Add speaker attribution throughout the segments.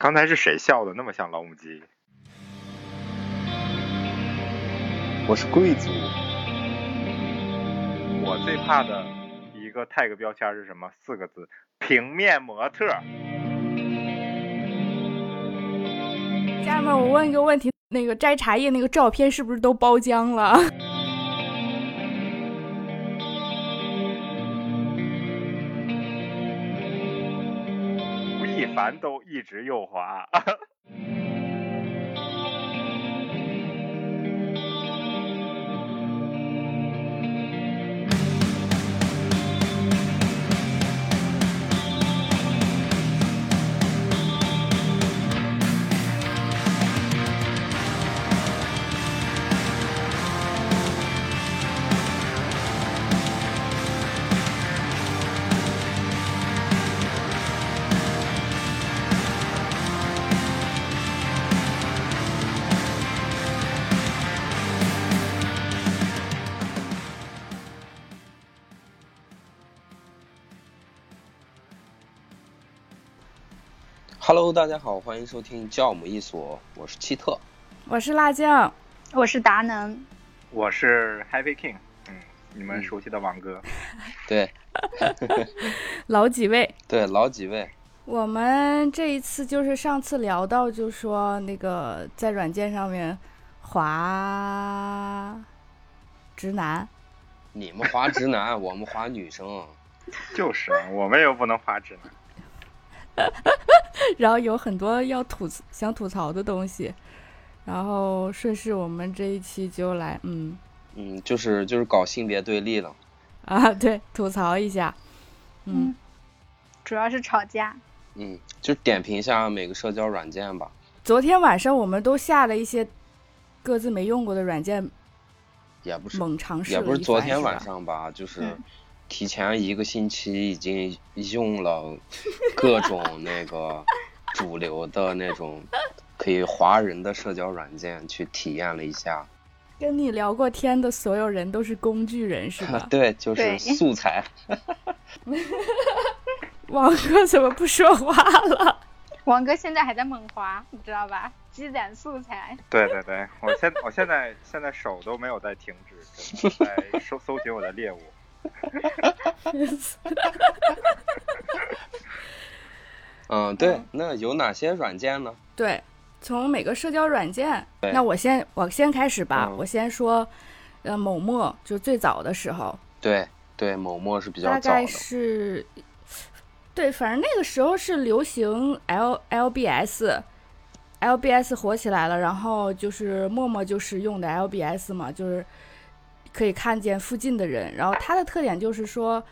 Speaker 1: 刚才是谁笑的那么像老母鸡？
Speaker 2: 我是贵族，
Speaker 1: 我最怕的一个 tag 标签是什么？四个字：平面模特。
Speaker 3: 家人们，我问一个问题：那个摘茶叶那个照片是不是都包浆了？
Speaker 1: 吴亦凡都一直右滑，啊
Speaker 2: Hello，大家好，欢迎收听教母一所，我是七特。
Speaker 3: 我是辣酱，
Speaker 4: 我是达能，
Speaker 1: 我是 Happy King，嗯，你们熟悉的王哥。
Speaker 2: 对
Speaker 3: 老几位。
Speaker 2: 对，老几位，
Speaker 3: 我们这一次就是上次聊到，就说那个在软件上面滑直男，
Speaker 2: 你们滑直男，我们滑女生。
Speaker 1: 就是啊，我们又不能滑直男。
Speaker 3: 然后有很多要吐槽想吐槽的东西，然后顺势我们这一期就来嗯
Speaker 2: 嗯，就是就是搞性别对立了。
Speaker 3: 啊对吐槽一下，嗯
Speaker 4: 嗯主要是吵架。
Speaker 2: 嗯，就点评一下每个社交软件吧。
Speaker 3: 昨天晚上我们都下了一些各自没用过的软件，
Speaker 2: 也不是，
Speaker 3: 猛尝试了
Speaker 2: 也
Speaker 3: 一
Speaker 2: 不
Speaker 3: 番，
Speaker 2: 是昨天晚
Speaker 3: 吧
Speaker 2: 上吧，就是
Speaker 4: 嗯
Speaker 2: 提前一个星期已经用了各种那个主流的那种可以华人的社交软件去体验了一下。
Speaker 3: 跟你聊过天的所有人都是工具人是吧？
Speaker 2: 对，就是
Speaker 4: 对
Speaker 2: 素材。
Speaker 3: 王哥怎么不说话了？
Speaker 4: 王哥现在还在猛滑，你知道吧？积攒素材。
Speaker 1: 对对对，我现我现在现在手都没有在停止，真的在搜搜寻我的 猎物。
Speaker 2: 嗯，对，那有哪些软件呢？
Speaker 3: 对，从每个社交软件，
Speaker 2: 对
Speaker 3: 那我先我先开始吧，
Speaker 2: 嗯
Speaker 3: 我先说，呃，某陌就最早的时候，
Speaker 2: 对对，某陌是比较
Speaker 3: 大
Speaker 2: 早
Speaker 3: 概
Speaker 2: 的，
Speaker 3: 是，对，反正那个时候是流行 L LBS。LBS 火起来了，然后就是陌陌就是用的 LBS 嘛，就是可以看见附近的人。然后它的特点就是说，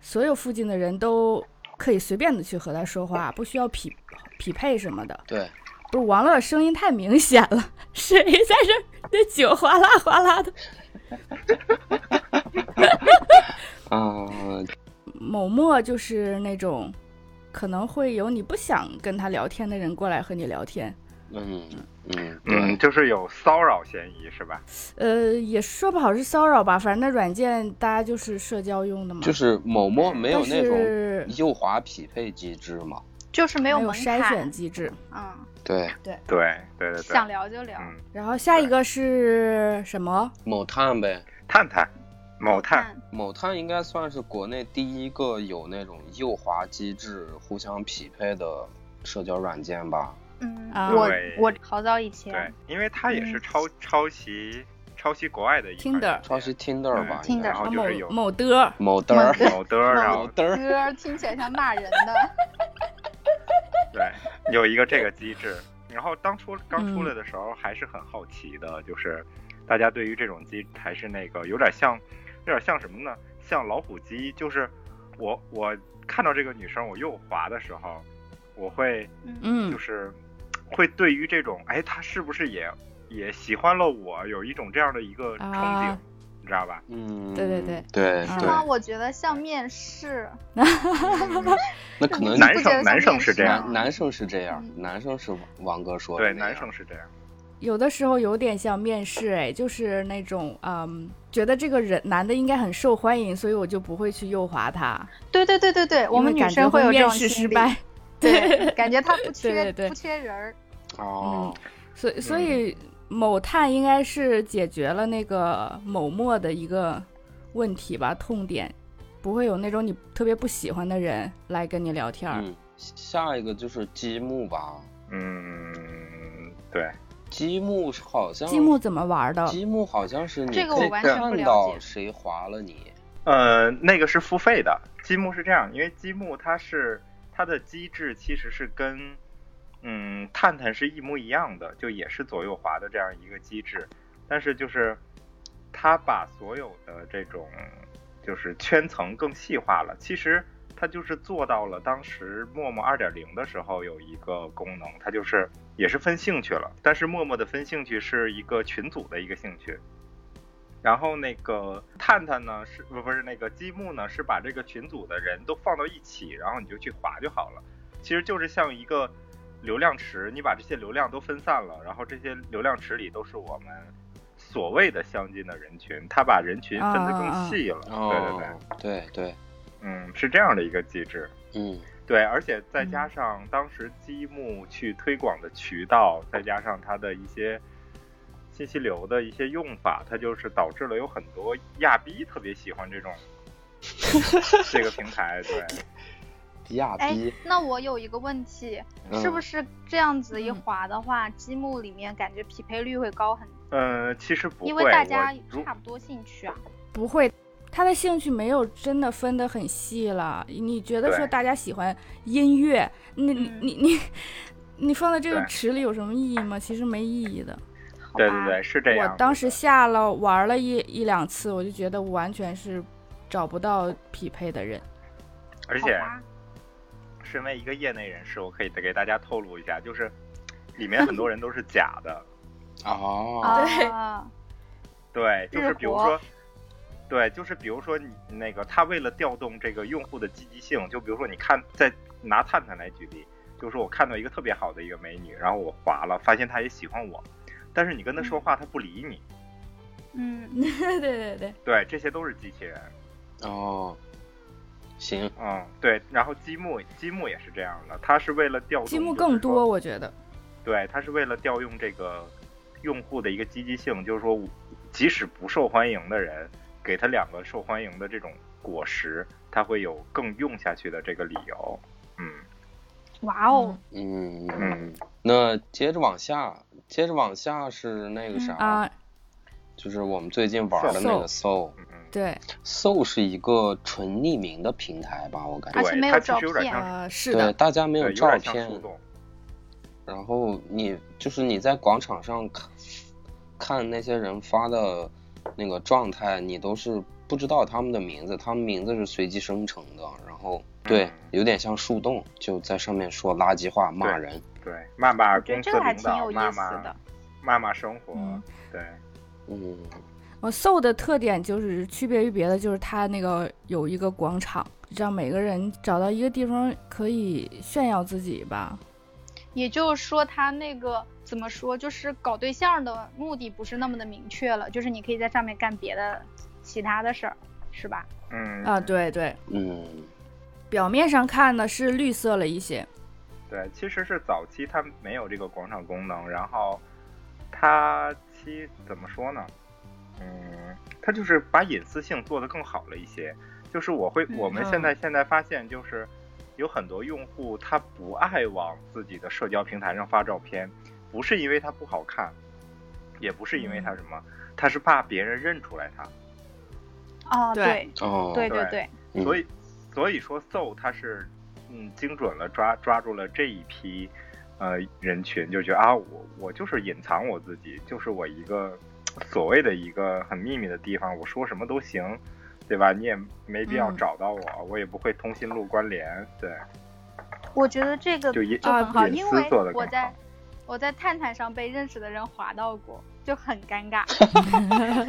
Speaker 3: 所有附近的人都可以随便的去和他说话，不需要匹匹配什么的。
Speaker 2: 对，
Speaker 3: 不是王乐声音太明显了， 谁在这儿那酒哗啦哗啦的？
Speaker 2: 啊、
Speaker 3: 某陌就是那种，可能会有你不想跟他聊天的人过来和你聊天，
Speaker 2: 嗯嗯，
Speaker 1: 嗯，
Speaker 2: 对，
Speaker 1: 就是有骚扰嫌疑是吧？
Speaker 3: 呃，也说不好是骚扰吧，反正那软件大家就是社交用的嘛，
Speaker 2: 就是某陌没有
Speaker 3: 但
Speaker 2: 那种
Speaker 3: 是
Speaker 2: 右滑匹配机制嘛？
Speaker 4: 就是没
Speaker 3: 没有
Speaker 4: 门槛，
Speaker 3: 筛选机制。
Speaker 4: 嗯，
Speaker 2: 对，
Speaker 1: 对对对
Speaker 4: 想
Speaker 1: 对，
Speaker 4: 聊就聊。
Speaker 1: 嗯，
Speaker 3: 然后下一个是什么？
Speaker 2: 某探呗，
Speaker 1: 探探，某探，
Speaker 4: 看，
Speaker 2: 某探应该算是国内第一个有那种右滑机制互相匹配的社交软件吧？
Speaker 4: 嗯，
Speaker 3: 啊
Speaker 4: 我
Speaker 1: 对
Speaker 4: 我好早以
Speaker 1: 对嗯
Speaker 4: 前，，
Speaker 1: 因为它也是抄抄袭抄袭国外的一款
Speaker 3: Tinder
Speaker 2: 抄袭嗯 Tinder 吧
Speaker 4: 对
Speaker 2: 应该
Speaker 4: Tinder
Speaker 1: 然后
Speaker 3: 啊
Speaker 1: 就
Speaker 3: 某
Speaker 1: 是有
Speaker 3: 某的
Speaker 2: 某嘚儿，啊
Speaker 1: 某的， 然
Speaker 2: 某
Speaker 1: 后
Speaker 2: 嘚儿，
Speaker 4: 歌听起来像骂人 的。
Speaker 1: 对，有一个这个机制。然后当初刚出来的时候还是很好奇的，就是大家对于这种机还是那个有点像，有点像什么呢？像老虎机，就是我我看到这个女生我右滑的时候，我会
Speaker 3: 嗯
Speaker 1: 就，是会对于这种哎她是不是也也喜欢了我有一种这样的一个憧憬，
Speaker 3: 啊
Speaker 1: 你知道 吧？
Speaker 2: 嗯，
Speaker 3: 对对对
Speaker 2: 对
Speaker 3: 啊
Speaker 4: 是吗？
Speaker 2: 对，
Speaker 4: 我觉得像面试，
Speaker 2: 那可能
Speaker 1: 嗯
Speaker 4: 你不
Speaker 1: 男
Speaker 4: 觉得
Speaker 1: 生
Speaker 4: 像
Speaker 1: 男生
Speaker 4: 面
Speaker 1: 是
Speaker 4: 试
Speaker 1: 这样
Speaker 4: 吗
Speaker 2: 男男生是这样，
Speaker 4: 嗯
Speaker 2: 男生是王哥说的
Speaker 1: 对，
Speaker 2: 那样
Speaker 1: 男生是这样。
Speaker 3: 有的时候有点像面试，哎，就是那种嗯，觉得这个人男的应该很受欢迎，所以我就不会去右滑他。
Speaker 4: 对对对对对，我
Speaker 3: 因
Speaker 4: 们
Speaker 3: 为
Speaker 4: 女
Speaker 3: 感觉
Speaker 4: 生会有这
Speaker 3: 面
Speaker 4: 种
Speaker 3: 试
Speaker 4: 心
Speaker 3: 失
Speaker 4: 理。
Speaker 3: 败。
Speaker 4: 对，感觉他不
Speaker 3: 对对
Speaker 4: 缺
Speaker 3: 对
Speaker 4: 不缺人儿，
Speaker 2: 哦，
Speaker 3: 所
Speaker 1: 嗯
Speaker 3: 以所以某探应该是解决了那个某墨的一个问题吧，痛点，不会有那种你特别不喜欢的人来跟你聊天儿。
Speaker 2: 嗯，下一个就是积木吧，
Speaker 1: 嗯，对，
Speaker 2: 积木是好像
Speaker 3: 积木怎么玩的？
Speaker 2: 积木好像是你
Speaker 4: 这个我
Speaker 2: 可以
Speaker 4: 完
Speaker 1: 全不
Speaker 2: 看
Speaker 4: 了
Speaker 2: 到
Speaker 4: 解
Speaker 2: 谁划了你，
Speaker 1: 呃，那个是付费的。积木是这样，因为积木它是它的机制其实是跟嗯探探是一模一样的，就也是左右滑的这样一个机制，但是就是它把所有的这种就是圈层更细化了。其实它就是做到了当时陌陌二点零的时候有一个功能，它就是也是分兴趣了，但是陌陌的分兴趣是一个群组的一个兴趣。然后那个探探呢是不不是那个积木呢是把这个群组的人都放到一起，然后你就去划就好了。其实就是像一个流量池，你把这些流量都分散了，然后这些流量池里都是我们所谓的相近的人群，他把人群分得更细了。对对对，
Speaker 2: 哦对对
Speaker 1: 嗯，是这样的一个机制。
Speaker 2: 嗯
Speaker 1: 对，而且
Speaker 4: 嗯
Speaker 1: 再加上当时积木去推广的渠道，再加上它的一些信息流的一些用法，它就是导致了有很多亚逼特别喜欢 这种这个平台。对，
Speaker 2: 亚
Speaker 4: 哎
Speaker 2: 逼，，
Speaker 4: 那我有一个问题，
Speaker 2: 嗯
Speaker 4: 是不是这样子一
Speaker 3: 嗯
Speaker 4: 划的话，积木里面感觉匹配率会高很多？
Speaker 1: 嗯，其实不会，
Speaker 4: 因为大家
Speaker 1: 我如
Speaker 4: 差不多兴趣啊。
Speaker 3: 不会，他的兴趣没有真的分得很细了。你觉得说
Speaker 1: 对
Speaker 3: 大家喜欢音乐，你你
Speaker 4: 嗯
Speaker 3: 你 你你放在这个
Speaker 1: 对
Speaker 3: 池里有什么意义吗？其实没意义的。
Speaker 4: 好
Speaker 1: 对
Speaker 4: 吧
Speaker 1: 对对，是这样
Speaker 3: 我
Speaker 1: 的。
Speaker 3: 当时下了玩了一一两次，我就觉得完全是找不到匹配的人。
Speaker 1: 而
Speaker 4: 好
Speaker 1: 且
Speaker 4: 吧
Speaker 1: 身为一个业内人士，我可以给大家透露一下，就是里 面很多人都是假的。
Speaker 2: 哦，
Speaker 1: 嗯
Speaker 3: 对
Speaker 4: 啊，
Speaker 1: 对，就
Speaker 4: 日
Speaker 1: 是比如
Speaker 4: 活
Speaker 1: 说，对，就是比如说你那个，他为了调动这个用户的积极性，就比如说你看，在拿探探来举例，就是说我看到一个特别好的一个美女，然后我划了，发现她也喜欢我，但是你跟她说话，她不理你，
Speaker 4: 嗯，
Speaker 3: 对对对，
Speaker 1: 对，这些都是机器人，
Speaker 2: 哦，行，
Speaker 1: 嗯，对，然后积木积木也是这样的，它是为了调动，
Speaker 3: 积木更多，，我觉得。
Speaker 1: 对，它是为了调用这个用户的一个积极性，就是说，即使不受欢迎的人，给他两个受欢迎的这种果实，他会有更用下去的这个理由。嗯
Speaker 4: 哇哦，
Speaker 2: 嗯
Speaker 1: 嗯，
Speaker 2: 那接着往下，接着往下是那个啥，
Speaker 3: 啊，
Speaker 2: 就是我们最近玩的那个 Soul。
Speaker 1: 嗯嗯，
Speaker 3: 对，
Speaker 2: Soul 是一个纯匿名的平台吧，我感
Speaker 4: 而
Speaker 2: 觉。
Speaker 4: 且没
Speaker 1: 对，
Speaker 4: 有
Speaker 1: 它其
Speaker 4: 照
Speaker 1: 实有点
Speaker 4: 片啊
Speaker 1: 像，
Speaker 3: 呃，是
Speaker 2: 对，
Speaker 3: 的，
Speaker 2: 大家没
Speaker 1: 对，
Speaker 2: 有
Speaker 1: 有
Speaker 2: 照
Speaker 1: 点像
Speaker 2: 片
Speaker 1: 树，洞。
Speaker 2: 然后你就是你在广场上看看那些人发的那个状态，你都是不知道他们的名字，他们名字是随机生成的。然后对
Speaker 1: 嗯，
Speaker 2: 有点像树洞，就在上面说垃圾话骂人。
Speaker 1: 对，骂骂
Speaker 4: 我觉
Speaker 1: 公
Speaker 4: 得
Speaker 1: 司
Speaker 4: 这个还
Speaker 1: 领
Speaker 4: 挺有
Speaker 1: 导，
Speaker 4: 意
Speaker 1: 骂
Speaker 4: 思
Speaker 1: 骂
Speaker 4: 的。
Speaker 1: 骂骂生活，
Speaker 3: 嗯
Speaker 1: 对，
Speaker 2: 嗯，
Speaker 3: 我 SO 的特点就是区别于别的，就是它那个有一个广场，让每个人找到一个地方可以炫耀自己吧。
Speaker 4: 也就是说，他那个怎么说，就是搞对象的目的不是那么的明确了，就是你可以在上面干别的其他的事儿，是吧？
Speaker 1: 嗯
Speaker 4: 呃
Speaker 3: 啊，对对，
Speaker 2: 嗯，
Speaker 3: 表面上看呢是绿色了一些，
Speaker 1: 对，其实是早期它没有这个广场功能，然后它其怎么说呢？嗯，它就是把隐私性做得更好了一些。就是我会，我们现在现在发现，就是有很多用户他不爱往自己的社交平台上发照片，不是因为它不好看，也不是因为它什么，他是怕别人认出来他。
Speaker 4: 啊，
Speaker 3: 对
Speaker 4: 对，
Speaker 2: 哦，
Speaker 4: 对对
Speaker 1: 对
Speaker 4: 对，
Speaker 2: 嗯
Speaker 1: 所以所以说，so 它是嗯精准了抓抓住了这一批呃人群，就觉得啊，我我就是隐藏我自己，就是我一个所谓的一个很秘密的地方，我说什么都行，对吧？你也没必要
Speaker 3: 嗯
Speaker 1: 找到我，我也不会通讯录关联，对，
Speaker 4: 我觉得这个
Speaker 1: 就啊隐
Speaker 4: 就很好，
Speaker 1: 隐私
Speaker 4: 因为
Speaker 1: 做得更
Speaker 4: 我在
Speaker 1: 好
Speaker 4: 我在探探上被认识的人划到过，就很尴尬。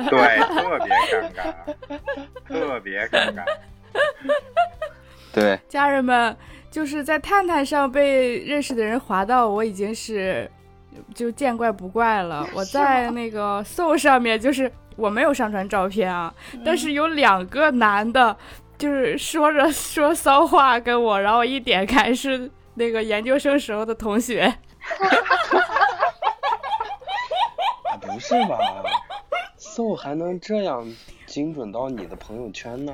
Speaker 1: 对，特别尴尬，特别尴尬，
Speaker 2: 对，
Speaker 3: 家人们就是在探探上被认识的人划到，我已经是就见怪不怪了。我在那个 SO 上面就是我没有上传照片啊， 但
Speaker 4: 嗯
Speaker 3: 是有两 个男的，就是说着说骚话跟我，然后我一点开是那个研究生时候的同学。
Speaker 2: 啊不是吧？so 还能这样精准到你的朋友圈呢？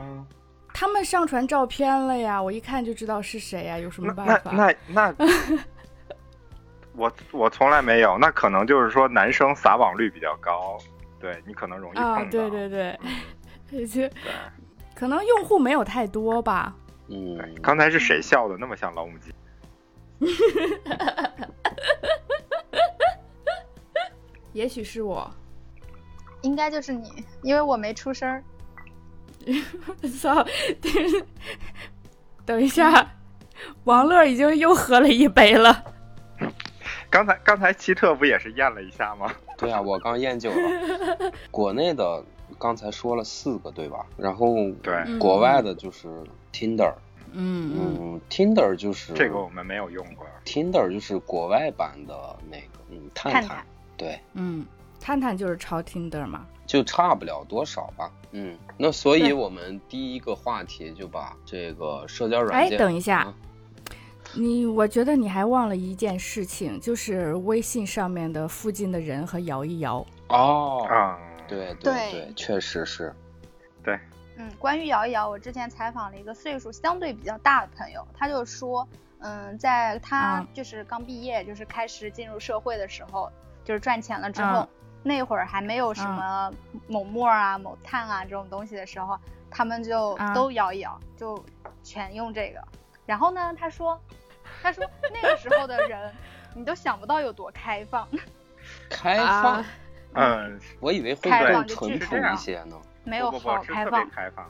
Speaker 3: 他们上传照片了呀，我一看就知道是谁呀，有什么办
Speaker 1: 那
Speaker 3: 法？
Speaker 1: 那那那，我我从来没有，那可能就是说男生撒网率比较高，对你可能容易碰到。
Speaker 3: 啊，对对对， 就
Speaker 1: 对
Speaker 3: 可能用户没有太多吧。
Speaker 2: 嗯，
Speaker 1: 刚才是谁笑的那么像老母鸡？
Speaker 3: 也许是我，
Speaker 4: 应该就是你，因为我没出声儿。
Speaker 3: 操！ 等一下，王乐已经又喝了一杯了。
Speaker 1: 刚才刚才奇特不也是验了一下吗？
Speaker 2: 对啊，我刚验酒了。 国内的刚才说了四个对吧？然后
Speaker 1: 对，
Speaker 3: 嗯
Speaker 2: 国外的就是 Tinder，
Speaker 3: 嗯嗯
Speaker 2: 嗯，Tinder 就是
Speaker 1: 这个我们没有用过。
Speaker 2: Tinder 就是国外版的那个嗯探
Speaker 4: 探
Speaker 2: 探
Speaker 4: 探，
Speaker 2: 对，
Speaker 3: 嗯，探探就是抄 Tinder 嘛。
Speaker 2: 就差不了多少吧。嗯，那所以
Speaker 3: 对
Speaker 2: 我们第一个话题就把这个社交软
Speaker 3: 哎，
Speaker 2: 件，
Speaker 3: 等一下，
Speaker 2: 啊
Speaker 3: 你我觉得你还忘了一件事情，就是微信上面的附近的人和摇一摇。
Speaker 2: 哦，
Speaker 1: 啊，
Speaker 2: 对
Speaker 4: 对
Speaker 2: 对，确实是，
Speaker 4: 嗯，关于摇一摇，我之前采访了一个岁数相对比较大的朋友，他就说，嗯，在他
Speaker 3: 嗯
Speaker 4: 就是刚毕业，就是开始进入社会的时候，就是赚钱了之后，
Speaker 3: 嗯
Speaker 4: 那会儿还没有什么某陌啊、某探啊这种东西的时候，他们就
Speaker 3: 嗯
Speaker 4: 都摇一摇，就全用这个。然后呢，他说，他说那个时候的人，你都想不到有多开放，
Speaker 2: 开放
Speaker 3: 啊，
Speaker 1: 嗯，
Speaker 2: 我以为会
Speaker 4: 开
Speaker 2: 更
Speaker 4: 放就
Speaker 2: 淳
Speaker 4: 是
Speaker 2: 朴
Speaker 1: 这样
Speaker 2: 一些呢。
Speaker 4: 没有
Speaker 1: 不不
Speaker 4: 好
Speaker 1: 不，是
Speaker 4: 开
Speaker 1: 特
Speaker 4: 放
Speaker 1: 别。开放。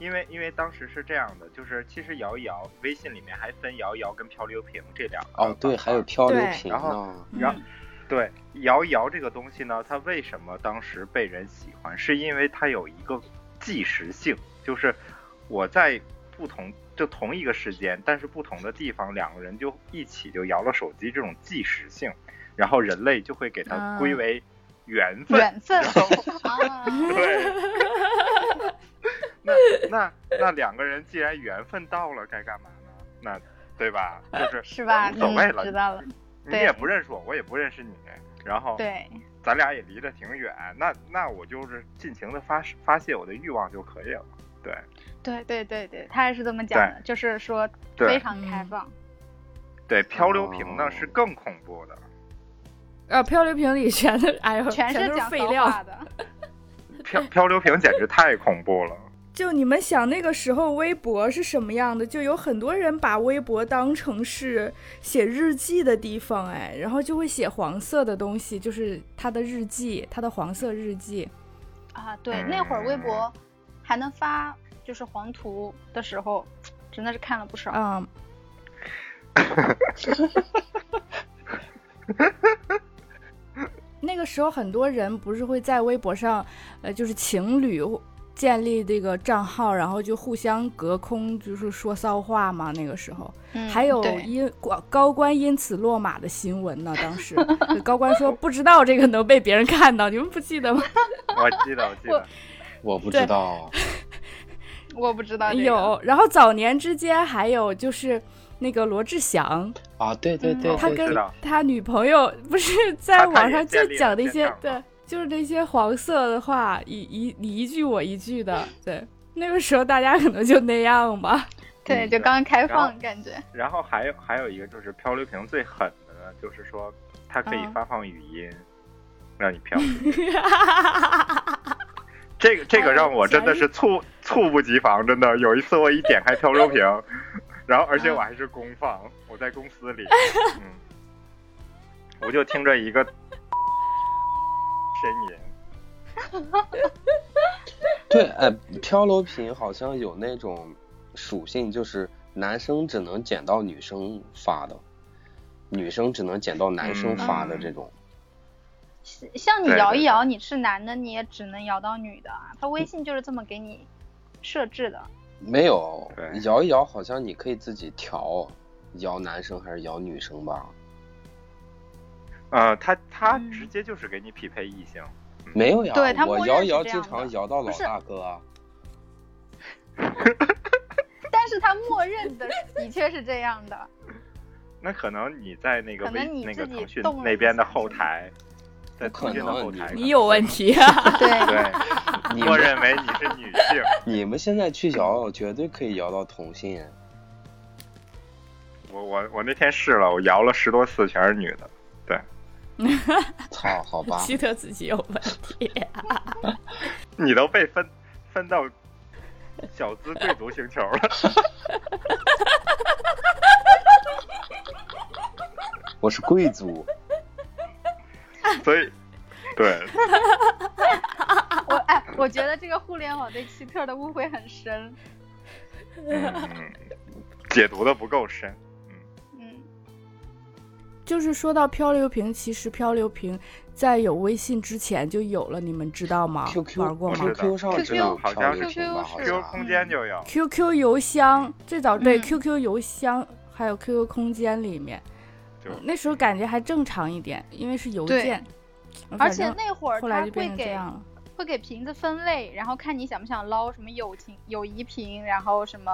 Speaker 1: 因为因为当时是这样的，就是其实摇一摇，微信里面还分摇一摇跟漂流瓶这两个
Speaker 2: 哦，对，还有
Speaker 1: 板块
Speaker 2: 漂流
Speaker 3: 对
Speaker 2: 瓶
Speaker 1: 然后
Speaker 2: 呢。
Speaker 1: 然后
Speaker 3: 嗯
Speaker 1: 对摇一摇这个东西呢，它为什么当时被人喜欢，是因为它有一个即时性，就是我在不同就同一个时间，但是不同的地方，两个人就一起就摇了手机，这种即时性，然后人类就会给它
Speaker 3: 啊
Speaker 1: 归为缘分。
Speaker 4: 缘分 啊，
Speaker 1: 对。那那那两个人既然缘分到了，该干嘛呢？那对吧？就是
Speaker 4: 是吧？
Speaker 1: 无所谓
Speaker 4: 嗯
Speaker 1: 了
Speaker 4: 知道了。
Speaker 1: 你
Speaker 4: 对
Speaker 1: 也不认识我，我也不认识你，然后
Speaker 4: 对，
Speaker 1: 咱俩也离得挺远，那那我就是尽情的发发泄我的欲望就可以了。对
Speaker 4: 对对对对，他也是这么讲的，就是说非
Speaker 1: 对
Speaker 4: 常开放。
Speaker 1: 对，漂流瓶呢
Speaker 2: 哦
Speaker 1: 是更恐怖的，
Speaker 3: 呃，漂流瓶里全都，哎呦，
Speaker 4: 全
Speaker 3: 全
Speaker 4: 是
Speaker 3: 都
Speaker 4: 讲
Speaker 3: 废
Speaker 4: 骚
Speaker 3: 料。
Speaker 4: 话 的，
Speaker 1: 漂漂流瓶简直太恐怖了。
Speaker 3: 就你们想那个时候微博是什么样的？就有很多人把微博当成是写日记的地方，哎，然后就会写黄色的东西，就是他的日记，他的黄色日记。
Speaker 4: 啊！对，
Speaker 1: 嗯
Speaker 4: 那会儿微博还能发就是黄图的时候，真的是看了不少。
Speaker 3: 嗯，那个时候很多人不是会在微博上，呃，就是情侣建立这个账号，然后就互相隔空就是说骚话嘛。那个时候，
Speaker 4: 嗯
Speaker 3: 还有
Speaker 4: 对
Speaker 3: 因高高官因此落马的新闻呢。当时 就高官说不知道这个能被别人看到，你们不记得吗？
Speaker 1: 我记得，我记得，
Speaker 2: 我不
Speaker 3: 对
Speaker 2: 知道，啊
Speaker 4: 我不知道这个
Speaker 3: 有，然后早年之间还有就是那个罗志祥，
Speaker 2: 啊，对对
Speaker 4: 嗯
Speaker 2: 对，
Speaker 3: 他
Speaker 2: 对
Speaker 3: 跟
Speaker 1: 知道
Speaker 3: 他女朋友 不是在网上就讲那些
Speaker 1: 他看也见
Speaker 3: 对
Speaker 1: 了，
Speaker 3: 就是那些黄色的话，一一你一句我一句的，对。那个时候大家可能就那样吧，
Speaker 4: 对，
Speaker 2: 嗯
Speaker 4: 就刚开
Speaker 1: 然
Speaker 4: 放
Speaker 1: 后
Speaker 4: 感觉。
Speaker 1: 然后还有还有一个就是漂流瓶最狠的呢，就是说它可以
Speaker 3: 嗯
Speaker 1: 发放语音，让你飘。这个这个让我真的是猝猝不及防，真的有一次我一点开漂流瓶， 然后而且我还是公放，我在公司里，嗯，我就听着一个呻吟，
Speaker 2: 对，哎，漂流瓶好像有那种属性，就是男生只能捡到女生发的，女生只能捡到男生
Speaker 1: 嗯
Speaker 2: 发的这种。
Speaker 4: 像你
Speaker 1: 对
Speaker 4: 摇一
Speaker 1: 对
Speaker 4: 摇，你是男的，你也只能摇到女的啊。他微信就是这么给你设置的。
Speaker 2: 没有
Speaker 1: 对
Speaker 2: 摇一摇，好像你可以自己调，摇男生还是摇女生吧？
Speaker 1: 呃，他他
Speaker 4: 嗯
Speaker 1: 直接就是给你匹配异性，
Speaker 2: 没有呀，
Speaker 4: 对他
Speaker 2: 我
Speaker 4: 默认
Speaker 2: 摇一
Speaker 4: 是
Speaker 2: 摇
Speaker 4: 这
Speaker 2: 经
Speaker 4: 样的
Speaker 2: 常摇到老
Speaker 4: 不是
Speaker 2: 大哥 啊。
Speaker 4: 但是他默认的的确是这样的，
Speaker 1: 那可能你在那个
Speaker 4: 可能
Speaker 1: 微
Speaker 4: 你
Speaker 1: 那个
Speaker 4: 自己
Speaker 1: 腾讯
Speaker 4: 动了
Speaker 1: 那
Speaker 4: 一
Speaker 1: 边的
Speaker 4: 下
Speaker 1: 后
Speaker 4: 是吗
Speaker 1: 台，在
Speaker 2: 不可
Speaker 1: 腾讯的
Speaker 2: 能
Speaker 1: 后
Speaker 2: 你
Speaker 1: 台，
Speaker 3: 你有问。题啊！
Speaker 4: 对，
Speaker 1: 对，
Speaker 2: 你
Speaker 1: 默
Speaker 2: 们
Speaker 1: 认为你是女性，
Speaker 2: 你们现在去摇，绝对可以摇到同性。
Speaker 1: 我我我那天试了，我摇了十多次，全是女的。
Speaker 2: 操，好吧，
Speaker 3: 记得自己有问题。
Speaker 1: 你都被分分到小资贵族星球了，
Speaker 2: 我是贵 族，
Speaker 1: 所以对，
Speaker 4: 我哎，我觉得这个互联网对奇特的误会很深。
Speaker 1: 嗯，解读的不够深。
Speaker 4: 嗯，
Speaker 3: 就是说到漂流瓶，其实漂流瓶在有微信之前就有了，你们知道吗
Speaker 2: QQ
Speaker 3: 玩过
Speaker 1: 我
Speaker 3: 吗
Speaker 1: 知道
Speaker 2: QQ 上只有
Speaker 1: QQ 好
Speaker 2: 漂
Speaker 1: 像是
Speaker 2: 流瓶吧？好
Speaker 1: QQ
Speaker 2: 像
Speaker 1: 空间就有，
Speaker 3: ？QQ 邮箱最早对、
Speaker 4: 嗯
Speaker 3: QQ 邮箱还有 QQ 空间里面，嗯
Speaker 1: 就
Speaker 3: 那时候感觉还正常一点，因为是邮
Speaker 4: 对
Speaker 3: 件。
Speaker 4: 而
Speaker 3: 反
Speaker 4: 且
Speaker 3: 正
Speaker 4: 那会儿
Speaker 3: 后
Speaker 4: 他
Speaker 3: 来就变
Speaker 4: 会
Speaker 3: 成这
Speaker 4: 给
Speaker 3: 样了。
Speaker 4: 会给瓶子分类，然后看你想不想捞什么友情友谊瓶，然后什么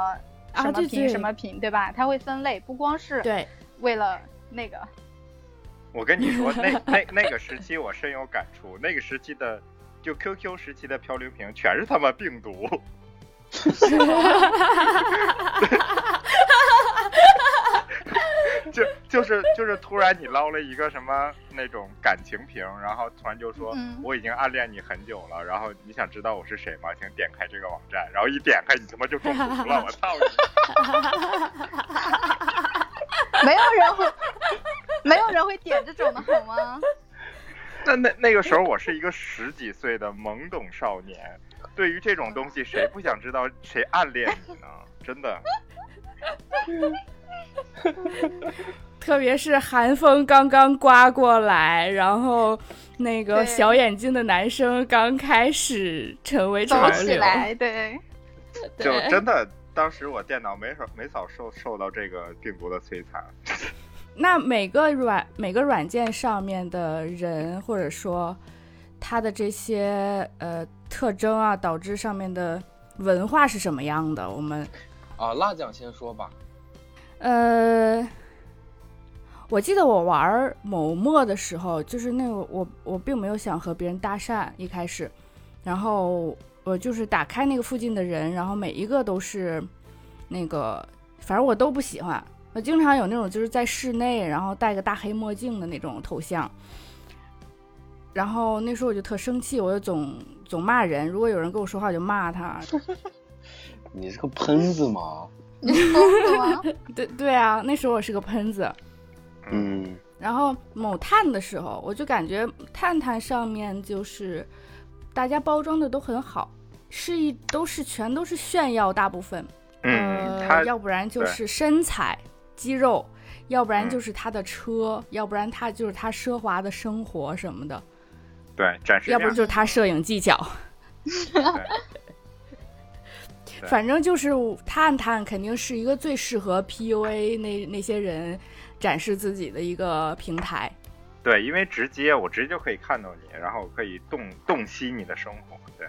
Speaker 3: 啊
Speaker 4: 什么
Speaker 3: 对
Speaker 4: 瓶
Speaker 3: 对
Speaker 4: 什么瓶，对吧？他会分类，不光是
Speaker 3: 对，
Speaker 4: 为了那个，
Speaker 1: 我跟你说，那那那个时期我深有感触，那个时期的就 QQ 时期的漂流瓶全是他妈病毒，就就是就是突然你捞了一个什么那种感情瓶，然后突然就说、
Speaker 4: 嗯
Speaker 1: 我已经暗恋你很久了，然后你想知道我是谁吗？请点开这个网站，然后一点开你他妈就中毒了，我操你！
Speaker 4: 没有人会，没有人会点这种的好吗？
Speaker 1: 那那那个时候我是一个十几岁的懵懂少年，对于这种东西谁不想知道谁暗恋你 呢？真的。
Speaker 3: 特别是寒风刚刚刮过来，然后那个
Speaker 4: 对
Speaker 3: 小眼睛的男生刚开始成为
Speaker 4: 走
Speaker 3: 潮
Speaker 4: 起
Speaker 3: 流，
Speaker 4: 来，对，
Speaker 3: 对
Speaker 1: 就真的，当时我电脑没少没少受受到这个病毒的摧残。
Speaker 3: 那每个软每个软件上面的人，或者说他的这些呃特征啊，导致上面的文化是什么样的？我们
Speaker 2: 啊，辣酱先说吧。
Speaker 3: 呃，我记得我玩儿某陌的时候，就是那个我我并没有想和别人搭讪一开始，然后我就是打开那个附近的人，然后每一个都是那个，反正我都不喜欢。我经常有那种就是在室内，然后戴个大黑墨镜的那种头像，然后那时候我就特生气，我就总总骂人。如果有人跟我说话，我就骂他，
Speaker 2: 你是个喷子吗？
Speaker 4: 你是疯 子吗？
Speaker 3: 对对啊，那时候我是个喷子。
Speaker 2: 嗯，
Speaker 3: 然后某探的时候，我就感觉探探上面就是大家包装的都很好，是一都是全都是炫耀，大部分，
Speaker 1: 嗯，他
Speaker 3: 呃，要不然就
Speaker 1: 对
Speaker 3: 是身材、肌肉，要不
Speaker 1: 嗯
Speaker 3: 然就是他的车，要不然他就是他奢华的生活什么的，
Speaker 1: 对展示
Speaker 3: 要不
Speaker 1: 量
Speaker 3: 就是他摄影技巧。
Speaker 1: 对
Speaker 3: 反正就是探探肯定是一个最适合 PUA 那那些人展示自己的一个平台。
Speaker 1: 对，因为直接我直接就可以看到你，然后我可以洞洞悉你的生活，对。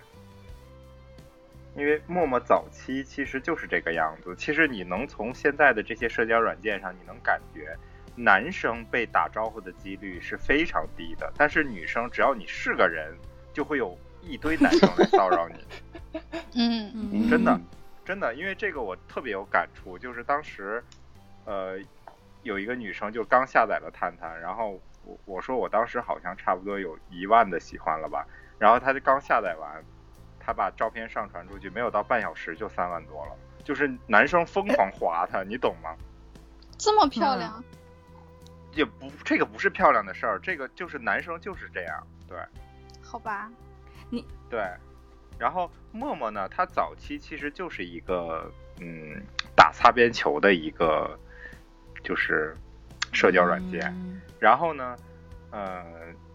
Speaker 1: 因为陌陌早期其实就是这个样子，其实你能从现在的这些社交软件上，你能感觉男生被打招呼的几率是非常低的，但是女生只要你是个人，就会有一堆男生来骚扰你。
Speaker 4: 嗯，
Speaker 3: 嗯
Speaker 1: 真的真的，因为这个我特别有感触，就是当时，呃，有一个女生就刚下载了探探，然后我我说我当时好像差不多有一万的喜欢了吧，然后她就刚下载完，她把照片上传出去，没有到半小时就三万多了，就是男生疯狂划她，你懂吗？
Speaker 4: 这么
Speaker 3: 嗯
Speaker 4: 漂亮，
Speaker 1: 也不，这个不是漂亮的事儿，这个就是男生就是这样，对。
Speaker 4: 好吧？
Speaker 1: 对，然后陌陌呢，它早期其实就是一个嗯打擦边球的一个就是社交软件。
Speaker 3: 嗯
Speaker 1: 然后呢，呃，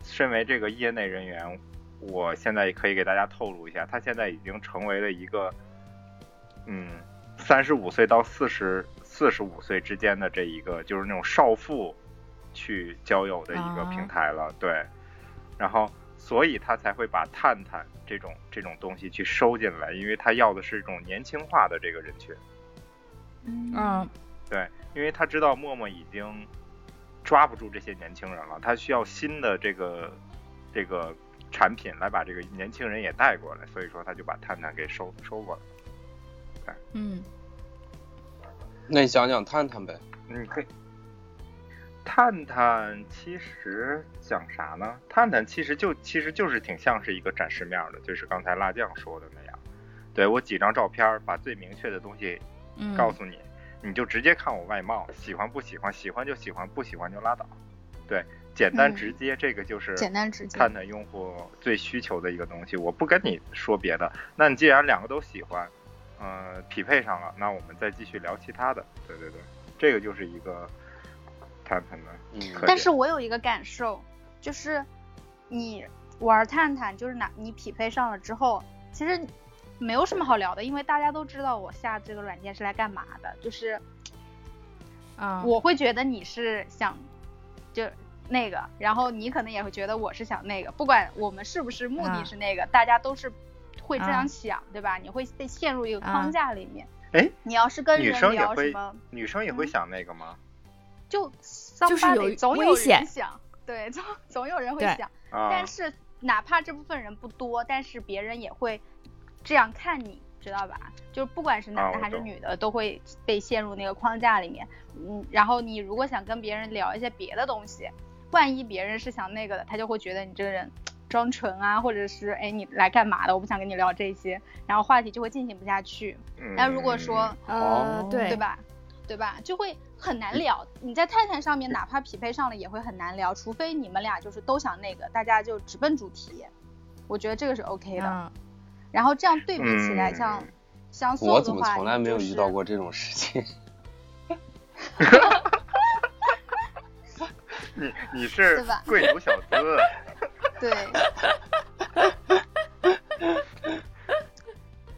Speaker 1: 身为这个业内人员，我现在也可以给大家透露一下，它现在已经成为了一个嗯三十五岁到四十四十五岁之间的这一个就是那种少妇去交友的一个
Speaker 3: 啊
Speaker 1: 平台了，对。然后，所以他才会把探探这种这种东西去收进来，因为他要的是一种年轻化的这个人群。
Speaker 4: 嗯
Speaker 3: 嗯，
Speaker 1: 对，因为他知道陌陌已经抓不住这些年轻人了，他需要新的这个这个产品来把这个年轻人也带过来，所以说他就把探探给收收过来。
Speaker 3: 嗯，
Speaker 2: 那你讲讲探探呗，
Speaker 1: 你可以。探探其实讲啥呢？探探其实就其实就是挺像是一个展示面儿的，就是刚才辣酱说的那样。对我几张照片儿，把最明确的东西
Speaker 3: 嗯
Speaker 1: 告诉你，你就直接看我外貌，喜欢不喜欢，喜欢就喜欢，不喜欢就拉倒。对，简单
Speaker 4: 嗯
Speaker 1: 直接，这个就是
Speaker 4: 简单直接。
Speaker 1: 探探用户最需求的一个东西。我不跟你说别的，那你既然两个都喜欢，呃，匹配上了，那我们再继续聊其他的。对对对，这个就是一个探探的。
Speaker 2: 嗯，
Speaker 1: 可
Speaker 4: 但
Speaker 1: 见
Speaker 4: 是我有一个感受，就是你玩探探，就是哪你匹配上了之后，其实没有什么好聊的，因为大家都知道我下这个软件是来干嘛的，就是
Speaker 3: 啊，
Speaker 4: 我会觉得你是想就那个，然后你可能也会觉得我是想那个，不管我们是不是目
Speaker 3: 啊
Speaker 4: 的是那个，大家都是会这
Speaker 3: 啊
Speaker 4: 样想，对吧？你会被陷入一个
Speaker 3: 啊
Speaker 4: 框架里面。
Speaker 1: 哎
Speaker 4: 你要是跟
Speaker 1: 女
Speaker 4: 人
Speaker 1: 生也
Speaker 4: 聊什
Speaker 1: 会
Speaker 4: 么，，
Speaker 1: 女生也会
Speaker 4: 嗯
Speaker 1: 想那个吗？
Speaker 4: 就
Speaker 3: 就是有
Speaker 4: somebody 总
Speaker 3: 危
Speaker 4: 有
Speaker 3: 险
Speaker 4: 人想，对，总总有人会
Speaker 3: 对
Speaker 4: 想。
Speaker 1: 啊，
Speaker 4: 但是哪怕这部分人不多，但是别人也会这样看你，知道吧？就是不管是
Speaker 1: 啊
Speaker 4: 男的
Speaker 1: 我
Speaker 4: 还是
Speaker 1: 懂
Speaker 4: 女的，都会被陷入那个框架里面。嗯，然后你如果想跟别人聊一些别的东西，万一别人是想那个的，他就会觉得你这个人装纯啊，或者是哎你来干嘛的？我不想跟你聊这些，然后话题就会进行不下去。那如果说
Speaker 1: 嗯
Speaker 3: 呃
Speaker 2: 哦，
Speaker 3: 对
Speaker 4: 对？吧？对吧？就会很难聊。你在探探上面，哪怕匹配上了，也会很难聊，除非你们俩就是都想那个，大家就直奔主题。我觉得这个是 OK 的。
Speaker 3: 啊，
Speaker 4: 然后这样对比起来，
Speaker 1: 嗯
Speaker 4: 像像素
Speaker 2: 我
Speaker 4: 的
Speaker 2: 怎么
Speaker 4: 话，
Speaker 2: 从来没有
Speaker 4: 就是
Speaker 2: 遇到过这种事情？
Speaker 1: 你你是
Speaker 4: 对吧
Speaker 1: 贵族 小资，
Speaker 4: 对。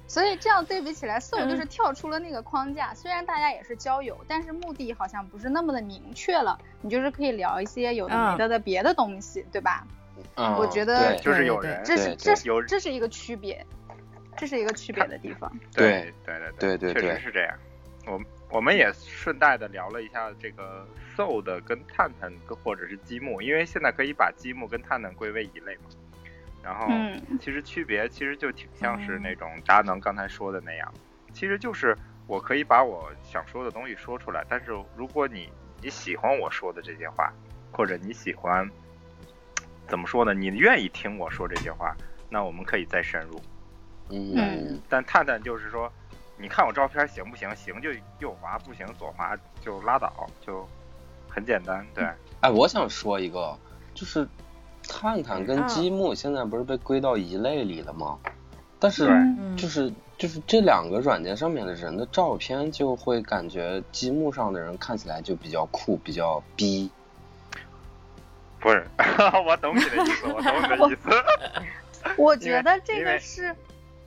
Speaker 4: 所以这样对比起来，搜就是跳出了那个框架。虽然大家也是交友，但是目的好像不是那么的明确了。你就是可以聊一些有的没的的别的东西，对吧？
Speaker 2: 嗯，
Speaker 4: 我觉得
Speaker 2: 对
Speaker 1: 就是有
Speaker 3: 对对
Speaker 1: 人
Speaker 4: 这
Speaker 2: 对
Speaker 4: 是这
Speaker 1: 有
Speaker 4: 是这是一个区别，这是一个区别的地方。
Speaker 1: 对对对
Speaker 2: 对对
Speaker 1: 确
Speaker 2: 对
Speaker 1: 实是这样。我们我们也顺带的聊了一下这个 Soul 的跟探探跟或者是积木，因为现在可以把积木跟探探归为一类嘛。然后，
Speaker 4: 嗯
Speaker 1: 其实区别其实就挺像是
Speaker 3: 嗯
Speaker 1: 那种达能刚才说的那样，其实就是我可以把我想说的东西说出来，但是如果你你喜欢我说的这些话，或者你喜欢怎么说呢？你愿意听我说这些话，那我们可以再深入。
Speaker 2: 嗯，
Speaker 1: 但探探就是说，你看我照片行不行？行就右滑，不行左滑就拉倒，就很简单。对，
Speaker 2: 哎，我想说一个，就是探探跟
Speaker 3: 嗯
Speaker 2: 积木现在不是被归到一类里了吗？但是
Speaker 1: 对
Speaker 3: 嗯
Speaker 2: 就是就是这两个软件上面的人的照片，就会感觉积木上的人看起来就比较酷，比较逼。
Speaker 1: 不是， 我懂你的意思，我懂你的意思。
Speaker 4: 我
Speaker 1: 因为
Speaker 4: 觉得这
Speaker 1: 因为
Speaker 4: 个是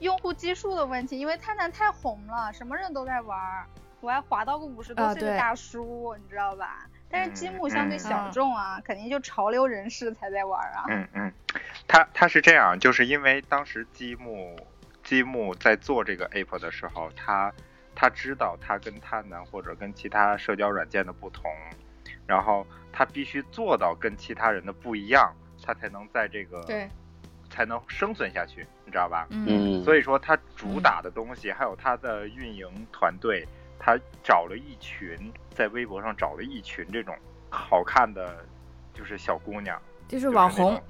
Speaker 4: 用户基数的问题，因为探探太红了，什么人都在玩儿。我还滑到过五十多
Speaker 3: 啊
Speaker 4: 岁的
Speaker 3: 对
Speaker 4: 大叔，你知道吧？但是积木相对
Speaker 1: 嗯
Speaker 4: 小众啊，肯定就潮流人士才在玩儿啊。
Speaker 1: 嗯嗯，他他是这样，就是因为当时积木积木在做这个 app 的时候，他他知道他跟探探或者跟其他社交软件的不同，然后他必须做到跟其他人的不一样，他才能在这个
Speaker 3: 对，
Speaker 1: 才能生存下去，你知道吧？
Speaker 3: 嗯
Speaker 2: 嗯，
Speaker 1: 所
Speaker 2: 以
Speaker 1: 以说他主打的东西，还有他的运营团队，他找了一群在微博上找了一群这种好看的，就是小姑娘，
Speaker 3: 就是
Speaker 1: 就是
Speaker 3: 网
Speaker 1: 那种
Speaker 3: 红，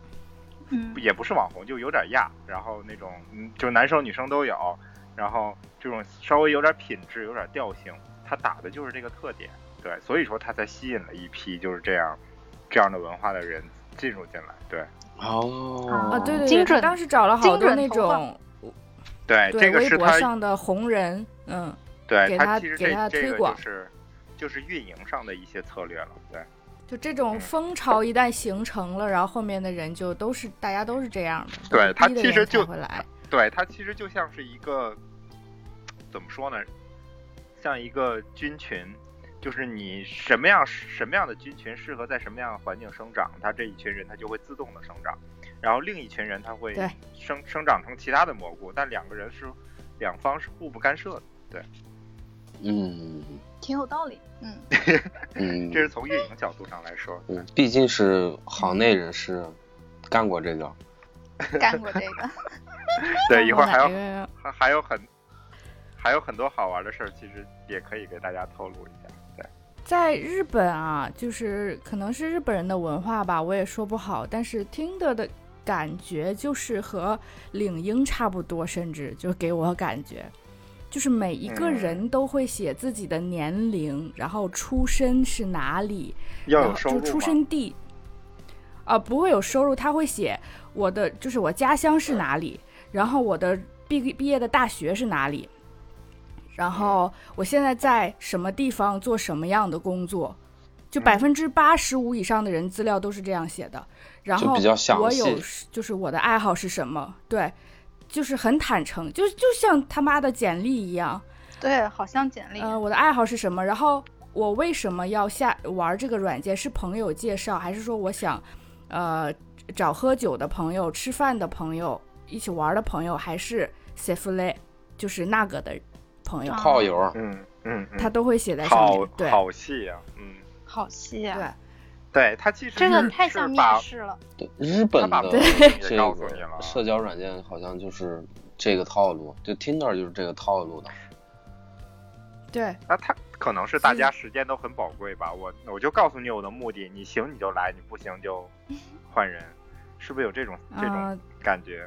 Speaker 4: 嗯
Speaker 1: 也不是网红，就有点亚，然后那种嗯，就男生女生都有，然后这种稍微有点品质、有点调性，他打的就是这个特点，对，所以说他才吸引了一批就是这样这样的文化的人进入进来，对
Speaker 2: 哦
Speaker 3: 啊，对对
Speaker 4: 精
Speaker 3: 对，他
Speaker 4: 准
Speaker 3: 当时找了好
Speaker 4: 精
Speaker 3: 多
Speaker 4: 准
Speaker 3: 那
Speaker 4: 投放
Speaker 3: 种
Speaker 1: 对，哎这
Speaker 3: 对
Speaker 1: 个
Speaker 3: 微
Speaker 1: 是
Speaker 3: 博
Speaker 1: 他
Speaker 3: 上的红人，嗯，
Speaker 1: 对
Speaker 3: 给
Speaker 1: 他
Speaker 3: 他
Speaker 1: 其实
Speaker 3: 给
Speaker 1: 这
Speaker 3: 他
Speaker 1: 这
Speaker 3: 推
Speaker 1: 个
Speaker 3: 广
Speaker 1: 就是就是运营上的一些策略了，对。
Speaker 3: 就这种
Speaker 1: 嗯
Speaker 3: 风潮一旦形成了，然后后面的人就都是大家都是这样的，
Speaker 1: 对他
Speaker 3: 逼的
Speaker 1: 其实
Speaker 3: 人才
Speaker 1: 就
Speaker 3: 会来，
Speaker 1: 对，它其实就像是一个怎么说呢，像一个菌群，就是你什么样什么样的菌群适合在什么样的环境生长，它这一群人它就会自动的生长，然后另一群人他会
Speaker 3: 对
Speaker 1: 生生长成其他的蘑菇，但两个人是两方是互不干涉的。
Speaker 2: 嗯
Speaker 4: 挺有道理。 嗯，
Speaker 2: 嗯，
Speaker 1: 这是从运营角度上来说，
Speaker 2: 嗯，毕竟是行内人士，干过这个，
Speaker 1: 啊
Speaker 4: 干过这个，
Speaker 1: 对，一会儿还
Speaker 3: 哪
Speaker 1: 有
Speaker 3: 个
Speaker 1: 还还有很还有很多好玩的事儿，其实也可以给大家透露一下。对，
Speaker 3: 在日本啊，就是可能是日本人的文化吧，我也说不好。但是听的的感觉就是和领英差不多，甚至就给我感觉，就是每一个
Speaker 1: 嗯
Speaker 3: 人都会写自己的年龄，然后出身是哪里，
Speaker 1: 要
Speaker 3: 然
Speaker 1: 有
Speaker 3: 后
Speaker 1: 收
Speaker 3: 就
Speaker 1: 入
Speaker 3: 出
Speaker 1: 嘛，
Speaker 3: 生地，啊、不会有收入，他会写我的就是我家乡
Speaker 1: 嗯
Speaker 3: 是哪里，然后我的毕毕业的大学是哪里，然后我现在在什么地方做什么样的工作，就
Speaker 1: 嗯
Speaker 3: 百分之八十五以上的人资料都是这样写的。然
Speaker 2: 就
Speaker 3: 后
Speaker 2: 比较详
Speaker 3: 我
Speaker 2: 细
Speaker 3: 有就是我的爱好是什么，对，就是很坦诚，就就像他妈的简历一样，
Speaker 4: 对，好像简历。
Speaker 3: 呃，我的爱好是什么？然后我为什么要下玩这个软件？是朋友介绍，还是说我想，呃，找喝酒的朋友、吃饭的朋友、一起玩的朋友，还是 s a f l y 就是那个的朋友，
Speaker 4: 啊
Speaker 2: 炮友儿，
Speaker 1: 嗯嗯嗯，
Speaker 3: 他都会写在上
Speaker 1: 好
Speaker 3: 面。对
Speaker 1: 好细啊，嗯，
Speaker 4: 好细啊！
Speaker 3: 对，
Speaker 1: 对他其实
Speaker 4: 这
Speaker 1: 是
Speaker 4: 个太像
Speaker 1: 是
Speaker 4: 面
Speaker 1: 把
Speaker 4: 试了。
Speaker 2: 对日本
Speaker 1: 他把
Speaker 2: 的
Speaker 1: 对
Speaker 2: 这
Speaker 1: 也告诉你了
Speaker 2: 个社交软件好像就是这个套路，就 Tinder 就是这个套路的。
Speaker 3: 对，
Speaker 1: 那他可能是大家时间都很宝贵吧，我我就告诉你我的目的，你行你就来，你不行 就换人，是不是有这种这种
Speaker 3: 啊、
Speaker 1: 感觉？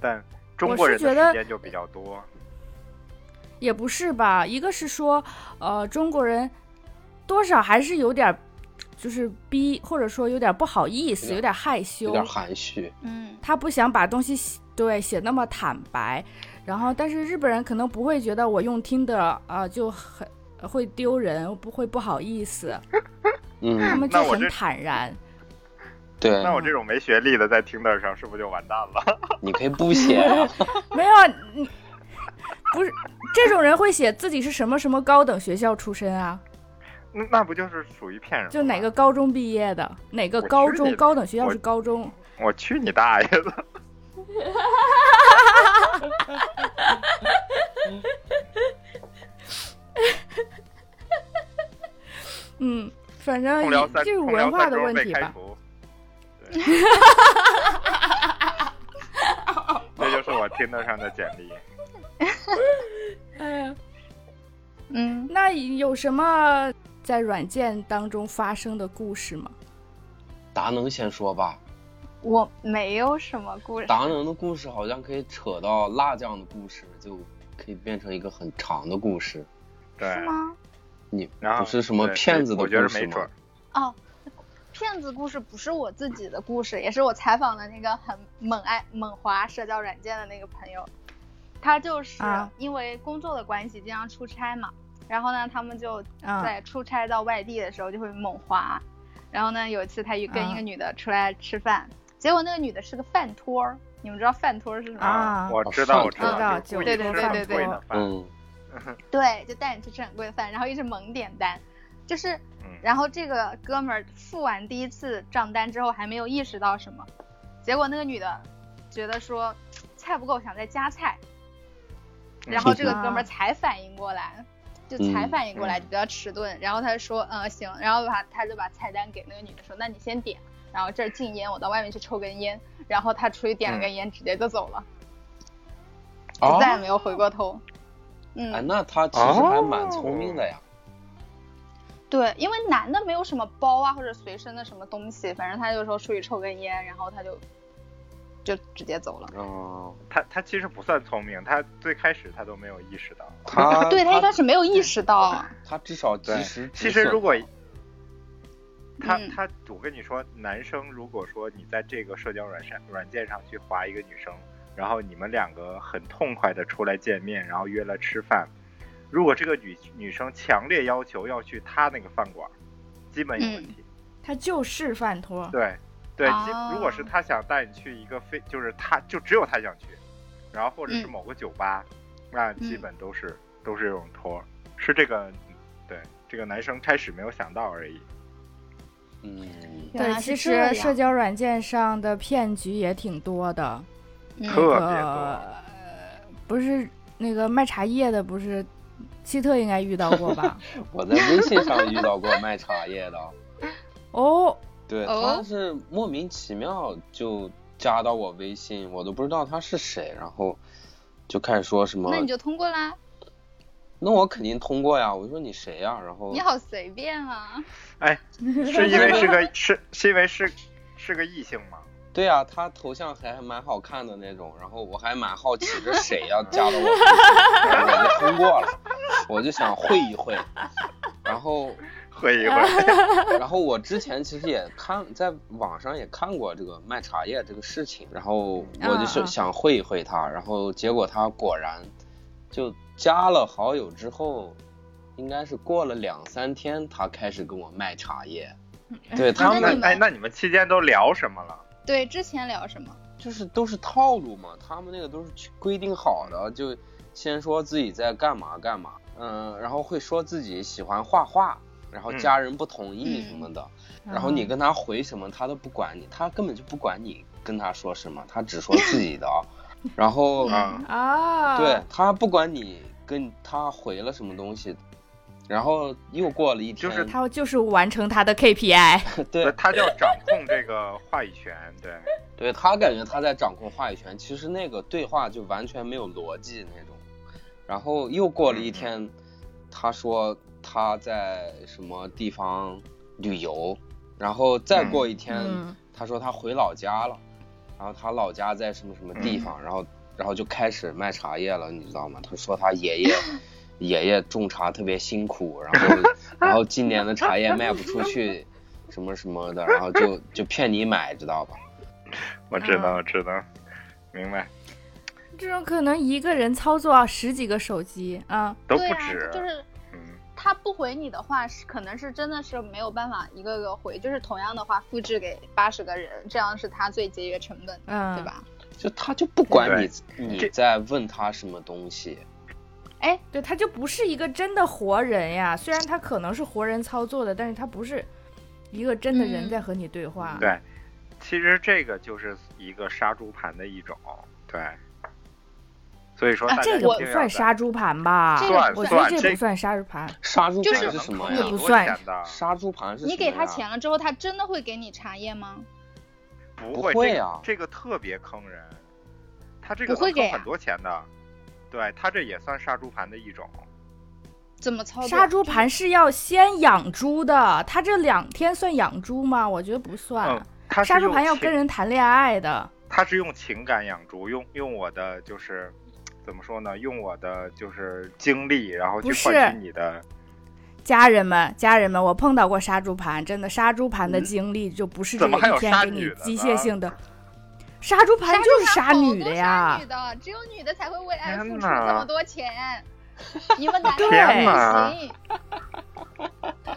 Speaker 1: 但中
Speaker 3: 我
Speaker 1: 国
Speaker 3: 是
Speaker 1: 人的
Speaker 3: 觉得
Speaker 1: 时间就比较多，
Speaker 3: 也不是吧？一个是说，呃，中国人多少还是有点儿，就是逼，或者说有点儿不好意思，
Speaker 2: 有点
Speaker 3: 有点儿害羞，
Speaker 2: 有点含蓄，
Speaker 4: 嗯，
Speaker 3: 他不想把东西写对写那么坦白，然后但是日本人可能不会觉得我用听的啊就很会丢人，不会不好意思，他
Speaker 2: 嗯，
Speaker 3: 们就
Speaker 1: 嗯那我
Speaker 3: 很
Speaker 1: 这
Speaker 3: 坦然。
Speaker 2: 对，
Speaker 1: 那我这种没学历的在听的上是不是就完蛋了？
Speaker 2: 你可以不写 啊，
Speaker 3: 没有啊你，不是这种人会写自己是什么什么高等学校出身啊，
Speaker 1: 那那不就是属于骗人吗？
Speaker 3: 就哪个高中毕业的，哪个
Speaker 1: 我
Speaker 3: 高
Speaker 1: 去
Speaker 3: 中
Speaker 1: 你
Speaker 3: 高等学校
Speaker 1: 我
Speaker 3: 是高中，
Speaker 1: 我去你大爷的！
Speaker 3: 嗯，反
Speaker 1: 空
Speaker 3: 正
Speaker 1: 聊三，
Speaker 3: 这是
Speaker 1: 空
Speaker 3: 文
Speaker 1: 聊
Speaker 3: 化
Speaker 1: 三
Speaker 3: 的
Speaker 1: 周
Speaker 3: 问
Speaker 1: 被
Speaker 3: 题
Speaker 1: 开
Speaker 3: 吧。
Speaker 1: 除。 对这就是我听的上的简历。
Speaker 3: 哎呀，
Speaker 4: 嗯，
Speaker 3: 那有什么在软件当中发生的故事吗？
Speaker 2: 达能先说吧。
Speaker 4: 我没有什么故事。
Speaker 2: 达能的故事好像可以扯到辣酱的故事，就可以变成一个很长的故事。
Speaker 1: 对，
Speaker 4: 是吗？
Speaker 2: 你
Speaker 1: 然后
Speaker 2: 不是什么
Speaker 1: 对
Speaker 2: 骗子的
Speaker 1: 我
Speaker 2: 故
Speaker 1: 觉得没
Speaker 2: 事
Speaker 1: 准
Speaker 2: 吗
Speaker 1: 儿？
Speaker 4: 哦，骗子故事不是我自己的故事，也是我采访的那个很猛爱猛滑社交软件的那个朋友，他就是
Speaker 3: 啊
Speaker 4: 因为工作的关系经常出差嘛，然后呢，他们就
Speaker 3: 啊
Speaker 4: 在出差到外地的时候就会猛滑，然后呢，有一次他跟一
Speaker 3: 啊
Speaker 4: 个女的出来吃饭，结果那个女的是个饭托儿，你们知道饭托儿是什么吗？
Speaker 3: 啊
Speaker 1: 我
Speaker 2: 哦
Speaker 1: 知道，
Speaker 2: 上
Speaker 1: 我知道，
Speaker 3: 头
Speaker 1: 就故意
Speaker 4: 对对
Speaker 1: 吃
Speaker 4: 对
Speaker 1: 很
Speaker 4: 对对
Speaker 1: 贵的饭
Speaker 2: 嗯，
Speaker 4: 对，就带你去吃很贵的饭，然后一直猛点单，就是
Speaker 1: 嗯，
Speaker 4: 然后这个哥们儿付完第一次账单之后还没有意识到什么，结果那个女的觉得说菜不够，想再加菜，
Speaker 1: 嗯
Speaker 4: 然后这个哥们
Speaker 3: 啊
Speaker 4: 儿才反应过来，就才反应过
Speaker 1: 嗯
Speaker 4: 来，就比较迟钝。然后他说，嗯、行，然后把他就把菜单给那个女的说，那你先点，然后这儿禁烟，我到外面去抽根烟。然后他出去
Speaker 1: 嗯
Speaker 4: 点了根烟，直接就走了，
Speaker 2: 哦
Speaker 1: 哦
Speaker 4: 就，再也没有回过头。嗯，
Speaker 2: 哎，那他其实还蛮聪明的呀。
Speaker 4: 对，因为男的没有什么包啊或者随身的什么东西，反正他就说出去抽根烟，然后他就就直接走了。
Speaker 2: 哦，
Speaker 1: 他他其实不算聪明，他最开始他都没有意识到。
Speaker 2: 他
Speaker 4: 对他一开始没有意识到，
Speaker 2: 他至少及
Speaker 1: 对
Speaker 2: 时止
Speaker 1: 其
Speaker 2: 损。
Speaker 1: 实如果他
Speaker 4: 嗯
Speaker 1: 他，我跟你说，男生如果说你在这个社交软件软件上去划一个女生，然后你们两个很痛快的出来见面，然后约了吃饭，如果这个女女生强烈要求要去他那个饭馆，基本有
Speaker 4: 嗯
Speaker 1: 问题。
Speaker 3: 他就是饭托。
Speaker 1: 对，对，基
Speaker 4: 哦
Speaker 1: 如果是他想带你去一个非，就是他就只有他想去，然后或者是
Speaker 4: 嗯
Speaker 1: 某个酒吧，那基本都是、都是这种托儿，是这个，对，这个男生开始没有想到而已。
Speaker 2: 嗯，
Speaker 4: 原
Speaker 3: 对，
Speaker 4: 来
Speaker 3: 其
Speaker 4: 是
Speaker 3: 实
Speaker 4: 这
Speaker 3: 社
Speaker 4: 样。
Speaker 3: 交软件上的骗局也挺多的。
Speaker 4: 嗯
Speaker 1: 特别多
Speaker 3: 呃，不是那个卖茶叶的，不是希特应该遇到 过吧？
Speaker 2: 我在微信上遇到过卖茶叶的，
Speaker 3: 哦，
Speaker 2: 对，
Speaker 4: 哦
Speaker 2: 他是莫名其妙就加到我微信，我都不知道他是谁，然后就开始说什么，
Speaker 4: 那你就通过啦。
Speaker 2: 那我肯定通过呀，我就说你谁呀，然后
Speaker 4: 你好随便啊，
Speaker 1: 哎是因为是个是是因为是是个异性吗？
Speaker 2: 对呀、他头像还蛮好看的那种，然后我还蛮好奇这谁 呀、加了我微信，然后我就通过了，我就想会一会，然后
Speaker 1: 喝一会，
Speaker 2: 然后我之前其实也看在网上也看过这个卖茶叶这个事情，然后我就
Speaker 3: 嗯嗯
Speaker 2: 是想会一会他，然后结果他果然就加了好友之后，应该是过了两三天，他开始跟我卖茶叶。对他
Speaker 4: 那你
Speaker 2: 们
Speaker 4: 们
Speaker 1: 哎，那你们期间都聊什么了？
Speaker 4: 对，之前聊什么？
Speaker 2: 就是都是套路嘛，他们那个都是去规定好的，就先说自己在干嘛干嘛，嗯，然后会说自己喜欢画画，然后
Speaker 1: 嗯
Speaker 2: 家人不同意什么的。然后你跟他回什么，他都不管你，他根本就不管你跟他说什么，他只说自己的啊。然后，
Speaker 1: 啊，
Speaker 3: 啊，
Speaker 2: 对，他不管你跟他回了什么东西，然后又过了一天，
Speaker 1: 就是
Speaker 3: 他就是完成他的 KPI，
Speaker 2: 对嗯
Speaker 1: 他叫掌控这个话语权，对，
Speaker 2: 对他感觉他在掌控话语权，其实那个对话就完全没有逻辑那种。然后又过了一天，他说他在什么地方旅游，然后再过一天，
Speaker 3: 嗯
Speaker 2: 他说他回老家了，然后他老家在什么什么地方，然后然后就开始卖茶叶了，你知道吗？他说他爷爷爷爷种茶特别辛苦，然后然后今年的茶叶卖不出去，什么什么的，然后就就骗你买，知道吧？
Speaker 1: 我知道，
Speaker 3: 嗯
Speaker 1: 我知道，明白，
Speaker 3: 这种可能一个人操作十几个手机啊，
Speaker 1: 都
Speaker 4: 对
Speaker 1: 不
Speaker 4: 啊
Speaker 1: 止，，
Speaker 4: 就是
Speaker 1: 嗯，
Speaker 4: 他不回你的话，是可能是真的是没有办法一个个回，就是同样的话复制给八十个人，这样是他最节约成本的，
Speaker 3: 嗯，
Speaker 4: 对？吧？
Speaker 2: 就他就不管你
Speaker 1: 这
Speaker 2: 你在问他什么东西，
Speaker 3: 对，他就不是一个真的活人呀，虽然他可能是活人操作的，但是他不是一个真的
Speaker 4: 嗯
Speaker 3: 人在和你对话。
Speaker 1: 对，其实这个就是一个杀猪盘的一种，对，所以说
Speaker 4: 啊
Speaker 1: 大家
Speaker 3: 这
Speaker 1: 一
Speaker 3: 个
Speaker 1: 定
Speaker 3: 不
Speaker 1: 要
Speaker 3: 算
Speaker 1: 在
Speaker 3: 杀猪盘吧？
Speaker 4: 这个
Speaker 3: 我
Speaker 4: 不
Speaker 3: 觉得
Speaker 1: 算
Speaker 3: 这
Speaker 1: 这
Speaker 3: 不算杀猪盘。
Speaker 2: 杀猪
Speaker 1: 这
Speaker 2: 盘
Speaker 1: 个
Speaker 2: 是
Speaker 1: 能
Speaker 2: 什么
Speaker 1: 坑
Speaker 3: 也
Speaker 1: 很
Speaker 2: 呀
Speaker 3: 不？
Speaker 1: 多
Speaker 3: 算
Speaker 1: 钱的，
Speaker 2: 杀猪盘是什么呀
Speaker 4: 你给他，钱了之后，他真的会给你茶叶吗？
Speaker 1: 不
Speaker 2: 不
Speaker 1: 会，
Speaker 2: 会
Speaker 1: 这个
Speaker 2: 啊
Speaker 1: 这个特别坑人，他这个
Speaker 4: 不会
Speaker 1: 能
Speaker 4: 给
Speaker 1: 坑
Speaker 4: 啊
Speaker 1: 很多钱的，对他这也算杀猪盘的一种，
Speaker 4: 怎
Speaker 1: 哦
Speaker 4: 么操作？
Speaker 3: 杀猪盘是要先养猪的，他这两天算养猪吗？我觉得不算
Speaker 1: 嗯。，他
Speaker 3: 杀
Speaker 1: 是
Speaker 3: 猪
Speaker 1: 用
Speaker 3: 盘要
Speaker 1: 情
Speaker 3: 跟人谈恋爱的，
Speaker 1: 他是用情感养猪，用用我的就是怎么说呢？用我的就是经历，然后去
Speaker 3: 不是
Speaker 1: 换取你的。
Speaker 3: 家人们，家人们，我碰到过杀猪盘，真的杀猪盘的经历就不是这
Speaker 1: 嗯怎么还
Speaker 3: 个一
Speaker 1: 有
Speaker 3: 天
Speaker 1: 杀
Speaker 3: 给你
Speaker 1: 女的
Speaker 3: 机
Speaker 1: 呢
Speaker 3: 械性的。杀猪盘就是
Speaker 4: 杀猪盘好
Speaker 3: 女
Speaker 4: 多
Speaker 3: 的
Speaker 4: 杀
Speaker 3: 呀
Speaker 4: 女，的，只有女的才会为爱付
Speaker 1: 天
Speaker 4: 出
Speaker 1: 哪
Speaker 4: 这么 多钱，一个男的
Speaker 3: 对
Speaker 4: 不
Speaker 1: 天哪
Speaker 4: 行。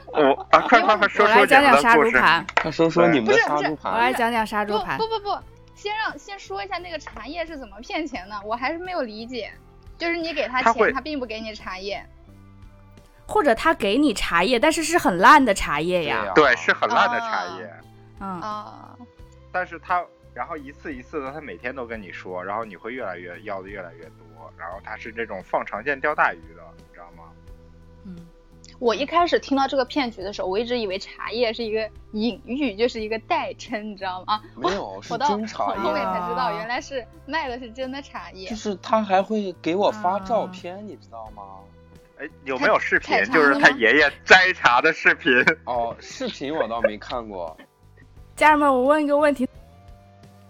Speaker 1: 我啊，快快快说
Speaker 3: 呃我
Speaker 1: 说
Speaker 3: 来
Speaker 1: 你们
Speaker 3: 讲讲
Speaker 1: 的
Speaker 3: 杀
Speaker 1: 故
Speaker 3: 猪
Speaker 1: 事。
Speaker 3: 盘，
Speaker 2: 快说说你们的
Speaker 4: 不是哎
Speaker 2: 杀猪
Speaker 3: 我
Speaker 2: 盘。
Speaker 3: 来讲讲杀猪盘
Speaker 4: 不。不不不，先让先说一下那个茶叶是怎么骗钱的，我还是没有理解。就是你给他
Speaker 1: 他
Speaker 4: 钱，
Speaker 1: 会
Speaker 4: 他并不给你茶叶。
Speaker 3: 或者他给你茶叶，但是是很烂的茶叶
Speaker 2: 对
Speaker 3: 呀。
Speaker 2: 呀，
Speaker 1: 对，是很烂
Speaker 3: 啊
Speaker 1: 的茶叶，
Speaker 3: 嗯，
Speaker 4: 啊、
Speaker 1: 但是他然后一次一次的，他每天都跟你说，然后你会越来越要的越来越多，然后他是这种放长线钓大鱼的，你知道吗？
Speaker 3: 嗯
Speaker 4: 我一开始听到这个骗局的时候，我一直以为茶叶是一个隐喻，就是一个代称，你知道吗？
Speaker 2: 没有是
Speaker 4: 我到
Speaker 2: 真茶
Speaker 4: 后
Speaker 2: 叶，
Speaker 4: 面才知
Speaker 3: 啊
Speaker 4: 道，原来是卖的是真的茶叶
Speaker 2: 就。是他还会给我发照
Speaker 3: 啊
Speaker 2: 片，你知道吗？
Speaker 1: 哎，有没有视频
Speaker 4: 采？茶
Speaker 1: 就是
Speaker 4: 了
Speaker 1: 他
Speaker 4: 吗
Speaker 1: 爷爷摘茶的视频。
Speaker 2: 哦，视频我倒没看过，
Speaker 3: 家人们，我问一个问题，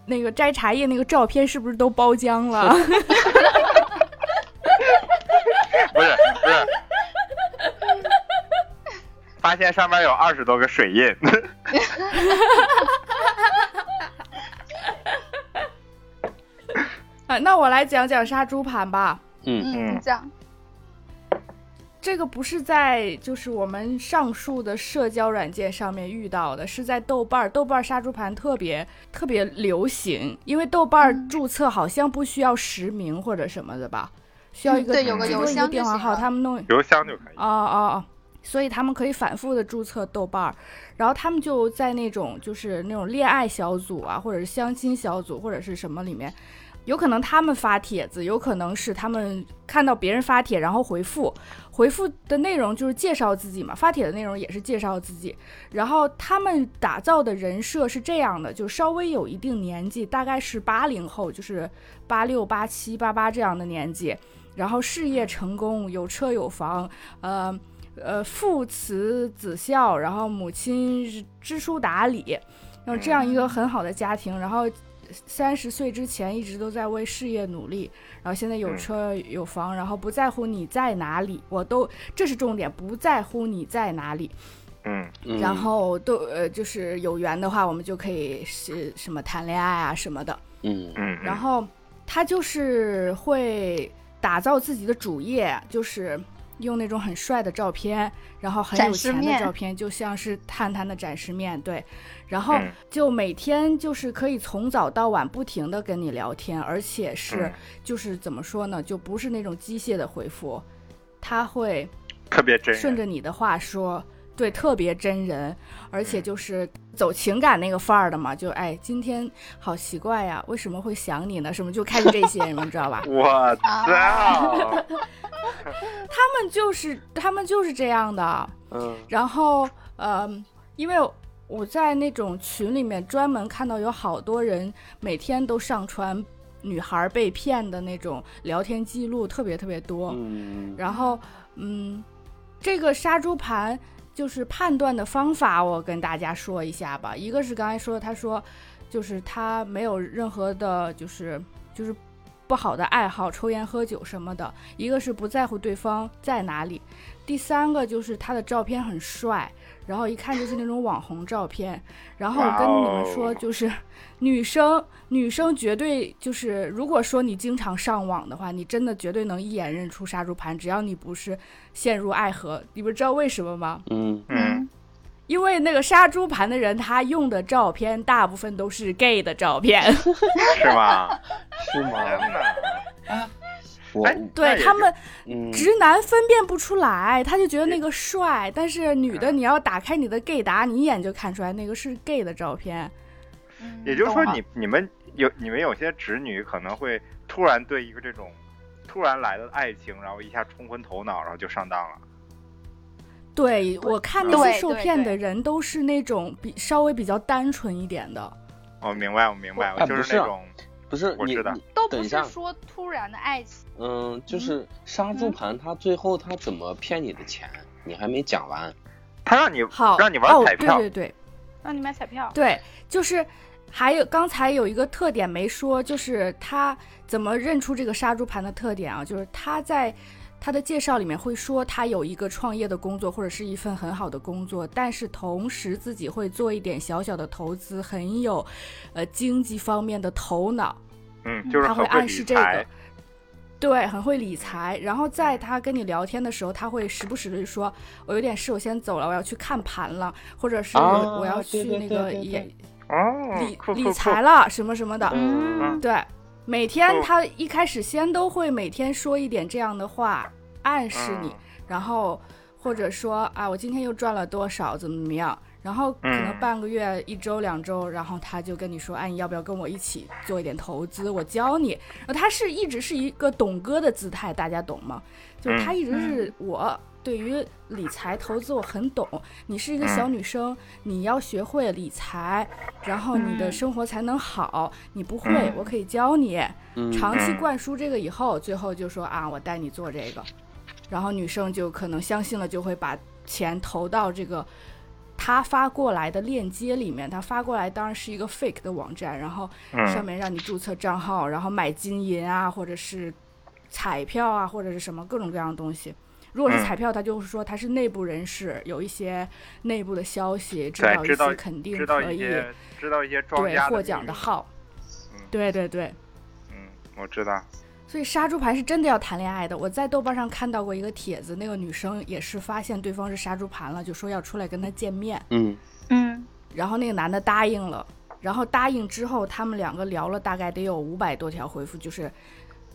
Speaker 3: 那个摘茶叶那个照片是不是都包浆了？
Speaker 1: 不是不是，发现上面有二十多个水印。
Speaker 3: 啊，那我来讲讲杀猪盘吧。
Speaker 2: 嗯，
Speaker 4: 嗯，
Speaker 1: 嗯
Speaker 4: 这样
Speaker 3: 这个不是在就是我们上述的社交软件上面遇到的，是在豆瓣儿，豆瓣儿杀猪盘特别特别流行，因为豆瓣
Speaker 4: 嗯
Speaker 3: 儿注册好像不需要实名或者什么的吧，需要一个
Speaker 4: 嗯对有个
Speaker 3: 只
Speaker 1: 邮
Speaker 3: 用一
Speaker 4: 箱
Speaker 3: 个
Speaker 4: 就
Speaker 3: 电话
Speaker 4: 行
Speaker 3: 号，
Speaker 4: 了
Speaker 3: 他们弄
Speaker 1: 邮箱就可以。
Speaker 3: 哦哦哦，所以他们可以反复的注册豆瓣儿，然后他们就在那种就是那种恋爱小组啊，或者是相亲小组或者是什么里面，有可能他们发帖子，有可能是他们看到别人发帖，然后回复，回复的内容就是介绍自己嘛，发帖的内容也是介绍自己。然后他们打造的人设是这样的，就稍微有一定年纪，大概是八零后，就是八六、八七、八八这样的年纪，然后事业成功，有车有房，呃呃，父慈子孝，然后母亲知书达理，然后这样一个很好的家庭，然后。三十岁之前一直都在为事业努力，然后现在有车有房，然后不在乎你在哪里，我都这是重点，不在乎你在哪里。
Speaker 1: 嗯，
Speaker 2: 嗯
Speaker 3: 然后都呃，就是有缘的话，我们就可以是什么谈恋爱啊什么的。
Speaker 2: 嗯
Speaker 1: 嗯，
Speaker 3: 然后他就是会打造自己的主业，就是用那种很帅的照片，然后很有
Speaker 4: 展示
Speaker 3: 钱的
Speaker 4: 面
Speaker 3: 照片，就像是探探的展示面对。然后
Speaker 1: 嗯
Speaker 3: 就每天就是可以从早到晚不停的跟你聊天，而且是
Speaker 1: 嗯
Speaker 3: 就是怎么说呢，就不是那种机械的回复，他会
Speaker 1: 特别真人，
Speaker 3: 顺着你的话说，对，特别真人，而且就是走情感那个范儿的嘛，就哎，今天好奇怪呀，为什么会想你呢？什么就开始这些，你们知道吧？
Speaker 1: 我操！
Speaker 3: 他们就是他们就是这样的。
Speaker 2: 嗯
Speaker 3: 然后，呃，因为我在那种群里面专门看到有好多人每天都上传女孩被骗的那种聊天记录，特别特别多。
Speaker 2: 嗯
Speaker 3: 然后，嗯，这个杀猪盘就是判断的方法，我跟大家说一下吧。一个是刚才说，他说就是他没有任何的，就是就是不好的爱好，抽烟、喝酒什么的；一个是不在乎对方在哪里；第三个就是他的照片很帅，然后一看就是那种网红照片。然后我跟你们
Speaker 1: 哇哦
Speaker 3: 说，就是女生女生绝对就是，如果说你经常上网的话，你真的绝对能一眼认出杀猪盘，只要你不是陷入爱河。你们知道为什么吗？
Speaker 2: 嗯
Speaker 1: 嗯，
Speaker 3: 因为那个杀猪盘的人，他用的照片大部分都是 gay 的 照片，
Speaker 1: 是吗？
Speaker 2: 是
Speaker 1: 天
Speaker 2: 吗？
Speaker 1: 哪！
Speaker 2: 我
Speaker 1: 哎，那
Speaker 3: 对
Speaker 1: 也
Speaker 3: 他们
Speaker 2: 嗯
Speaker 3: 直男分辨不出来，他就觉得那个帅，但是女
Speaker 1: 嗯
Speaker 3: 的你要打开你的 gay 达，你一眼就看出来那个是 gay 的照片。
Speaker 4: 嗯
Speaker 1: 也就是说
Speaker 4: 懂了
Speaker 1: 你，你们有你们有些直女可能会突然对一个这种突然来的爱情，然后一下冲昏头脑，然后就上当了。
Speaker 3: 对我看那
Speaker 4: 对
Speaker 3: 些受
Speaker 4: 对
Speaker 3: 骗的
Speaker 4: 对
Speaker 3: 人都是那种比稍微比较单纯一点的，
Speaker 1: 我明白，我明白，
Speaker 2: 哎
Speaker 1: 我就
Speaker 2: 不是
Speaker 1: 那
Speaker 2: 啊
Speaker 1: 种，
Speaker 2: 不是
Speaker 1: 我
Speaker 2: 你
Speaker 1: 知道
Speaker 2: 你
Speaker 4: 都
Speaker 2: 等
Speaker 4: 不
Speaker 2: 一
Speaker 4: 是
Speaker 2: 下，
Speaker 4: 说突然的爱情，
Speaker 2: 嗯，就是杀猪盘，他最后他怎么骗你的钱？你还没讲完。
Speaker 1: 他让你
Speaker 3: 好，
Speaker 1: 让你玩彩票
Speaker 3: 哦、对对对
Speaker 4: 让你买彩票，
Speaker 3: 对，就是还有刚才有一个特点没说，就是他怎么认出这个杀猪盘的特点啊？就是他在他的介绍里面会说他有一个创业的工作或者是一份很好的工作，但是同时自己会做一点小小的投资，很有呃经济方面的头脑。
Speaker 1: 嗯，就是
Speaker 3: 他会
Speaker 1: 很
Speaker 3: 暗示
Speaker 1: 理
Speaker 3: 这个
Speaker 1: 财，，
Speaker 3: 对，很会理财。然后在他跟你聊天的时候，他会时不时的说：“我有点事，我先走了，我要去看盘了，或者是
Speaker 2: 啊
Speaker 3: 我要
Speaker 2: 对
Speaker 3: 去
Speaker 2: 对
Speaker 3: 那
Speaker 2: 对
Speaker 3: 个
Speaker 2: 对
Speaker 3: 也
Speaker 2: 对
Speaker 1: 哦
Speaker 3: 理，
Speaker 1: 酷
Speaker 3: 理
Speaker 1: 酷酷
Speaker 3: 财，了什么什么的。
Speaker 2: 嗯
Speaker 3: 对，每天
Speaker 1: 嗯
Speaker 3: 他一开始先都会每天说一点这样的话，暗示你，
Speaker 1: 嗯
Speaker 3: 然后或者说啊，我今天又赚了多少，怎么怎么样。然后可能
Speaker 1: 嗯
Speaker 3: 半个月、一周、两周，然后他就跟你说：“哎，你要不要跟我一起做一点投资？我教你。”呃，他是一直是一个懂哥的姿态，大家懂吗？就是他
Speaker 1: 嗯
Speaker 3: 一直是我对于理财投资我很懂，你是一个
Speaker 1: 嗯
Speaker 3: 小女生，你要学会理财，然后你的
Speaker 4: 嗯
Speaker 3: 生活才能好。你不会
Speaker 1: 嗯，
Speaker 3: 我可以教你。
Speaker 2: 嗯
Speaker 3: 长期
Speaker 1: 嗯
Speaker 3: 灌输这个以后，最后就说啊，我带你做这个，然后女生就可能相信了，就会把钱投到这个他发过来的链接里面。他发过来当然是一个 fake 的网站，然后上
Speaker 1: 嗯
Speaker 3: 面让你注册账号，然后买金银啊，或者是彩票啊，或者是什么各种各样的东西。如果是
Speaker 1: 嗯
Speaker 3: 彩票，他就是说他是内部人士，有一些内部的消息，知
Speaker 1: 对
Speaker 3: 道一
Speaker 1: 知道
Speaker 3: 些肯定
Speaker 1: 嗯知道
Speaker 3: 可
Speaker 1: 一
Speaker 3: 以
Speaker 1: 些知道一些庄
Speaker 3: 对
Speaker 1: 家
Speaker 3: 获奖
Speaker 1: 秘
Speaker 3: 的
Speaker 1: 密，
Speaker 3: 号
Speaker 1: 嗯。
Speaker 3: 对对对，
Speaker 1: 嗯，我知道，
Speaker 3: 所以杀猪盘是真的要谈恋爱的。我在豆瓣上看到过一个帖子，那个女生也是发现对方是杀猪盘了，就说要出来跟他见面，
Speaker 2: 嗯
Speaker 4: 嗯，
Speaker 3: 然后那个男的答应了，然后答应之后，他们两个聊了大概得有五百多条回复，就是。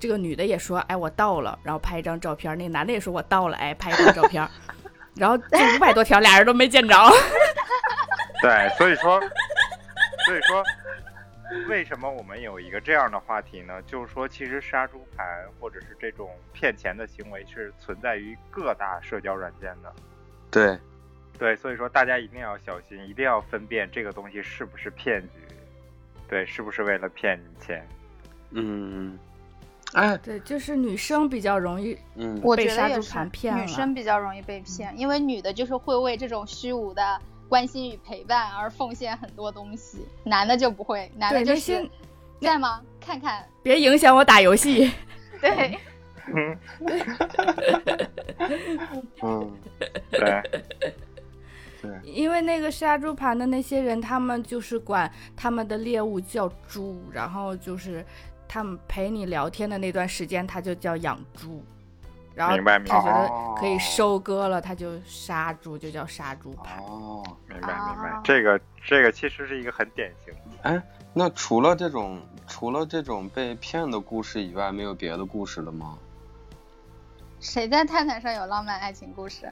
Speaker 3: 这个女的也说：“哎，我到了。”然后拍一张照片。那个男的也说：“我到了。”哎，拍一张照片。然后这五百多条，俩人都没见着。
Speaker 1: 对，所以说，所以说，为什么我们有一个这样的话题呢？就是说，其实杀猪盘或者是这种骗钱的行为是存在于各大社交软件的。
Speaker 2: 对，
Speaker 1: 对，所以说大家一定要小心，一定要分辨这个东西是不是骗局，对，是不是为了骗你钱。
Speaker 2: 嗯，哎，
Speaker 3: 对，就是女生比较容易
Speaker 2: 嗯，
Speaker 4: 我
Speaker 3: 被
Speaker 4: 觉得
Speaker 3: 杀
Speaker 4: 也
Speaker 3: 猪
Speaker 4: 是
Speaker 3: 盘骗
Speaker 4: 女
Speaker 3: 了
Speaker 4: 生比较容易被骗，因为女的就是会为这种虚无的关心与陪伴而奉献很多东西，男的就不会，男的
Speaker 3: 对
Speaker 4: 就
Speaker 3: 那些
Speaker 4: 是在吗？看看，
Speaker 3: 别影响我打游戏。
Speaker 4: 对，
Speaker 2: 嗯，
Speaker 1: 对，
Speaker 3: 因为那个杀猪盘的那些人，他们就是管他们的猎物叫猪，然后就是他们陪你聊天的那段时间，他就叫养猪。然后
Speaker 1: 明白
Speaker 3: 他
Speaker 1: 明
Speaker 3: 觉
Speaker 1: 白
Speaker 3: 得可以收割了，他就杀猪，就叫杀猪盘。
Speaker 2: 哦，
Speaker 1: 明白明白
Speaker 4: 啊，
Speaker 1: 这个这个其实是一个很典型的。
Speaker 2: 哎，那除了这种除了这种被骗的故事以外，没有别的故事了吗？
Speaker 4: 谁在探探上有浪漫爱情故事？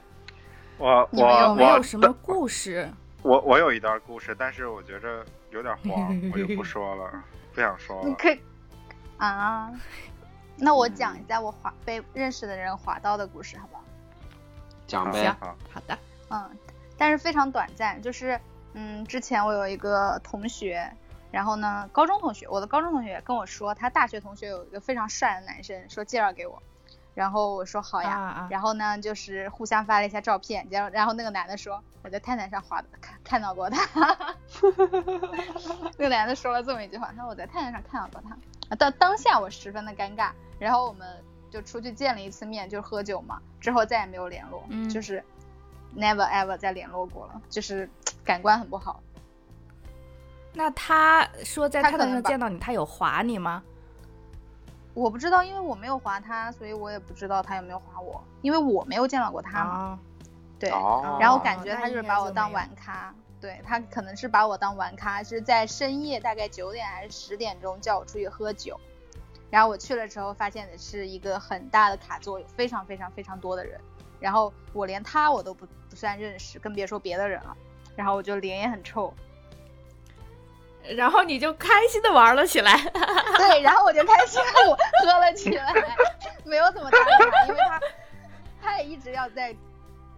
Speaker 1: 我
Speaker 4: 你们有
Speaker 1: 我
Speaker 3: 有哎没有
Speaker 1: 我
Speaker 3: 什么故事？
Speaker 1: 我我有一段故事，但是我觉着有点 黄，我就不说了，不想说
Speaker 4: 你
Speaker 1: 了。
Speaker 4: 可以啊，那我讲一下我滑被认识的人滑到的故事，好不好？
Speaker 2: 讲
Speaker 1: 好
Speaker 2: 呗，
Speaker 1: 好，
Speaker 3: 好的，
Speaker 4: 嗯，但是非常短暂，就是嗯，之前我有一个同学，然后呢，高中同学，我的高中同学跟我说，他大学同学有一个非常帅的男生，说介绍给我，然后我说好
Speaker 3: 啊
Speaker 4: 呀，
Speaker 3: 啊，
Speaker 4: 然后呢，就是互相发了一下照片，然后然后那个男的说我在探探上滑看看到过他， 那个男的说了这么一句话，他说我在探探上看到过他，啊当当下我十分的尴尬，然后我们就出去见了一次面，就是喝酒嘛，之后再也没有联络，
Speaker 3: 嗯
Speaker 4: 就是 never ever 再联络过了，就是感官很不好，
Speaker 3: 那他说在
Speaker 4: 他
Speaker 3: 探
Speaker 4: 可
Speaker 3: 探
Speaker 4: 能
Speaker 3: 上
Speaker 4: 把
Speaker 3: 见到你，他有划你吗？
Speaker 4: 我不知道，因为我没有划他，所以我也不知道他有没有划我，因为我没有见到过他嘛，
Speaker 3: 啊，
Speaker 4: 对，
Speaker 2: 哦，
Speaker 4: 然后感觉
Speaker 3: 哦那
Speaker 4: 他就是
Speaker 3: 应该
Speaker 4: 把
Speaker 3: 就
Speaker 4: 我当
Speaker 3: 没有
Speaker 4: 玩咖，对他可能是把我当玩咖，是在深夜大概九点还是十点钟叫我出去喝酒，然后我去了之后发现的是一个很大的卡座，有非常非常非常多的人，然后我连他我都不不算认识，更别说别的人了，然后我就脸也很臭，
Speaker 3: 然后你就开心的玩了起来。
Speaker 4: 对，然后我就开始我喝了起来，没有怎么搭理他，因为他他也一直要在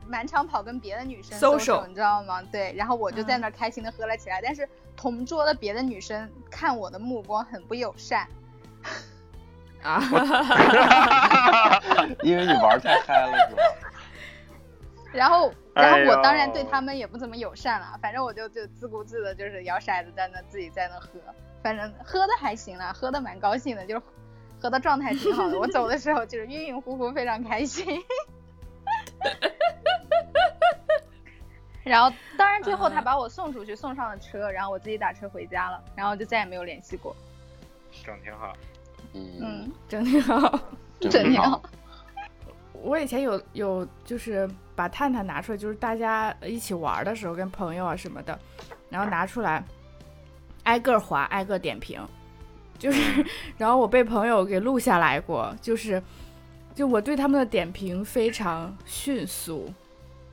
Speaker 4: 满场跑跟别的女生
Speaker 3: Social
Speaker 4: 你知道吗？对，然后我就在那儿开心的喝了起来，但是同桌的别的女生 看我的目光很不友善，
Speaker 3: 啊，
Speaker 2: 因为你玩太嗨了是吧？
Speaker 4: 然后然后
Speaker 1: 哎呦
Speaker 4: 我当然对他们也不怎么友善了，反正我就就自顾自的就是摇骰子在那自己在那喝，反正喝的还行啦，喝的蛮高兴的，就是喝的状态挺好的。我走的时候就是晕晕乎乎，非常开心。然后，当然最后他把我送出去，送上了车，然后我自己打车回家了，然后就再也没有联系过。
Speaker 1: 整挺好。
Speaker 2: 嗯，
Speaker 4: 嗯，
Speaker 3: 真挺好。
Speaker 4: 真
Speaker 2: 真
Speaker 4: 的
Speaker 2: 好，
Speaker 3: 我以前有有就是把探探拿出来，就是大家一起玩儿的时候，跟朋友啊什么的，然后拿出来，挨个儿划，挨个儿点评，就是， 然后我被朋友给录下来过，就是，就我对他们的点评非常迅速，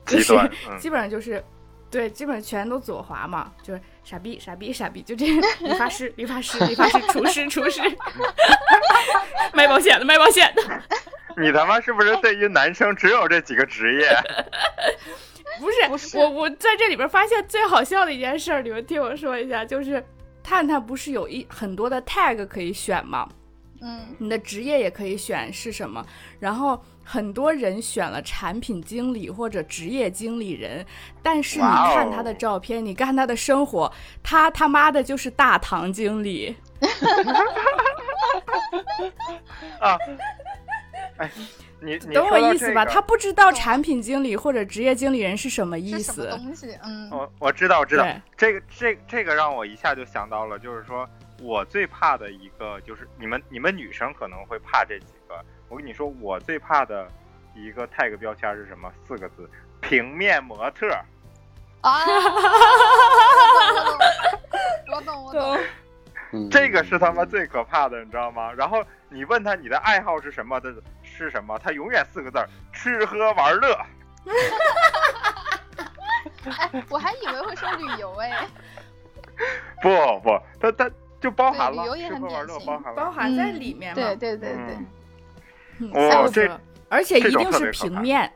Speaker 3: 就
Speaker 1: 极
Speaker 3: 是
Speaker 1: 端，嗯，
Speaker 3: 基本上就是，对，基本上全都左滑嘛，就是傻逼傻逼傻逼，就这样，理发师理发师理发师，厨师厨师， 卖保险的卖保险的。
Speaker 1: 你他妈是不是对于男生只有这几个职业？
Speaker 3: 不是，
Speaker 4: 不是
Speaker 3: 我我在这里边发现最好笑的一件事儿，你们听我说一下，就是探探不是有一很多的 tag 可以选吗？
Speaker 4: 嗯，
Speaker 3: 你的职业也可以选是什么，然后很多人选了产品经理或者职业经理人，但是你
Speaker 1: 哇哦
Speaker 3: 看他的照片，你看他的生活，他他妈的就是大堂经理。
Speaker 1: 你你
Speaker 3: 懂我
Speaker 1: 说到
Speaker 3: 意思
Speaker 1: 这
Speaker 3: 吧？
Speaker 1: 个
Speaker 3: 他不知道产品经理或者职业经理人是什么意
Speaker 4: 是什么
Speaker 3: 思。
Speaker 4: 东西？嗯，
Speaker 1: 我我知道，我知道
Speaker 3: 对，
Speaker 1: 这个这这个让我一下就想到了，就是说我最怕的一个就是你们你们女生可能会怕这几个，我跟你说，我最怕的一个 tag 标签是什么？四个字，平面模特。
Speaker 4: 啊，我懂我懂，我懂我懂
Speaker 3: 懂。
Speaker 2: 嗯
Speaker 1: 这个是他妈最可怕的，你知道吗？然后你问他你的爱好是什么的，是什么？他永远四个字儿：吃喝玩乐。
Speaker 4: 哎，我还以为会说旅游哎，
Speaker 1: 不不，他他就包含
Speaker 4: 对旅游
Speaker 1: 了
Speaker 4: 也
Speaker 1: 吃
Speaker 4: 很
Speaker 1: 喝玩
Speaker 4: 典
Speaker 1: 乐
Speaker 4: 型
Speaker 1: 包含
Speaker 3: 包
Speaker 1: 了。
Speaker 3: 含在里面嘛。
Speaker 4: 对对对对，
Speaker 3: 嗯
Speaker 1: 哦
Speaker 3: 太不
Speaker 1: 这
Speaker 3: 错了而且
Speaker 1: 这
Speaker 3: 一
Speaker 1: 种
Speaker 3: 定
Speaker 1: 特
Speaker 3: 是
Speaker 1: 别可
Speaker 3: 平
Speaker 1: 怕
Speaker 3: 面，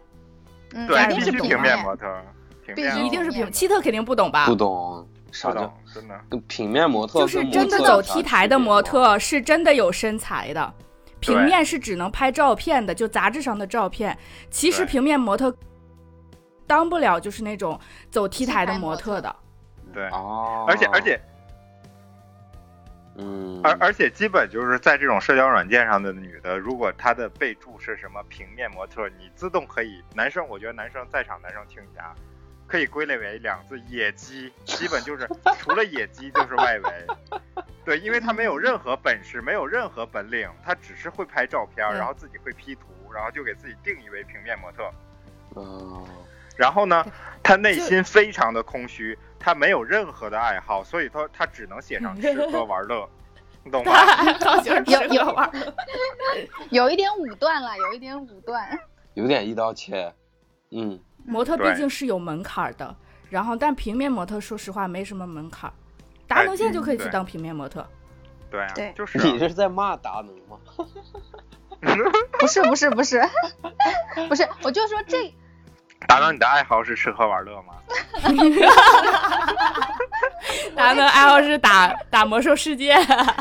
Speaker 4: 嗯，
Speaker 1: 对，
Speaker 4: 一定
Speaker 1: 必
Speaker 4: 是
Speaker 1: 须
Speaker 4: 平
Speaker 1: 平面模特儿，平
Speaker 4: 必
Speaker 1: 面
Speaker 4: 须
Speaker 1: 哦
Speaker 3: 一定是
Speaker 4: 平面
Speaker 3: 平。希特肯定不懂吧
Speaker 2: 不？懂啥
Speaker 1: 不
Speaker 2: 叫
Speaker 1: 懂，真的。
Speaker 2: 跟平面模特
Speaker 3: 就是
Speaker 2: 跟模
Speaker 3: 真的
Speaker 2: 特
Speaker 3: 走
Speaker 2: 有啥
Speaker 3: T
Speaker 2: 区
Speaker 3: 台的
Speaker 2: 别
Speaker 3: 模
Speaker 2: 吗，
Speaker 3: 特是真的有身材的，
Speaker 1: 对
Speaker 3: 平面是只能拍照片的，就杂志上的照片。其实
Speaker 1: 对
Speaker 3: 平面模特当不了就是那种走 T 台的模特的，
Speaker 1: 对，
Speaker 2: 哦，
Speaker 1: 而且而且
Speaker 2: 嗯，
Speaker 1: 而而且基本就是在这种社交软件上的女的，如果她的备注是什么平面模特，你自动可以，男生我觉得男生在场男生听一下啊，可以归类为两字野鸡，基本就是除了野鸡就是外围，对，因为他没有任何本事，没有任何本领，他只是会拍照片，
Speaker 3: 嗯
Speaker 1: 然后自己会 P 图，然后就给自己定义为平面模特，
Speaker 2: 嗯
Speaker 1: 然后呢，他内心非常的空虚，他没有任何的爱好，所以他他只能写上吃喝玩乐，你懂吗？
Speaker 3: 造型
Speaker 4: 有
Speaker 3: 吃喝玩乐。
Speaker 4: 有一点武断了，有一点武断。
Speaker 2: 有点一刀切，嗯，
Speaker 3: 模特毕
Speaker 1: 对
Speaker 3: 竟是有门槛儿的，然后但平面模特说实话没什么门槛儿，达农现在就可以去
Speaker 1: 对
Speaker 3: 当平面模特。
Speaker 1: 对啊，
Speaker 4: 对
Speaker 1: 就是啊
Speaker 2: 你这是在骂达农吗？
Speaker 4: 不是不是不 是不是，我就说 这
Speaker 1: 达到你的爱好是吃喝玩乐吗？
Speaker 3: 达农爱好是打打魔兽世界，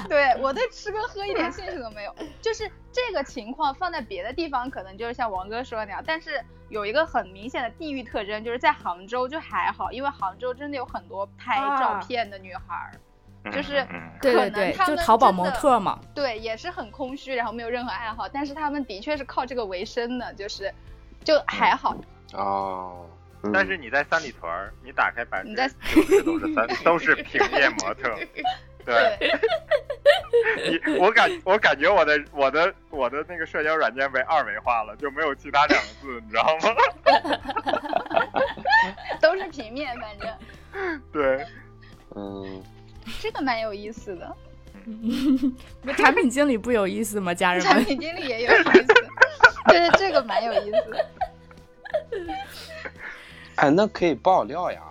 Speaker 4: 对我对吃跟喝一点兴趣都 没有。就是这个情况放在别的地方，可能就是像王哥说的那样，但是有一个很明显的地域特征，就是在杭州就还好，因为杭州真的有很多拍照片的女孩儿，就是
Speaker 1: 嗯
Speaker 3: 对对
Speaker 4: 可能
Speaker 3: 对，
Speaker 4: 他
Speaker 3: 就
Speaker 4: 们
Speaker 3: 淘宝
Speaker 4: 真的
Speaker 3: 模特嘛。
Speaker 4: 对，也是很空虚，然后没有任何爱好，但是他们的确是靠这个为生的，就是就还好。
Speaker 2: 哦，嗯
Speaker 1: 但是你在三里屯儿，你打开百分
Speaker 4: 你
Speaker 1: 之
Speaker 4: 在
Speaker 1: 九十都是三，都是平面模 特。对啊
Speaker 4: 对，
Speaker 1: 你，我感我感觉我的我的我的那个社交软件被二维化了，就没有其他两个字， 你知道吗？
Speaker 4: 都是平面，反正
Speaker 1: 对，
Speaker 2: 嗯，
Speaker 4: 这个蛮有意思的。
Speaker 3: 产品经理不有意思吗？家人
Speaker 4: 产
Speaker 3: 们，
Speaker 4: 品经理也有意思，对这个蛮有意思的。
Speaker 2: 哎，那可以爆料呀，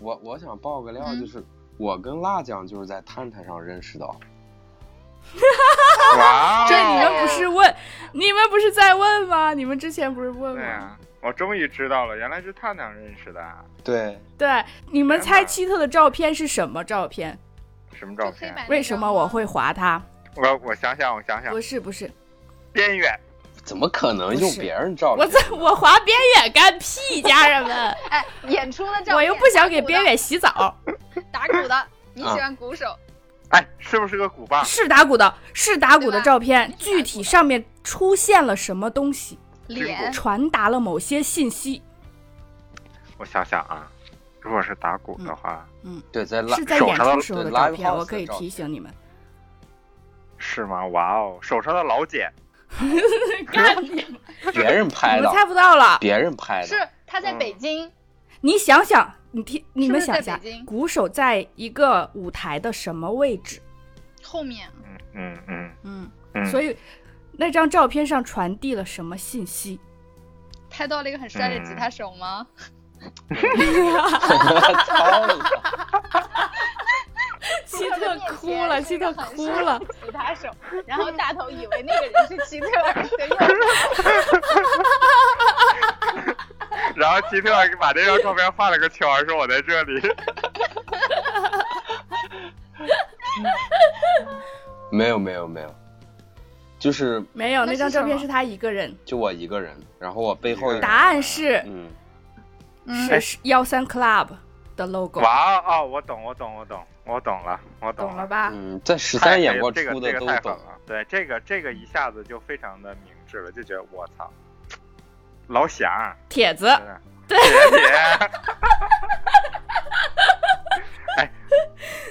Speaker 2: 我我想爆个料，
Speaker 4: 嗯
Speaker 2: 就是我跟辣酱就是在探探上认识的，
Speaker 1: 哇哦，
Speaker 3: 这你们不是问，你们不是在问吗？你们之前不是问
Speaker 1: 对
Speaker 3: 吗？
Speaker 1: 啊，我终于知道了，原来是探探认识的啊，
Speaker 2: 对，
Speaker 3: 对，你们猜
Speaker 1: 天哪
Speaker 3: 希特的照片是什么照片？
Speaker 1: 什么照
Speaker 4: 就黑
Speaker 1: 片？
Speaker 4: 板
Speaker 3: 为什么我会划它？
Speaker 1: 我我想想，我想想
Speaker 3: 不，是不是，
Speaker 1: 边缘，
Speaker 2: 怎么可能
Speaker 3: 不
Speaker 2: 用
Speaker 3: 是
Speaker 2: 别人照
Speaker 3: 我
Speaker 2: 片？
Speaker 3: 在我划边远干屁，家人们，
Speaker 4: 哎，演出 的照片，
Speaker 3: 我又不想给边远洗澡，
Speaker 4: 打鼓的，你
Speaker 1: 啊
Speaker 4: 喜欢鼓手，
Speaker 1: 哎，是不是个鼓棒？
Speaker 3: 是打鼓的，是打鼓的
Speaker 4: 对吧
Speaker 3: 照片，
Speaker 4: 你是打鼓
Speaker 3: 具
Speaker 4: 的
Speaker 3: 体上面出现了什么东西，
Speaker 4: 脸
Speaker 3: 传达了某些信息，
Speaker 1: 我想想啊，如果是打鼓的话，
Speaker 2: 对，在辣
Speaker 3: 是在
Speaker 1: 手
Speaker 3: 演
Speaker 1: 上的
Speaker 3: 出时候的
Speaker 2: 对
Speaker 3: 照
Speaker 2: ，live
Speaker 3: 片，
Speaker 2: house
Speaker 3: 我可以
Speaker 2: 的照
Speaker 3: 提
Speaker 2: 片
Speaker 3: 醒你们。
Speaker 1: 是吗？哇哦，手上的老茧，
Speaker 3: 干你们
Speaker 2: 别人拍
Speaker 3: 你
Speaker 2: 的
Speaker 3: 们，猜不到了，
Speaker 2: 别人拍的，
Speaker 4: 是他
Speaker 1: 嗯
Speaker 4: 在北京，
Speaker 3: 你想想，你听，你们
Speaker 4: 是不
Speaker 3: 想
Speaker 4: 是
Speaker 3: 一下
Speaker 4: 在北，京
Speaker 3: 鼓手在一个舞台的什么位置？
Speaker 4: 后面
Speaker 1: 嗯嗯嗯
Speaker 3: 嗯，
Speaker 1: 嗯，
Speaker 3: 所
Speaker 1: 以
Speaker 3: 以那张照片上传递了什么信 息？
Speaker 4: 拍到了一个很帅的
Speaker 1: 嗯
Speaker 4: 吉他手吗？
Speaker 2: 操你妈！
Speaker 3: 希
Speaker 4: 他
Speaker 3: 特
Speaker 4: 面前
Speaker 3: 哭了，
Speaker 4: 是
Speaker 3: 希
Speaker 4: 一个
Speaker 3: 特
Speaker 4: 很
Speaker 3: 哭
Speaker 4: 帅的
Speaker 3: 了。
Speaker 4: 吉他手，然后大头以为那个人是希特，所以我
Speaker 1: 然后奇特把这张照片画了个圈儿，说我在这 里。
Speaker 2: 没有没有没有，就是
Speaker 3: 没有，那
Speaker 4: 那是
Speaker 3: 张照片
Speaker 4: 什么
Speaker 3: 是他一个人。
Speaker 2: 就我一个人，然后我背后有
Speaker 1: 一个人
Speaker 3: 答案是
Speaker 2: 嗯，
Speaker 4: 嗯，
Speaker 3: 是幺三 club 的 logo，
Speaker 1: 哇哦哦，我懂，我懂，我懂，我懂了，我
Speaker 3: 懂了
Speaker 1: 了。
Speaker 3: 吧？
Speaker 2: 嗯，在十
Speaker 1: 太
Speaker 2: 三演过
Speaker 1: 这个
Speaker 2: 出的
Speaker 1: 这
Speaker 2: 都
Speaker 1: 个太狠
Speaker 2: 懂，
Speaker 1: 了，对这个这个一下子就非常的明智了，就觉得我操，老侠，
Speaker 3: 帖子，
Speaker 1: 真的，姐 姐。哎，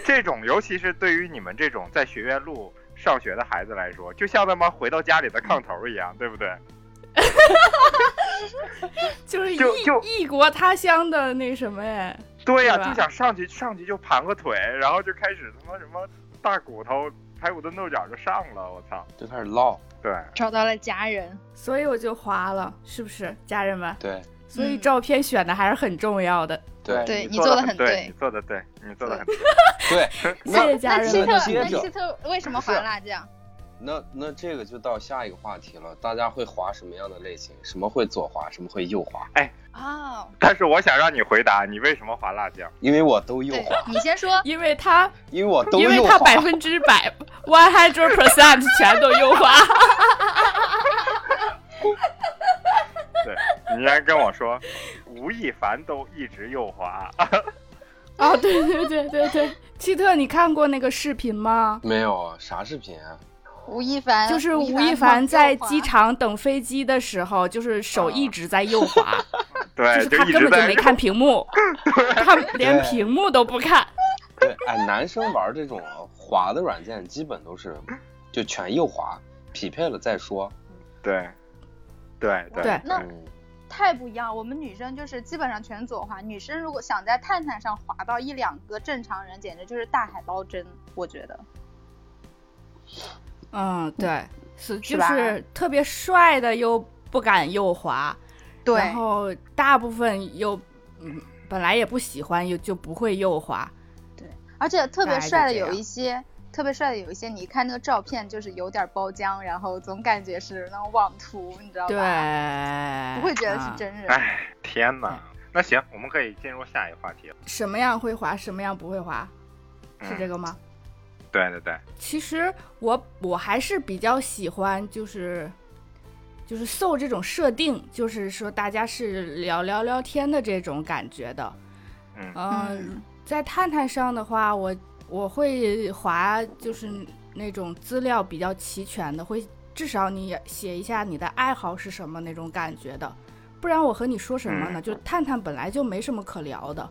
Speaker 1: 这种尤其是对于你们这种在学院路上学的孩子来说，就像他妈回到家里的炕头一样，对不对？
Speaker 3: 就是异
Speaker 1: 就就
Speaker 3: 异国他乡的那什么哎，
Speaker 1: 对呀、
Speaker 3: 对吧
Speaker 1: 就想上去上去就盘个腿，然后就开始他妈什么大骨头、排骨炖豆角就上了，我操！
Speaker 2: 就开始唠，
Speaker 1: 对，
Speaker 4: 找到了家人，
Speaker 3: 所以我就划了，是不是，家人们？
Speaker 2: 对，
Speaker 3: 所
Speaker 1: 嗯
Speaker 3: 以照片选的还是很重要的。
Speaker 2: 对
Speaker 4: 对
Speaker 1: 你
Speaker 4: 你
Speaker 1: 的
Speaker 4: 做得很
Speaker 1: 对，
Speaker 4: 对
Speaker 1: 你做的对，你做的很对。
Speaker 2: 对，
Speaker 3: 谢谢
Speaker 2: 那
Speaker 3: 家
Speaker 4: 那
Speaker 3: 人
Speaker 4: 希
Speaker 3: 们的，
Speaker 4: 特
Speaker 2: 那接
Speaker 4: 那
Speaker 2: 着
Speaker 4: 希特为什么还辣酱？
Speaker 2: 那那这个就到下一个话题了，大家会滑什么样的类型？什么会左滑，什么会右滑？
Speaker 4: 哦，
Speaker 1: 但是我想让你回答，你为什么划辣酱？
Speaker 2: 因为我都右
Speaker 4: 对
Speaker 2: 滑，
Speaker 4: 你先说
Speaker 3: 因为他
Speaker 2: 因为我都
Speaker 3: 因为
Speaker 2: 右
Speaker 3: 他
Speaker 2: 滑。
Speaker 3: 百分之百 one hundred percent 全都优化。
Speaker 1: 对，你应该跟我 说，吴亦凡都一直右滑，
Speaker 3: 哦，对对对对对，希特，你看过那个视频吗？
Speaker 2: 没有啥视频啊？
Speaker 4: 吴亦凡
Speaker 3: 就是吴亦
Speaker 4: 凡
Speaker 3: 凡在
Speaker 4: 梦
Speaker 3: 机场等飞机的时候，就是
Speaker 4: 哦
Speaker 3: 手一直在右滑，
Speaker 1: 对，
Speaker 3: 就是他
Speaker 1: 哎一
Speaker 3: 根
Speaker 1: 直
Speaker 3: 本就没
Speaker 1: 在。
Speaker 3: 看屏幕，他连
Speaker 2: 对
Speaker 3: 屏幕都不看。
Speaker 2: 对，哎，男生玩这种滑的软件基本都是就全右滑，匹配了再说。
Speaker 1: 对，对
Speaker 3: 对
Speaker 4: 幻想。那
Speaker 2: 嗯，
Speaker 4: 太不一样，我们女生就是基本上全左滑，女生如果想在探探上滑到一两个正常人，简直就是大海捞针，我觉得。
Speaker 3: 嗯，对，是
Speaker 4: 是
Speaker 3: 就
Speaker 4: 吧
Speaker 3: 是特别帅的又不敢右滑，
Speaker 4: 对，
Speaker 3: 然后大部分又嗯本来也不喜欢，又就不会右滑。
Speaker 4: 而且特别
Speaker 3: 大
Speaker 4: 帅的
Speaker 3: 概就这样
Speaker 4: 有一些，特别帅的有一些，你一看那个照片就是有点包浆，然后总感觉是那种网图，你知道吧？
Speaker 3: 对，，
Speaker 4: 不会觉得是
Speaker 3: 啊
Speaker 4: 真人。
Speaker 1: 哎，天哪！
Speaker 3: 嗯
Speaker 1: 那行，我们可以进入下一个话题了。
Speaker 3: 什么样会滑，什么样不会滑，是这
Speaker 1: 个？
Speaker 3: 个吗？
Speaker 1: 对对对，
Speaker 3: 其实我我还是比较喜欢就是。就是搜这种设定，就是说大家是聊聊聊天的这种感觉的，
Speaker 1: 嗯
Speaker 3: 嗯，在探探上的话，我我会划就是那种资料比较齐全的，会至少你写一下你的爱好是什么那种感觉的，不然我和你说什么呢？就探探本来就没什么可聊的，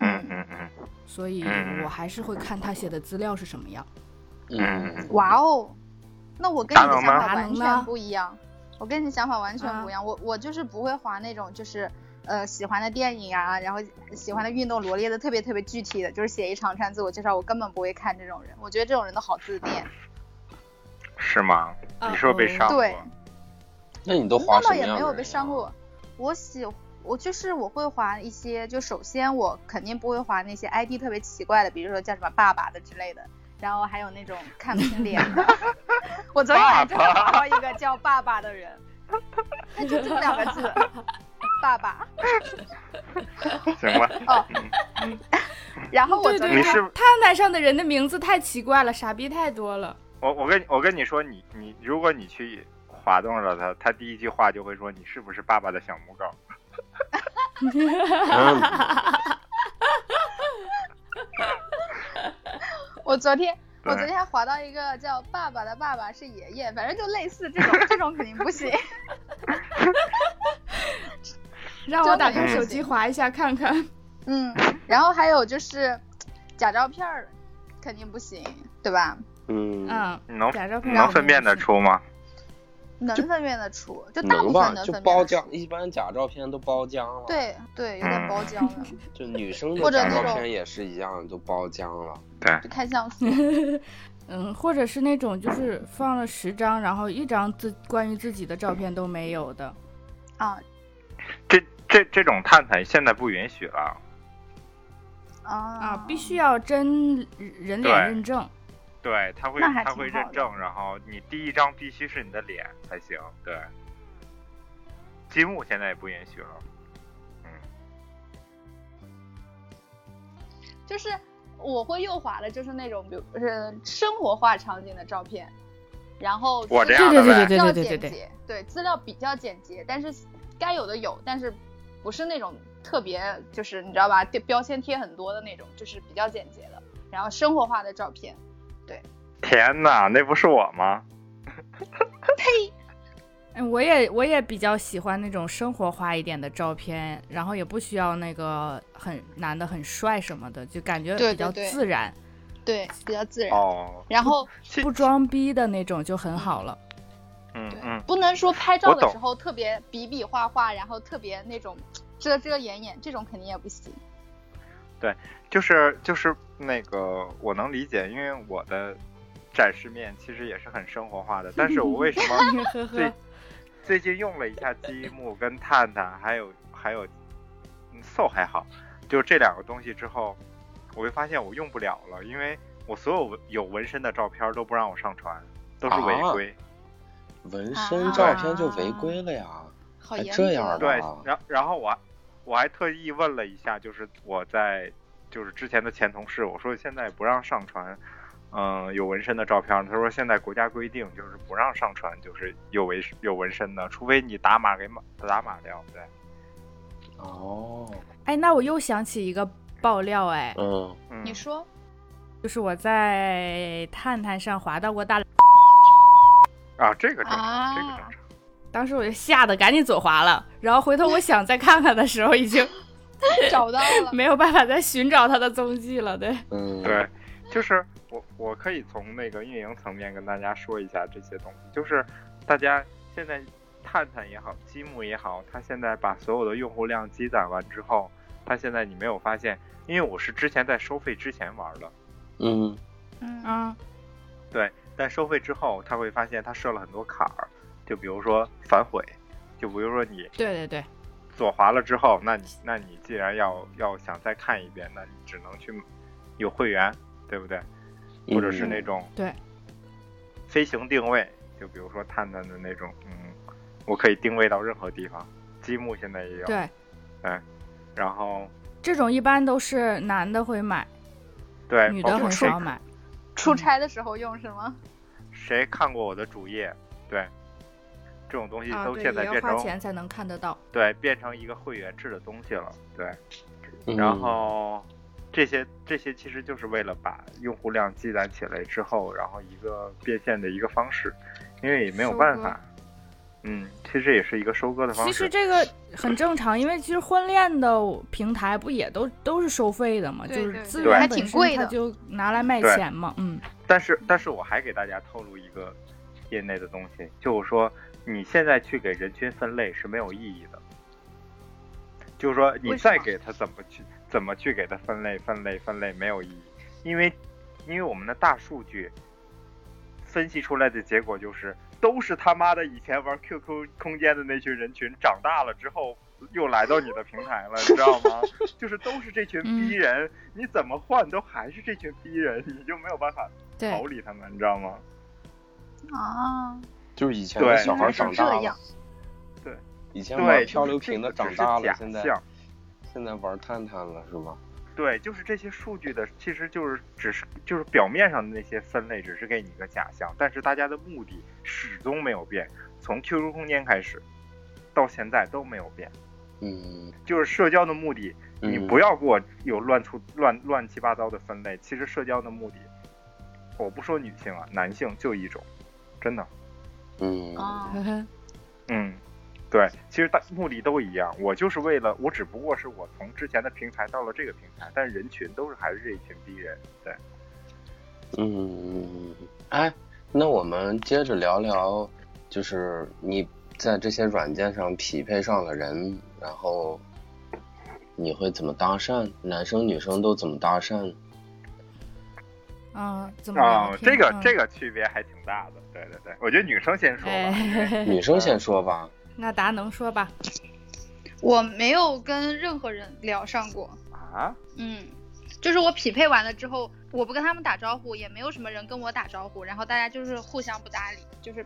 Speaker 1: 嗯嗯嗯，
Speaker 3: 所以
Speaker 1: 嗯
Speaker 3: 我还是会看他写的资料是什么样。
Speaker 2: 嗯，
Speaker 4: 哇哦，那我跟你
Speaker 1: 达
Speaker 4: 的
Speaker 1: 能
Speaker 4: 想
Speaker 1: 吗
Speaker 4: 法完
Speaker 3: 达能
Speaker 4: 全
Speaker 3: 呢
Speaker 4: 不一样，我跟你想法完全不一样。我我就是不会划那种就是呃喜欢的电影啊，然后喜欢的运动罗列的特别特别具体的，就是写一长串自我介绍，我根本不会看这种人。我觉得这种人都好自恋。
Speaker 1: 是吗？
Speaker 3: 啊
Speaker 1: 你是不是被
Speaker 3: 哦
Speaker 1: 伤过？
Speaker 4: 对
Speaker 2: 那你都
Speaker 4: 那
Speaker 2: 滑什
Speaker 4: 倒
Speaker 2: 么
Speaker 4: 也
Speaker 2: 样的
Speaker 4: 没
Speaker 2: 人
Speaker 4: 有
Speaker 2: 啊
Speaker 4: 被伤。过，我喜我就是我会划一些，就首先我肯定不会划那些 ID 特别奇怪的，比如说叫什么爸爸的之类的，然后还有那种看不清脸 的。我昨天还真的划到一个叫爸爸 的人，那就这两个字，爸爸。
Speaker 1: 行了，
Speaker 4: 哦，然后我
Speaker 3: 对
Speaker 4: 昨
Speaker 3: 对
Speaker 4: 天
Speaker 1: 你
Speaker 3: 对，
Speaker 1: 是
Speaker 3: 探探上的人的名字太奇怪了，傻逼太多了。
Speaker 1: 我我跟我跟你说，你你如果你去滑动了他，他第一句话就会说你是不是爸爸的小母狗？
Speaker 2: 嗯，
Speaker 4: 我昨天
Speaker 1: 对
Speaker 4: 我昨天还划到一个叫爸爸的爸爸是爷爷，反正就类似这种，这种肯定不行。
Speaker 3: 让我
Speaker 4: 真的
Speaker 3: 打开
Speaker 1: 是
Speaker 3: 手机划一下看看。
Speaker 4: 嗯， 然后还有就是假照片儿，肯定不行，对吧？
Speaker 2: 嗯，
Speaker 3: 嗯，
Speaker 1: 你能
Speaker 3: 假照片
Speaker 1: 你能分辨得出吗？
Speaker 4: 能分辨得出，就大部
Speaker 2: 能吧
Speaker 4: 分？能
Speaker 2: 就
Speaker 4: 分辨得出。
Speaker 2: 包浆，一般假照片都包浆了。，
Speaker 4: 对对，有点包浆
Speaker 3: 嗯
Speaker 4: 了，
Speaker 2: 就女生的
Speaker 4: 或者
Speaker 2: 假
Speaker 4: 那
Speaker 2: 照
Speaker 4: 种啊
Speaker 2: 片也是一样，都包浆了。
Speaker 1: 对，
Speaker 4: 就看像素。
Speaker 3: 嗯，或者是那种就是放了十张，然后一张自关于自己的照片都没有的。
Speaker 4: 啊
Speaker 1: 这这这种探探现在不允许了。
Speaker 4: 啊
Speaker 3: 啊，必须
Speaker 4: 要
Speaker 3: 要真人
Speaker 1: 对
Speaker 3: 脸认证。
Speaker 1: 对，他会
Speaker 4: 那还
Speaker 1: 他
Speaker 4: 挺
Speaker 1: 会
Speaker 4: 好
Speaker 1: 认
Speaker 4: 的
Speaker 1: 证，然后你第一张必须是你的脸才行。对，积木现在也不允许了。
Speaker 4: 就是。我会右滑的，就是那种，比如是生活化场景的照片，然后
Speaker 1: 我这
Speaker 4: 资
Speaker 1: 样
Speaker 4: 料
Speaker 1: 的呗
Speaker 4: 比较
Speaker 3: 对对对对对对
Speaker 4: 简洁，对资料比较简洁，但是该有的有，但是不是那种特别，就是你知道吧，贴标签贴很多的那种，就是比较简洁的，然后生活化的照片，
Speaker 1: 天哪，那不是我吗？
Speaker 3: 嗯，我也我也比较喜欢那种生活化一点的照片，然后也不需要那个很男的很帅什么的，就感觉
Speaker 4: 对
Speaker 3: 比较
Speaker 4: 对对
Speaker 3: 自然，
Speaker 4: 对，比较自然。
Speaker 1: 哦，
Speaker 4: 然后
Speaker 1: 其
Speaker 3: 不装逼的那种就很好了。
Speaker 1: 嗯
Speaker 4: 对，
Speaker 1: 嗯，
Speaker 4: 不能说拍照
Speaker 1: 我
Speaker 4: 的
Speaker 1: 懂
Speaker 4: 时候特别比比划划，然后特别那种遮遮掩掩，这种肯定也不行。
Speaker 1: 就是就是那个，我能理解，因为我的展示面其实也是很生活化的，但是我为什么
Speaker 3: 呵呵
Speaker 1: 最，最近用了一下积木跟探探，还有还有嗯 Soul 还好，就这两个东西之后，我会发现我用不了了，因为我所有纹有纹身的照片都不让我上传，都是违
Speaker 2: 啊
Speaker 1: 规。
Speaker 2: 纹身照片就违
Speaker 4: 啊
Speaker 2: 规了呀。
Speaker 4: 好
Speaker 2: 还
Speaker 4: 严
Speaker 2: 哎这
Speaker 4: 格
Speaker 2: 样的
Speaker 1: 对
Speaker 2: 啊，
Speaker 1: 然然后我还我还特意问了一下，就是我在就是之前的前同事，我说现在不让上传，嗯、有纹身的照片儿。他说现在国家规定就是不让上传，就是有纹有纹身的，除非你打码给码打码掉。对，
Speaker 2: 哦，
Speaker 3: 哎，那我又想起一个爆料，哎，
Speaker 2: 嗯，
Speaker 1: 嗯，
Speaker 4: 你说
Speaker 3: 就是我在探探上滑到过大，
Speaker 1: 啊，这个正常，
Speaker 4: 啊
Speaker 1: 这个正常。
Speaker 3: 当时我就吓得赶紧左滑了，然后回头我想再看看的时候，已经
Speaker 4: 找到了，
Speaker 3: 没有办法再寻找他的踪迹了，对。
Speaker 2: 嗯，
Speaker 1: 对，，就是我我可以从那个运营层面跟大家说一下这些东西，就是大家现在探探也好，积木也好，它现在把所有的用户量积攒完之后，它现在你没有发现，因为我是之前在收费之前玩的，
Speaker 2: 嗯，
Speaker 4: 嗯，
Speaker 3: 嗯，
Speaker 1: 对，但收费之后，他会发现他设了很多坎儿，就比如说反悔，就比如说你
Speaker 3: 对对对，
Speaker 1: 左滑了之后，那你那你既然要要想再看一遍，那你只能去有会员，对不对？
Speaker 2: 嗯
Speaker 1: 或者是那种
Speaker 3: 对
Speaker 1: 飞行定位，就比如说探探的那种，嗯，我可以定位到任何地方。积木现在也有，
Speaker 3: 对，
Speaker 1: 然后
Speaker 3: 这种一般都是男的会买，
Speaker 1: 对，
Speaker 3: 女
Speaker 1: 包
Speaker 3: 的
Speaker 1: 括
Speaker 3: 很
Speaker 1: 谁
Speaker 3: 少买。
Speaker 4: 出差的时候用是吗？
Speaker 1: 谁看过我的主页？对，这种东西
Speaker 3: 啊，
Speaker 1: 都
Speaker 3: 对，
Speaker 1: 现在
Speaker 3: 也要
Speaker 1: 变成、
Speaker 3: 花钱才能看得到。
Speaker 1: 对变成一个会员制的东西了，对。
Speaker 2: 嗯，
Speaker 1: 然后这些这些其实就是为了把用户量积攒起来之后，然后一个变现的一个方式，因为也没有
Speaker 3: 收
Speaker 1: 办
Speaker 3: 割
Speaker 1: 法。嗯，其实也是一个收割的方
Speaker 3: 其
Speaker 1: 式。
Speaker 3: 实这个很正常，因为其实婚恋的平台不也都都是收费的嘛，
Speaker 4: 对
Speaker 3: 就是
Speaker 4: 对
Speaker 3: 资
Speaker 1: 对
Speaker 3: 源
Speaker 4: 还
Speaker 3: 本
Speaker 4: 挺
Speaker 3: 身
Speaker 4: 贵
Speaker 3: 它
Speaker 4: 的
Speaker 3: 就拿来卖
Speaker 1: 对
Speaker 3: 钱嘛，嗯，
Speaker 1: 但是，但是我还给大家透露一个业内的东西，就是说你现在去给人群分类是没有意义的。就是说，你
Speaker 4: 为什
Speaker 1: 再
Speaker 4: 么
Speaker 1: 给他怎么去怎么去给他分类分类分类没有意义，因为因为我们的大数据分析出来的结果就是，都是他妈的以前玩 QQ 空间的那群人群，长大了之后又来到你的平台 了，你知道吗？就是都是这群
Speaker 4: 嗯
Speaker 1: 逼人，你怎么换都还是这群逼人，你就没有办法
Speaker 3: 对
Speaker 1: 逃，离他们，你知道吗？
Speaker 4: 啊，
Speaker 2: 就是以前的
Speaker 1: 对
Speaker 2: 小孩
Speaker 4: 原来是
Speaker 2: 长大
Speaker 4: 这样
Speaker 2: 了，
Speaker 1: 对，
Speaker 2: 以前玩
Speaker 1: 对，
Speaker 2: 漂流瓶的
Speaker 1: 就是这
Speaker 2: 长
Speaker 1: 个只
Speaker 2: 大了，
Speaker 1: 是
Speaker 2: 现
Speaker 1: 假
Speaker 2: 在
Speaker 1: 象
Speaker 2: 现在玩探探了是吗？
Speaker 1: 对，就是这些数据的，其实就是只是就是表面上的那些分类，只是给你一个假象，但是大家的目的始终没有变，从 QQ 空间开始到现在都没有变，
Speaker 2: 嗯，
Speaker 1: 就是社交的目的，你
Speaker 2: 嗯
Speaker 1: 不要给我有乱出乱乱七八糟的分类，其实社交的目的，我不说女性啊，男性就一种，真的。
Speaker 2: 嗯，
Speaker 4: 啊，
Speaker 1: 嗯，对，其实大目的都一样，我就是为了，我只不过是我从之前的平台到了这个平台，但是人群都是还是这一群逼人，对，
Speaker 2: 嗯，哎，那我们接着聊聊，就是你在这些软件上匹配上了人，然后你会怎么搭讪？男生女生都怎么搭讪？
Speaker 3: 嗯，怎么
Speaker 1: 哦
Speaker 3: 聊，天？嗯
Speaker 1: 这个这
Speaker 3: 个，
Speaker 1: 个区别还挺大的，对对对，我觉得女生先说吧，
Speaker 3: 哎，
Speaker 4: 嗯
Speaker 2: 女生先说吧。
Speaker 3: 那达能说吧？
Speaker 4: 我没有跟任何人聊上过，
Speaker 1: 啊，
Speaker 4: 嗯，就是我匹配完了之后，我不跟他们打招呼，也没有什么人跟我打招呼，然后大家就是互相不搭理，就是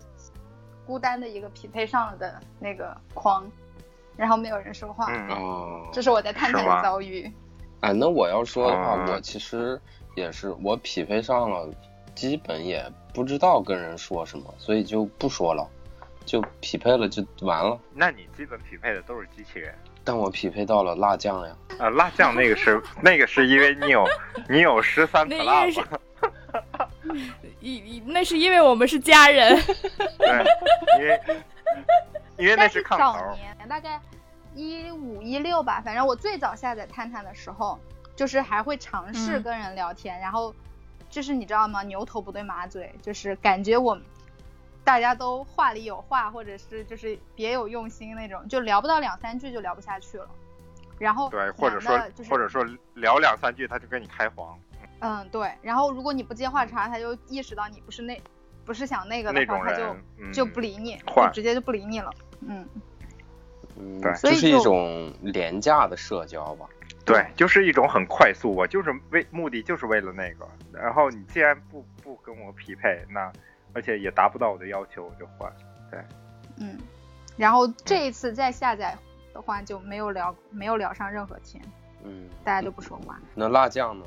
Speaker 4: 孤单的一个匹配上了的那个框，然后没有人说话，
Speaker 1: 嗯，
Speaker 2: 哦，
Speaker 4: 这是我在探探
Speaker 1: 是吗
Speaker 4: 的遭遇。
Speaker 2: 哎，那我要说的话，
Speaker 1: 啊
Speaker 2: 我其实也是，我匹配上了，基本也不知道跟人说什么，所以就不说了，就匹配了就完了。
Speaker 1: 那你基本匹配的都是机器人，
Speaker 2: 但我匹配到了辣酱呀，
Speaker 1: 呃，辣酱那个 是那个是因为你有你有十三
Speaker 3: 那
Speaker 1: p
Speaker 3: 应
Speaker 1: l
Speaker 3: 该
Speaker 1: u
Speaker 3: 是
Speaker 1: s
Speaker 3: 一一那是因为我们是家人，
Speaker 1: 对，因为 因为那
Speaker 4: 但
Speaker 1: 是炕
Speaker 4: 早
Speaker 1: 头，
Speaker 4: 年大概一五一六吧，反正我最早下载探探的时候，就是还会尝试
Speaker 3: 嗯
Speaker 4: 跟人聊天，然后就是你知道吗？牛头不对马嘴，就是感觉我大家都话里有话，或者是就是别有用心那种，就聊不到两三句就聊不下去了。然后
Speaker 1: 对，或者
Speaker 4: 男
Speaker 1: 说
Speaker 4: 的就是
Speaker 1: 或者说聊两三句他就跟你开黄，
Speaker 4: 嗯对，然后如果你不接话茬，他就意识到你不是那不是想那个
Speaker 1: 那
Speaker 4: 的
Speaker 1: 种
Speaker 4: 话，他
Speaker 1: 人
Speaker 4: 就
Speaker 1: 嗯
Speaker 4: 就不理你，
Speaker 1: 坏
Speaker 4: 就直接就不理你了。嗯，
Speaker 2: 嗯
Speaker 1: 对，
Speaker 4: 所
Speaker 2: 就
Speaker 4: 以
Speaker 2: 是一
Speaker 4: 就
Speaker 2: 种廉价的社交吧。
Speaker 1: 对，就是一种很快速，我就是为目的就是为了那个，然后你既然不不跟我匹配，那而且也达不到我的要求，我就换。
Speaker 4: 嗯，然后这一次再下载的话就没有聊没有聊上任何天，
Speaker 2: 嗯，
Speaker 4: 大家都不说话。
Speaker 2: 那辣酱呢？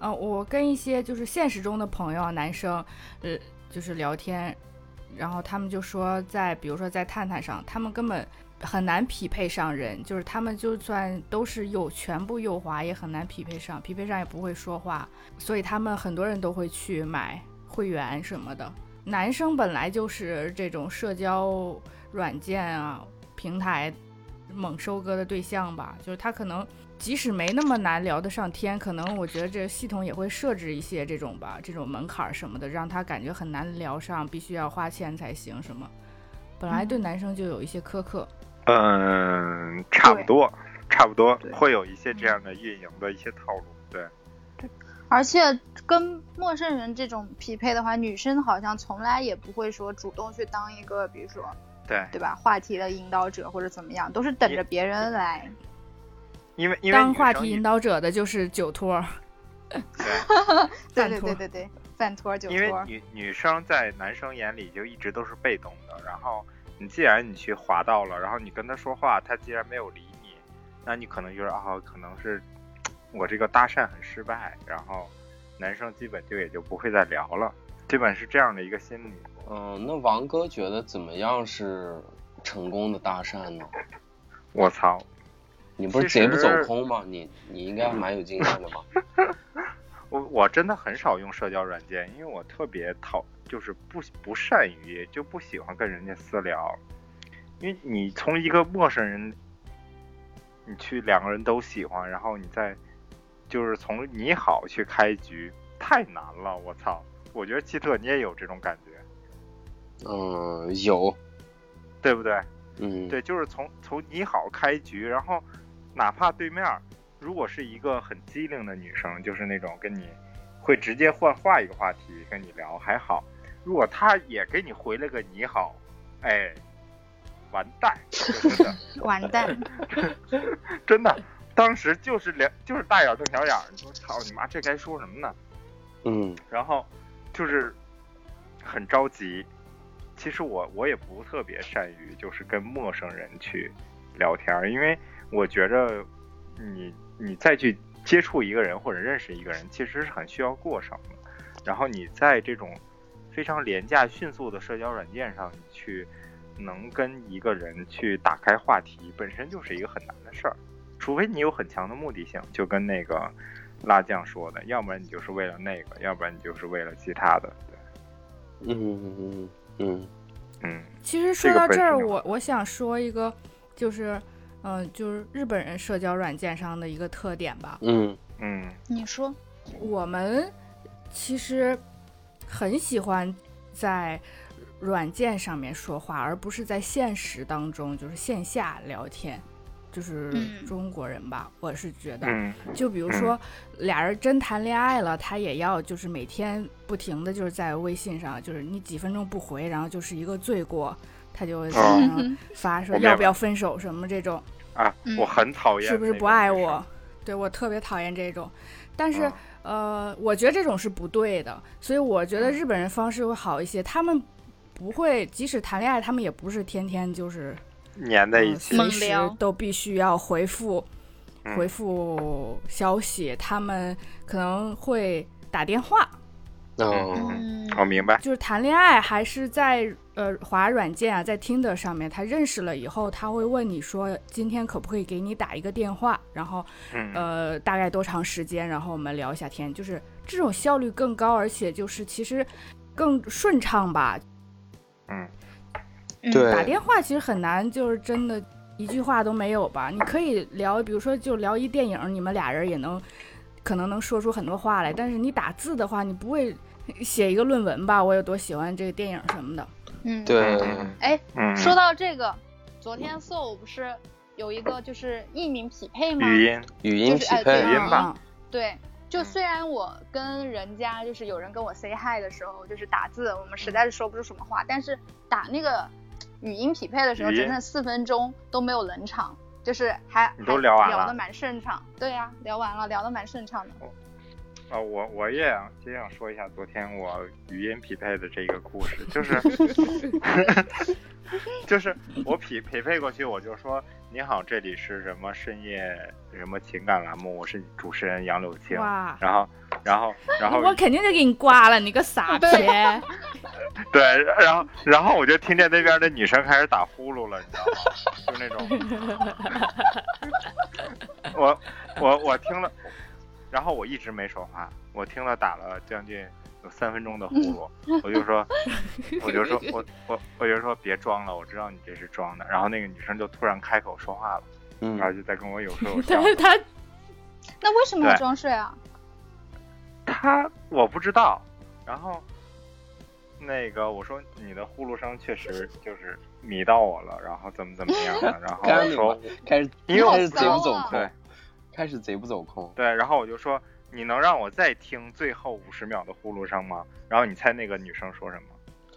Speaker 3: 嗯、我跟一些就是现实中的朋友，啊男生，呃，就是聊天，然后他们就说在，比如说在探探上，他们根本很难匹配上人，就是他们就算都是右全部右滑，也很难匹配上，匹配上也不会说话，所以他们很多人都会去买会员什么的。男生本来就是这种社交软件啊平台猛收割的对象吧，就是他可能即使没那么难聊得上天，可能我觉得这系统也会设置一些这种吧，这种门槛儿什么的，让他感觉很难聊上，必须要花钱才行什么。本来对男生就有一些苛刻，
Speaker 1: 嗯，差不多，差不多
Speaker 4: 对
Speaker 1: 会有一些
Speaker 3: 嗯
Speaker 1: 这样的运营的一些套路。对，
Speaker 4: 而且跟陌生人这种匹配的话，女生好像从来也不会说主动去当一个，比如说
Speaker 1: 对，
Speaker 4: 对吧，话题的引导者或者怎么样，都是等着别人来。
Speaker 1: 因为因为
Speaker 3: 当
Speaker 1: 女
Speaker 3: 话
Speaker 1: 生
Speaker 3: 题
Speaker 1: 一
Speaker 3: 引导者的就是酒托儿，
Speaker 1: 对，
Speaker 4: 对
Speaker 3: 饭
Speaker 4: 对
Speaker 3: 托
Speaker 4: 对对 对，饭托儿酒
Speaker 1: 因为
Speaker 4: 托儿，
Speaker 1: 女女生在男生眼里就一直都是被动的，然后你既然你去滑到了，然后你跟他说话，他既然没有理你，那你可能就是啊，可能是我这个搭讪很失败，然后男生基本就也就不会再聊了，基本是这样的一个心理。
Speaker 2: 嗯，那王哥觉得怎么样是成功的搭讪呢？
Speaker 1: 我操，
Speaker 2: 你不是
Speaker 1: 其
Speaker 2: 贼
Speaker 1: 实
Speaker 2: 不走空吗？你你应该蛮有经验 的吧？
Speaker 1: 我我真的很少用社交软件，因为我特别讨，就是不不善于，就不喜欢跟人家私聊，因为你从一个陌生人，你去两个人都喜欢，然后你再就是从你好去开局，太难了，我操！我觉得希特你也有这种感觉，
Speaker 2: 嗯，有，
Speaker 1: 对不对？
Speaker 2: 嗯，
Speaker 1: 对，就是从从你好开局，然后哪怕对面儿如果是一个很机灵的女生，就是那种跟你会直接换话一个话题跟你聊还好，如果她也给你回了个你好，哎，完蛋，真的
Speaker 4: 完蛋。
Speaker 1: 真的，当时就是两就是大眼瞪小眼儿，你说操你妈这该说什么呢？
Speaker 2: 嗯
Speaker 1: 然后就是很着急。其实我我也不特别善于就是跟陌生人去聊天儿，因为我觉着你你再去接触一个人或者认识一个人，其实是很需要过程的。然后你在这种非常廉价、迅速的社交软件上，你去能跟一个人去打开话题，本身就是一个很难的事儿，除非你有很强的目的性，就跟那个辣酱说的，要不然你就是为了那个，要不然你就是为了其他的。对，
Speaker 2: 嗯嗯嗯嗯
Speaker 1: 嗯，
Speaker 3: 其实
Speaker 1: 这
Speaker 3: 说
Speaker 1: 个
Speaker 3: 到
Speaker 1: 本
Speaker 3: 这儿，
Speaker 1: 身的话
Speaker 3: 我我想说一个，就是，嗯、就是日本人社交软件上的一个特点吧。
Speaker 2: 嗯
Speaker 1: 嗯，
Speaker 4: 你说，
Speaker 3: 我们其实很喜欢在软件上面说话，而不是在现实当中就是线下聊天，就是
Speaker 4: 嗯
Speaker 3: 中国人吧，我是觉得。
Speaker 1: 嗯，
Speaker 3: 就比如说，俩人真谈恋爱了，他也要就是每天不停的就是在微信上，就是你几分钟不回，然后就是一个罪过，他就在
Speaker 1: 哦
Speaker 3: 网上发说
Speaker 1: 我明白
Speaker 3: 要不要分手什么这种，
Speaker 1: 啊，
Speaker 4: 嗯
Speaker 1: 我很讨厌，
Speaker 3: 是不是不爱我？？对我特别讨厌这种，但
Speaker 1: 哦
Speaker 3: 是、呃，我觉得这种是不对的，所以我
Speaker 1: 嗯
Speaker 3: 觉得日本人方式会好一些，他们不会，即使谈恋爱，他们也不是天天就是
Speaker 1: 粘在一起
Speaker 3: 嗯，
Speaker 4: 猛
Speaker 3: 随时
Speaker 4: 聊
Speaker 3: 都必须要回复
Speaker 1: 嗯
Speaker 3: 回复消息，他们可能会打电话，
Speaker 2: 哦
Speaker 1: 嗯
Speaker 4: 嗯，
Speaker 1: 我明白。
Speaker 3: 就是谈恋爱还是在呃滑软件啊，在 Tinder 上面，他认识了以后，他会问你说今天可不可以给你打一个电话，然后
Speaker 1: 嗯，
Speaker 3: 呃大概多长时间，然后我们聊一下天，就是这种效率更高，而且就是其实更顺畅吧，
Speaker 1: 嗯，
Speaker 4: 嗯
Speaker 2: 对
Speaker 3: 打电话其实很难，就是真的一句话都没有吧？你可以聊，比如说就聊一电影，你们俩人也能可能能说出很多话来。但是你打字的话，你不会写一个论文吧？我有多喜欢这个电影什 么的。
Speaker 4: 嗯，
Speaker 2: 对，
Speaker 1: 嗯
Speaker 4: 哎，
Speaker 1: 嗯，
Speaker 4: 说到这个，昨天 Soul 不是有一个就是艺名匹配吗？
Speaker 1: 语音，
Speaker 2: 语音匹
Speaker 4: 就是哎对
Speaker 2: 配
Speaker 1: 语音吧
Speaker 3: 嗯，
Speaker 4: 对，就
Speaker 1: 嗯
Speaker 4: 虽然我跟人家就是有人跟我 say hi 的时候，就是打字，我们实在是说不出什么话，但是打那个语音匹配的时候，
Speaker 1: 语音
Speaker 4: 整整四分钟都没有冷场，就是还
Speaker 1: 你都
Speaker 4: 还
Speaker 1: 聊完了
Speaker 4: 聊的蛮顺畅。对呀、聊完了，聊的蛮顺畅的。
Speaker 1: 啊，我我也想也想说一下昨天我语音匹配的这个故事，就是就是我匹匹配过去，我就说你好，这里是什么深夜什么情感栏目，我是主持人杨柳青。
Speaker 3: 哇，
Speaker 1: 然后，然后，然后，
Speaker 3: 我肯定就给你挂了，你 个傻逼！
Speaker 1: 对，然后，然后我就听见那边的女生开始打呼噜了，你知道吗？就那种，我我我听了，然后我一直没说话，我听了打了将近有三分钟的呼噜，我就说，我就说我我我就说别装了，我知道你这是装的。然后那个女生就突然开口说话了，
Speaker 2: 嗯
Speaker 1: 然，后就在跟我有 说有笑
Speaker 3: 但。是他
Speaker 4: 那为什么要
Speaker 1: 对
Speaker 4: 装睡啊？
Speaker 1: 他我不知道，然后那个我说你的呼噜声确实就是迷到我了，然后怎么怎么样了，然后我说
Speaker 2: 开始
Speaker 1: 因为我
Speaker 2: 开始贼不走
Speaker 4: 好
Speaker 1: 骚啊
Speaker 2: 空，开始贼不走空。
Speaker 1: 对，然后我就说你能让我再听最后五十秒的呼噜声吗？然后你猜那个女生说什么？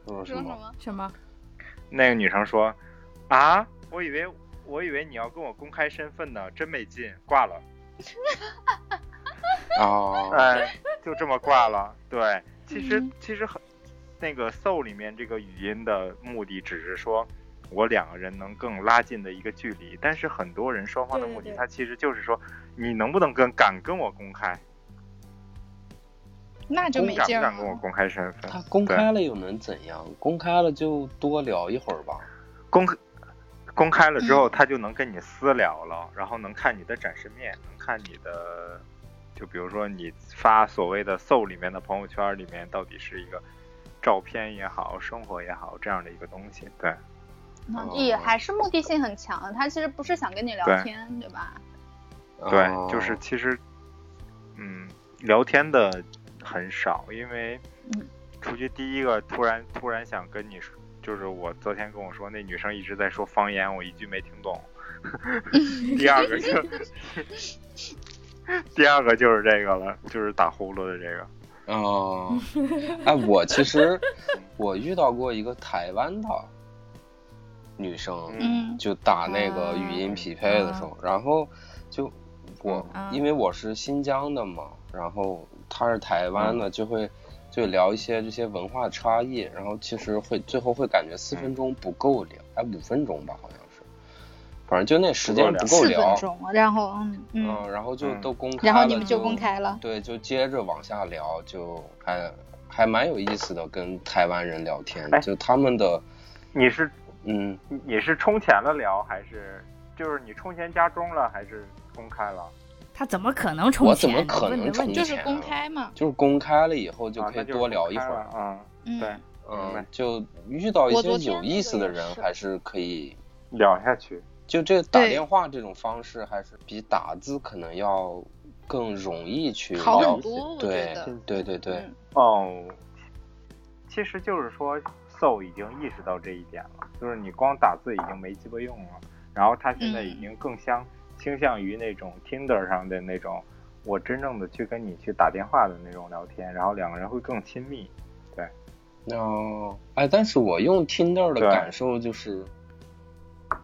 Speaker 2: 说
Speaker 4: 说什？么？
Speaker 3: 什么？
Speaker 1: 那个女生说啊，我以为我以为你要跟我公开身份呢，真没劲，挂了。
Speaker 2: 哦，
Speaker 1: 哎，就这么挂了。对，其实
Speaker 4: 嗯
Speaker 1: 其实很，那个 Soul 里面这个语音的目的只是说我两个人能更拉近的一个距离，但是很多人双方的
Speaker 3: 对
Speaker 1: 目的，
Speaker 3: 对
Speaker 1: 它其实就是说你能不能跟敢跟我公开，
Speaker 4: 那就
Speaker 1: 敢
Speaker 4: 没
Speaker 1: 不
Speaker 4: 劲儿
Speaker 1: 敢跟我
Speaker 4: 了。
Speaker 1: 公开身份？
Speaker 2: 他公开了又能怎样？公开了就多聊一会儿吧。
Speaker 1: 公开公开了之后，他就能跟你私聊了，然后能看你的展示面，能看你的，就比如说你发所谓的 “soul” 里面的朋友圈里面到底是一个照片也好，生活也好这样的一个东西。对，
Speaker 4: 嗯也还是目的性很强，他其实不是想跟你聊
Speaker 1: 哦对
Speaker 4: 天，对吧？
Speaker 1: 对，
Speaker 2: 哦
Speaker 1: 就是其实，嗯，聊天的很少，因为
Speaker 4: 嗯
Speaker 1: 出去第一个突然突然想跟你说，就是我昨天跟我说那女生一直在说方言，我一句没听懂。 第二个就 第二个就是这个了，就是打呼噜的这个。
Speaker 2: 哦，哎，我其 实我遇到过一个台湾的女生，
Speaker 4: 嗯啊
Speaker 2: 就打那个语音匹配的时候，然后
Speaker 4: 嗯
Speaker 2: 就我、
Speaker 3: 啊
Speaker 2: 因为我是新疆的嘛，然后她是台湾
Speaker 4: 嗯
Speaker 2: 的，就会就聊一些这些文化差异，然后其实会最后会感觉四
Speaker 4: 嗯
Speaker 2: 分钟不够聊，哎，五分钟吧，好像是，反正就那时间不
Speaker 1: 不
Speaker 2: 够
Speaker 4: 四
Speaker 2: 聊
Speaker 4: 分，钟，然后嗯嗯，
Speaker 2: 嗯，然后就
Speaker 1: 嗯
Speaker 2: 都公开了，
Speaker 4: 然后你们就公开了。
Speaker 2: 对，就接着往下聊，就还还蛮有意思的，跟台湾人聊天，
Speaker 1: 哎
Speaker 2: 就他们的，
Speaker 1: 你是
Speaker 2: 嗯，
Speaker 1: 你你是充钱了聊还是就是你充钱加钟了还是公开了？
Speaker 3: 他怎么可能充
Speaker 2: 我
Speaker 3: 钱？
Speaker 2: 怎么可能
Speaker 3: 你问你问
Speaker 2: 充
Speaker 3: 题
Speaker 2: 钱
Speaker 4: 就是公开嘛，
Speaker 2: 就是公开了以后就
Speaker 1: 啊
Speaker 2: 可
Speaker 1: 那
Speaker 2: 以
Speaker 1: 就是
Speaker 2: 多聊一会
Speaker 1: 公开
Speaker 2: 儿
Speaker 1: 了，啊。
Speaker 4: 嗯，
Speaker 1: 对，明白
Speaker 2: 嗯，就遇到一
Speaker 4: 我
Speaker 2: 些
Speaker 4: 昨天
Speaker 2: 有意思的
Speaker 4: 那个
Speaker 2: 人
Speaker 4: 也是
Speaker 2: 还是可以，
Speaker 1: 聊下去。
Speaker 2: 就这打
Speaker 4: 对
Speaker 2: 电话这种方式还是比打字可能要更容易去
Speaker 4: 好
Speaker 2: 聊
Speaker 4: 很，多，我觉
Speaker 2: 对
Speaker 4: 得。
Speaker 2: 对对对，
Speaker 4: 嗯
Speaker 1: 哦，其实就是说，So 已经意识到这一点了，就是你光打字已经没鸡巴用了，然后他现在已
Speaker 3: 嗯
Speaker 1: 经更相、倾向于那种 Tinder 上的那种，我真正的去跟你去打电话的那种聊天，然后两个人会更亲密。
Speaker 2: 哦，哎，但是我用 Tinder 的
Speaker 1: 对
Speaker 2: 感受就是，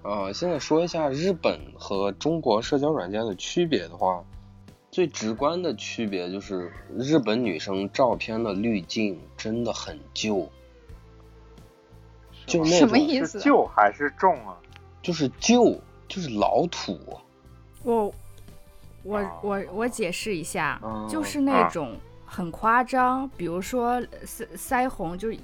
Speaker 2: 呃，现在说一下日本和中国社交软件的区别的话，最直观的区别就是日本女生照片的滤镜真的很旧，就那
Speaker 4: 什么
Speaker 2: 种
Speaker 4: 意
Speaker 1: 是
Speaker 4: 思？啊
Speaker 1: 旧还是重啊？
Speaker 2: 就是旧，就是老土，
Speaker 1: 啊
Speaker 3: 我我
Speaker 1: 哦
Speaker 3: 我我解释一下，
Speaker 2: 嗯
Speaker 3: 就是
Speaker 1: 啊
Speaker 3: 那种很夸张，比如说腮腮红，就是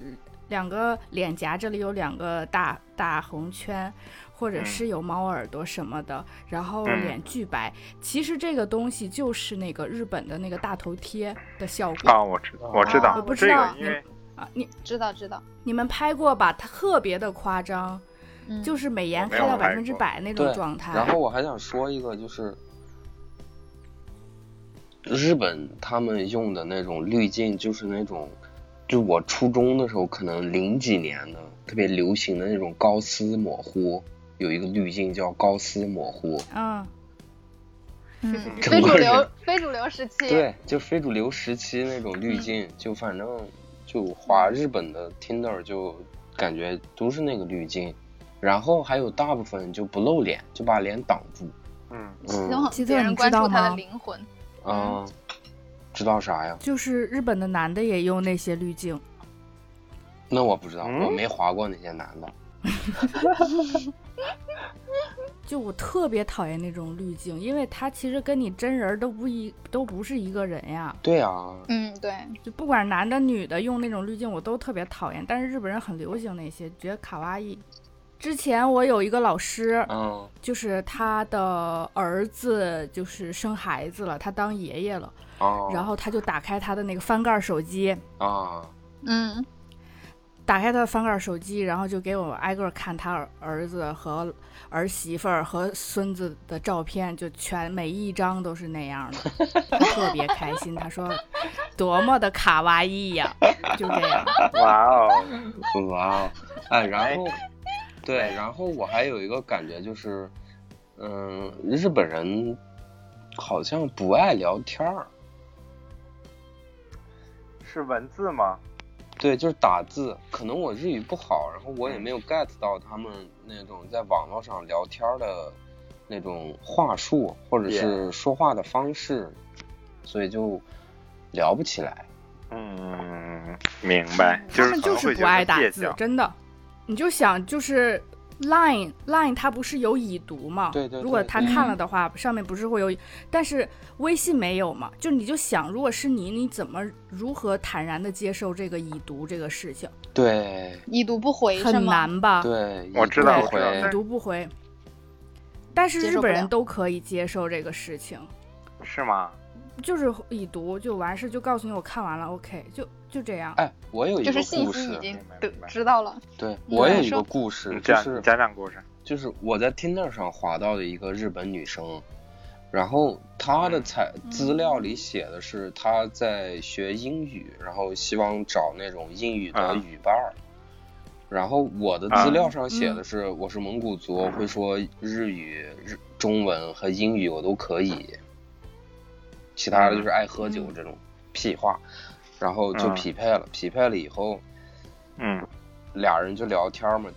Speaker 3: 两个脸颊这里有两个大大红圈，或者
Speaker 1: 嗯
Speaker 3: 是有猫耳朵什么的，然后
Speaker 1: 嗯
Speaker 3: 脸巨白。其实这个东西就是那个日本的那个大头贴的效果
Speaker 1: 啊，我知我知道，
Speaker 4: 我不
Speaker 3: 知道
Speaker 1: 这个因为
Speaker 3: 啊，你
Speaker 4: 知道知道，
Speaker 3: 你们拍过吧？它特别的夸张，
Speaker 4: 嗯，
Speaker 3: 就是美颜
Speaker 1: 我没
Speaker 3: 开
Speaker 1: 有
Speaker 3: 到百
Speaker 1: 拍
Speaker 3: 分之
Speaker 1: 过
Speaker 3: 百那种
Speaker 2: 对
Speaker 3: 状态。
Speaker 2: 然后我还想说一个，就是日本他们用的那种滤镜，就是那种，就我初中的时候，可能零几年的特别流行的那种高斯模糊，有一个滤镜叫高斯模糊，
Speaker 3: 嗯，
Speaker 4: 嗯
Speaker 2: 整
Speaker 4: 非主
Speaker 2: 个
Speaker 4: 流
Speaker 2: 人
Speaker 4: 非主流时期，
Speaker 2: 对，就非主流时期那种滤镜，就反正就华日本的 Tinder 就感觉都是那个滤镜，然后还有大部分就不露脸，就把脸挡住。
Speaker 1: 嗯，
Speaker 4: 希
Speaker 2: 嗯
Speaker 4: 望
Speaker 3: 基特
Speaker 4: 别人
Speaker 3: 你
Speaker 4: 关
Speaker 3: 知道
Speaker 4: 注他
Speaker 3: 吗
Speaker 4: 的灵魂。
Speaker 2: 啊，知道啥呀？
Speaker 3: 就是日本的男的也用那些滤镜，
Speaker 2: 那我不知道，
Speaker 1: 嗯
Speaker 2: 我没划过那些男的。
Speaker 3: 就我特别讨厌那种滤镜，因为他其实跟你真人儿都不一都不是一个人呀。
Speaker 2: 对啊，
Speaker 4: 嗯，对，
Speaker 3: 就不管男的女的用那种滤镜，我都特别讨厌。但是日本人很流行那些，觉得卡哇伊。之前我有一个老师，
Speaker 2: 嗯
Speaker 3: 就是他的儿子就是生孩子了，他当爷爷了，
Speaker 2: 啊，
Speaker 3: 然后他就打开他的那个翻盖手机，
Speaker 2: 啊，
Speaker 4: 嗯，
Speaker 3: 打开他的翻盖手机，然后就给我挨个儿看他儿儿子和儿媳妇儿和孙子的照片，就全每一张都是那样的，他特别开心。他说：“多么的卡哇伊呀、就这样。
Speaker 1: 哇哦，
Speaker 2: 哇哦，哎，然后对，然后我还有一个感觉就是，嗯，日本人好像不爱聊天儿，
Speaker 1: 是文字吗？
Speaker 2: 对，就是打字。可能我日语不好，然后我也没有 get 到他们那种在网络上聊天的那种话术，或者是说话的方式，所以就聊不起来。
Speaker 1: 嗯，明白，
Speaker 3: 他
Speaker 1: 就是
Speaker 3: 们
Speaker 1: 可
Speaker 3: 就
Speaker 1: 能
Speaker 3: 是
Speaker 1: 会
Speaker 3: 不
Speaker 1: 觉
Speaker 3: 爱
Speaker 1: 得
Speaker 3: 打
Speaker 1: 别
Speaker 3: 字
Speaker 1: 扭，。
Speaker 3: 真的。你就想，就是 Line Line 它不是有已读吗？
Speaker 2: 对对
Speaker 3: 如果
Speaker 2: 对
Speaker 3: 他
Speaker 4: 对
Speaker 3: 看了的话，上面不是会有，但是微信没有嘛？就你就想，如果是你，你怎么如何坦然的接受这个已读这个事情？
Speaker 2: 对
Speaker 4: 已读不回是
Speaker 3: 很
Speaker 4: 吗？
Speaker 3: 难吧？
Speaker 2: 对，
Speaker 1: 我知道
Speaker 2: 一
Speaker 1: 我知道
Speaker 2: 回
Speaker 3: 已读不回。但是
Speaker 4: 接
Speaker 3: 日
Speaker 4: 受不
Speaker 3: 本
Speaker 4: 了
Speaker 3: 人都可以接受这个事情，
Speaker 1: 是吗？
Speaker 3: 就是已读就完事，就告诉你我看完了，OK，就就这样。
Speaker 2: 哎，我有一
Speaker 4: 就
Speaker 2: 个
Speaker 4: 是信
Speaker 2: 故
Speaker 4: 息已
Speaker 2: 事，
Speaker 4: 经
Speaker 1: 明白
Speaker 4: 得
Speaker 1: 明白
Speaker 4: 知道了。
Speaker 2: 对我有一
Speaker 4: 说
Speaker 2: 个故事，
Speaker 1: 你
Speaker 2: 就
Speaker 1: 讲
Speaker 2: 是
Speaker 1: 讲讲故事。
Speaker 2: 就是我在 Tinder 上滑到的一个日本女生，然后她的采资料里写的是她在学英语，然后希望找那种英语的语伴儿。然后我的资料上写的是我是蒙古族，会说日语、日中文和英语我都可以，其他的就是爱喝酒这种屁话。然后就
Speaker 1: 嗯
Speaker 2: 匹配了，匹配了以后，
Speaker 1: 嗯
Speaker 2: 俩人就聊天嘛，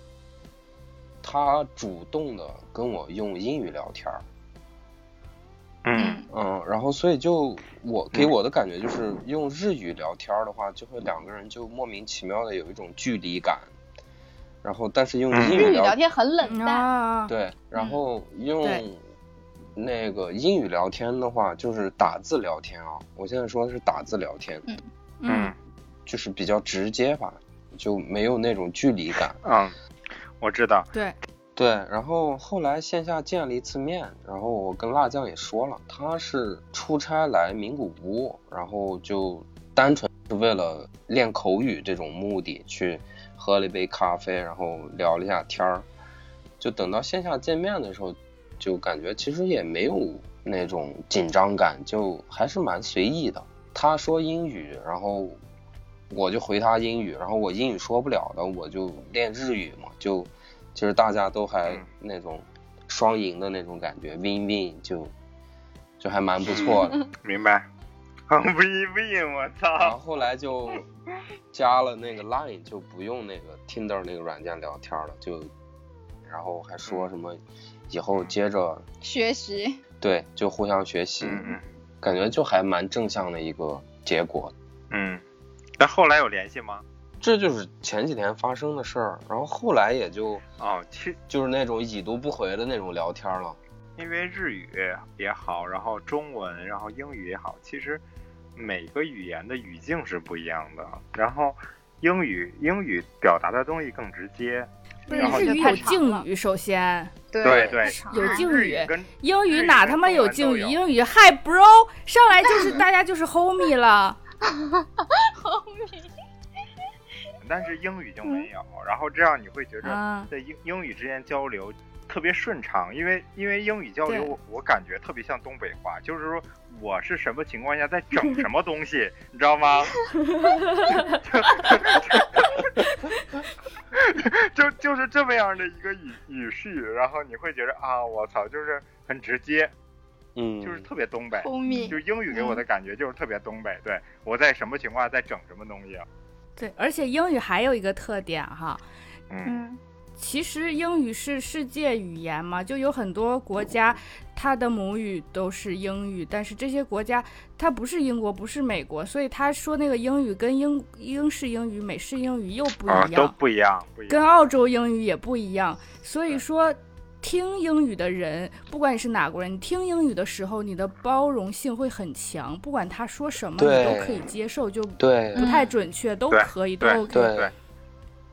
Speaker 2: 他主动的跟我用英语聊天儿，
Speaker 1: 嗯
Speaker 4: 嗯，
Speaker 2: 嗯，然后所以就我给我的感觉就是用日语聊天儿的话，就会两个人就莫名其妙的有一种距离感，然后但是用
Speaker 1: 嗯
Speaker 2: 英
Speaker 4: 日
Speaker 2: 语
Speaker 4: 语
Speaker 2: 聊
Speaker 4: 聊天很冷淡，
Speaker 3: 啊，
Speaker 2: 对，然
Speaker 4: 嗯
Speaker 2: 后用
Speaker 3: 对
Speaker 2: 那个英语聊天的话，就是打字聊天啊，我现在说的是打字聊天，
Speaker 1: 嗯
Speaker 2: 就是比较直接吧，就没有那种距离感。
Speaker 1: 嗯，我知道。
Speaker 3: 对，
Speaker 2: 对，然后后来线下见了一次面，然后我跟辣酱也说了，他是出差来名古屋，然后就单纯是为了练口语这种目的去喝了一杯咖啡，然后聊了一下天儿。就等到线下见面的时候，就感觉其实也没有那种紧张感，就还是蛮随意的。他说英语，然后我就回他英语，然后我英语说不了的，我就练日语嘛，就其实大家都还
Speaker 1: 嗯
Speaker 2: 那种双赢的那种感觉，win win 就就还蛮不错的。
Speaker 1: 明白。win win，我
Speaker 2: 然
Speaker 1: 操
Speaker 2: 后！后来就加了那个 Line，就不用那个 Tinder 那个软件聊天了，就然后还
Speaker 1: 嗯
Speaker 2: 说什么以后接着
Speaker 4: 学习。
Speaker 2: 对就互相学习，
Speaker 1: 嗯嗯
Speaker 2: 感觉就还蛮正向的一个结果。
Speaker 1: 嗯。但后来有联系吗？
Speaker 2: 这就是前几天发生的事儿，然后后来也就
Speaker 1: 哦，其
Speaker 2: 就是那种已读不回的那种聊天了。
Speaker 1: 因为日语也好，然后中文，然后英语也好，其实每个语言的语境是不一样的。然后英语英语表达的东西更直接，
Speaker 3: 不是
Speaker 1: 然后
Speaker 3: 日语
Speaker 4: 就太
Speaker 3: 有
Speaker 4: 长了
Speaker 3: 敬语，首先。
Speaker 4: 对
Speaker 1: 对
Speaker 4: 太
Speaker 1: 对
Speaker 4: 长
Speaker 3: 有
Speaker 4: 了
Speaker 3: 敬
Speaker 1: 日
Speaker 3: 语
Speaker 1: 语跟
Speaker 3: 英语哪他妈有敬语？
Speaker 1: 日语跟中文都有
Speaker 3: 英语 Hi bro，上来就是 大家就是 homie 了。
Speaker 1: 但是英语就没有，然后这样你会觉
Speaker 3: 啊
Speaker 1: 着在英英语之间交流特别顺畅，因为因为英语交流
Speaker 3: 对
Speaker 1: 我我感觉特别像东北话，就是说我是什么情况下在 整什么东西，你知道吗？就就是这么样的一个语语序，然后你会觉得啊，我操，就是很直接，
Speaker 2: 嗯，
Speaker 1: 就是特别东北，
Speaker 3: 哦
Speaker 4: 聪明
Speaker 1: 就是英语给我的感觉就是特别东北，对我在什么情况下在整什么东西，啊
Speaker 3: 对，而且英语还有一个特点哈，
Speaker 1: 嗯
Speaker 4: 嗯，
Speaker 3: 其实英语是世界语言嘛，就有很多国家它的母语都是英语，但是这些国家它不是英国，不是美国，所以他说那个英语跟英英式英语、美式英语又不一
Speaker 1: 啊，都
Speaker 3: 样，
Speaker 1: 不一样，不一样。
Speaker 3: 跟澳洲英语也不一样，所以说。听英语的人，不管你是哪国人，你听英语的时候，你的包容性会很强，不管他说什么，你
Speaker 2: 对
Speaker 3: 都可以接受，就
Speaker 2: 对
Speaker 3: 不太准确，都
Speaker 1: 对
Speaker 3: 可以，都
Speaker 1: 对
Speaker 3: OK。
Speaker 2: 对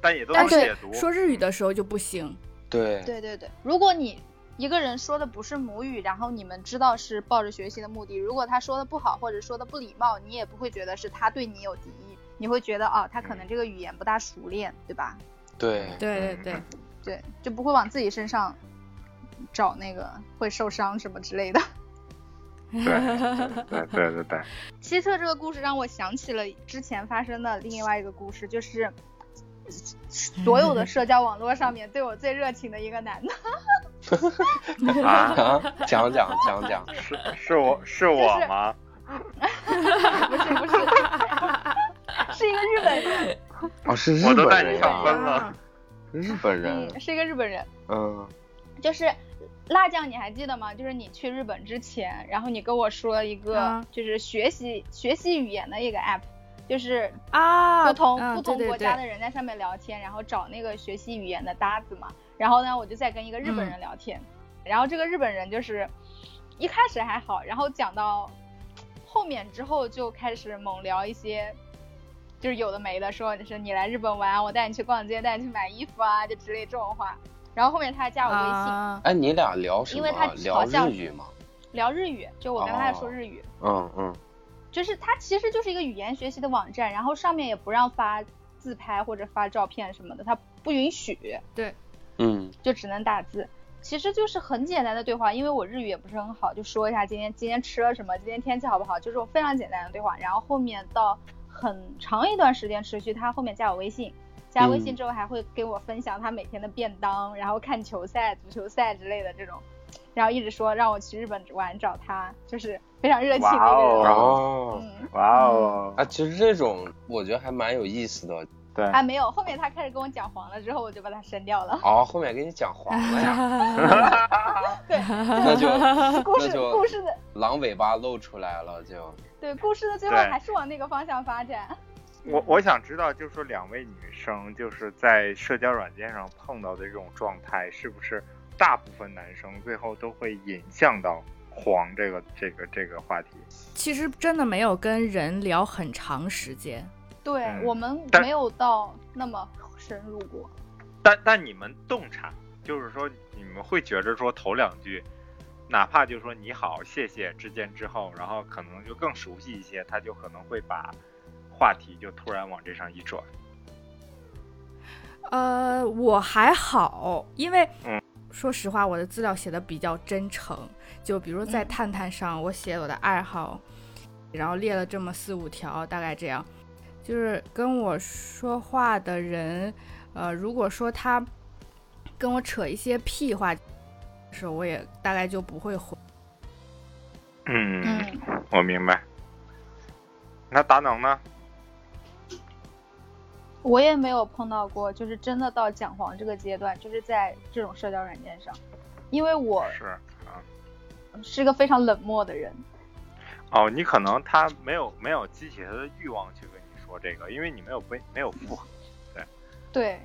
Speaker 1: 但也都能
Speaker 3: 但
Speaker 1: 解
Speaker 3: 是
Speaker 1: 读。
Speaker 3: 说日语的时候就不行。
Speaker 2: 对
Speaker 4: 对对对，如果你一个人说的不是母语，然后你们知道是抱着学习的目的，如果他说的不好或者说的不礼貌，你也不会觉得是他对你有敌意，你会觉得啊、他可能这个语言不大熟练，对吧？
Speaker 2: 对
Speaker 3: 对
Speaker 1: 嗯
Speaker 3: 对对，
Speaker 4: 对，就不会往自己身上找那个会受伤什么之类的。
Speaker 1: 对 对对对对，
Speaker 4: 七策这个故事让我想起了之前发生的另外一个故事，就是
Speaker 2: 嗯
Speaker 4: 所有的社交网络上面对我最热情的一个男的，
Speaker 1: 啊，
Speaker 2: 啊，讲讲讲 讲，
Speaker 1: 是是我是我吗？
Speaker 4: 不是 不是，是一个日本人，
Speaker 2: 哦，是日
Speaker 1: 我都带
Speaker 2: 本
Speaker 1: 你
Speaker 2: 人
Speaker 1: 上
Speaker 2: 呀、
Speaker 1: 分
Speaker 4: 啊
Speaker 1: 了。
Speaker 2: 日本人，
Speaker 4: 嗯，是一个日本人，
Speaker 2: 嗯，
Speaker 4: 就是辣酱，你还记得吗？就是你去日本之前，然后你跟我说一个
Speaker 2: 嗯
Speaker 3: 啊
Speaker 4: 就是学习、学习语言的一个 app，就是
Speaker 3: 啊，
Speaker 4: 不同、
Speaker 3: 嗯
Speaker 4: 不同
Speaker 3: 对对
Speaker 4: 国家
Speaker 3: 对
Speaker 4: 的人在上面聊天，然后找那个学习语言的搭子嘛。然后呢，我就在跟一个日
Speaker 3: 嗯
Speaker 4: 本人聊天，然后这个日本人就是一开始还好，然后讲到后面之后就开始猛聊一些。就是有的没的说，就是你来日本玩，我带你去逛街，带你去买衣服啊，就之类这种话。然后后面他还加我微信，
Speaker 3: 啊，
Speaker 2: 哎，你俩聊什
Speaker 4: 因
Speaker 2: 么
Speaker 4: 为他
Speaker 2: 啊？聊
Speaker 4: 好像
Speaker 2: 日语吗？
Speaker 4: 聊日语，就我跟他说
Speaker 2: 哦
Speaker 4: 日语，
Speaker 2: 嗯嗯，
Speaker 4: 就是它其实就是一个语言学习的网站，然后上面也不让发自拍或者发照片什么的，它不允许，
Speaker 3: 对，
Speaker 2: 嗯，
Speaker 4: 就只能打字。其实就是很简单的对话，因为我日语也不是很好，就说一下今天今天吃了什么，今天天气好不好，就这种非常简单的对话。然后后面到很长一段时间持续，他后面加我微信，加微信
Speaker 2: 嗯
Speaker 4: 之后还会给我分享他每天的便当，然后看球赛、足球赛之类的这种，然后一直说让我去日本玩找他，就是非常热情的一
Speaker 1: 哇
Speaker 4: 个人。
Speaker 2: 哦，
Speaker 4: 嗯，
Speaker 1: 哇哦
Speaker 2: 啊，，其实这种我觉得还蛮有意思的。
Speaker 1: 对，
Speaker 4: 啊，没有，后面他开始跟我讲黄了之后，我就把他删掉了。
Speaker 2: 哦，后面给你讲黄了 呀，
Speaker 4: 对，
Speaker 2: 那就
Speaker 4: 故
Speaker 2: 那
Speaker 4: 事
Speaker 2: 就
Speaker 4: 故事的
Speaker 2: 狼尾巴露出来了，就
Speaker 4: 对故事的最后
Speaker 1: 对
Speaker 4: 还是往那个方向发展。
Speaker 1: 我我想知道，就是说两位女生就是在社交软件上碰到的这种状态，是不是大部分男生最后都会引向到黄这个这个这个话题？
Speaker 3: 其实真的没有跟人聊很长时间。
Speaker 4: 对、
Speaker 1: 嗯
Speaker 4: 我们
Speaker 1: 但
Speaker 4: 没有到那么深入过。
Speaker 1: 但但你们洞察，就是说你们会觉着说头两句，哪怕就说你好、谢谢之间之后，然后可能就更熟悉一些，他就可能会把话题就突然往这上一转。
Speaker 3: 呃，我还好，因为
Speaker 1: 嗯
Speaker 3: 说实话，我的资料写的比较真诚。就比如在
Speaker 4: 嗯
Speaker 3: 探探上，我写我的爱好，然后列了这么四五条，大概这样。就是跟我说话的人，呃，如果说他跟我扯一些屁话的时候，我也大概就不会回。
Speaker 1: 嗯
Speaker 4: 嗯，
Speaker 1: 我明白。那达能呢？
Speaker 4: 我也没有碰到过，就是真的到讲黄这个阶段，就是在这种社交软件上，因为我
Speaker 1: 是啊，
Speaker 4: 是个非常冷漠的人。
Speaker 1: 哦，你可能他没有没有激起他的欲望去跟你说这个，因为你没有被没有附和。
Speaker 4: 对，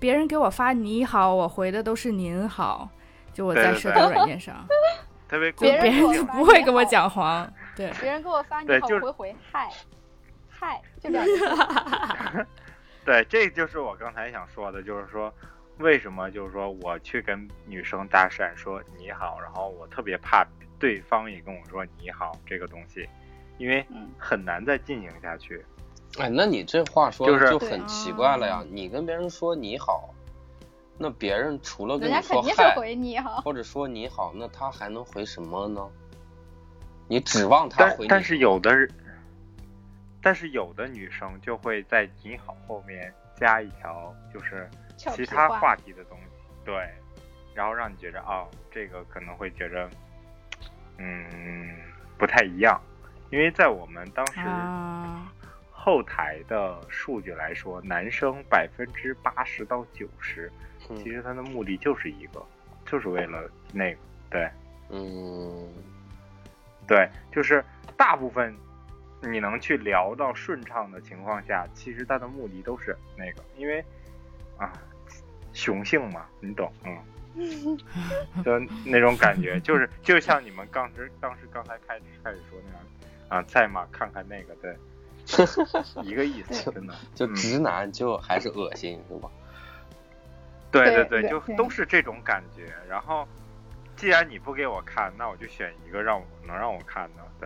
Speaker 3: 别人给我发你好，我回的都是您好。就我在
Speaker 1: 对对
Speaker 3: 社
Speaker 1: 对
Speaker 3: 交软件上，
Speaker 1: 特别
Speaker 4: 别
Speaker 3: 就
Speaker 4: 人
Speaker 3: 别
Speaker 4: 给我
Speaker 3: 人就
Speaker 4: 发
Speaker 3: 不
Speaker 4: 你
Speaker 3: 会跟我
Speaker 4: 好
Speaker 3: 讲黄。对，
Speaker 4: 别人给我发你
Speaker 1: 对
Speaker 4: 好，
Speaker 1: 就是
Speaker 4: 回回嗨，嗨，就两个字。
Speaker 1: 对，这就是我刚才想说的，就是说，为什么就是说我去跟女生搭讪说你好，然后我特别怕对方也跟我说你好这个东西，因为
Speaker 4: 嗯
Speaker 1: 很难再进行下去。
Speaker 2: 哎，那你这话说
Speaker 1: 就是
Speaker 2: 的就很奇怪了
Speaker 4: 啊
Speaker 2: 呀。你跟别人说你好，那别人除了跟
Speaker 4: 人
Speaker 2: 你
Speaker 4: 家肯
Speaker 2: 说
Speaker 4: 定
Speaker 2: 嗨
Speaker 4: 是，回你哈。
Speaker 2: 或者说你好，那他还能回什么呢？你指望他
Speaker 1: 嗯但
Speaker 2: 回你？
Speaker 1: 但是有的人，但是有的女生就会在你好后面加一条就是
Speaker 4: 俏
Speaker 1: 其
Speaker 4: 皮
Speaker 1: 他
Speaker 4: 话
Speaker 1: 话题的东西，对，然后让你觉着哦，这个可能会觉着，嗯，不太一样，因为在我们当时
Speaker 3: 啊，
Speaker 1: 后台的数据来说，男生百分之八十到九十
Speaker 2: 嗯
Speaker 1: 其实它的目的就是一个，就是为了那个，对
Speaker 2: 嗯
Speaker 1: 对，就是大部分你能去聊到顺畅的情况下，其实它的目的都是那个，因为啊，雄性嘛，你懂，嗯，就那种感觉，就是就像你们刚时当时刚才开始开始说那样啊，在吗？看看那个， 对，一个意思，真的，
Speaker 2: 就
Speaker 1: 嗯
Speaker 2: 直男就还是恶心是吧？
Speaker 1: 对
Speaker 4: 对
Speaker 1: 对，
Speaker 4: 对
Speaker 1: 就
Speaker 4: 对
Speaker 1: 都是这种感觉。然后，既然你不给我看，那我就选一个让我能让我看的。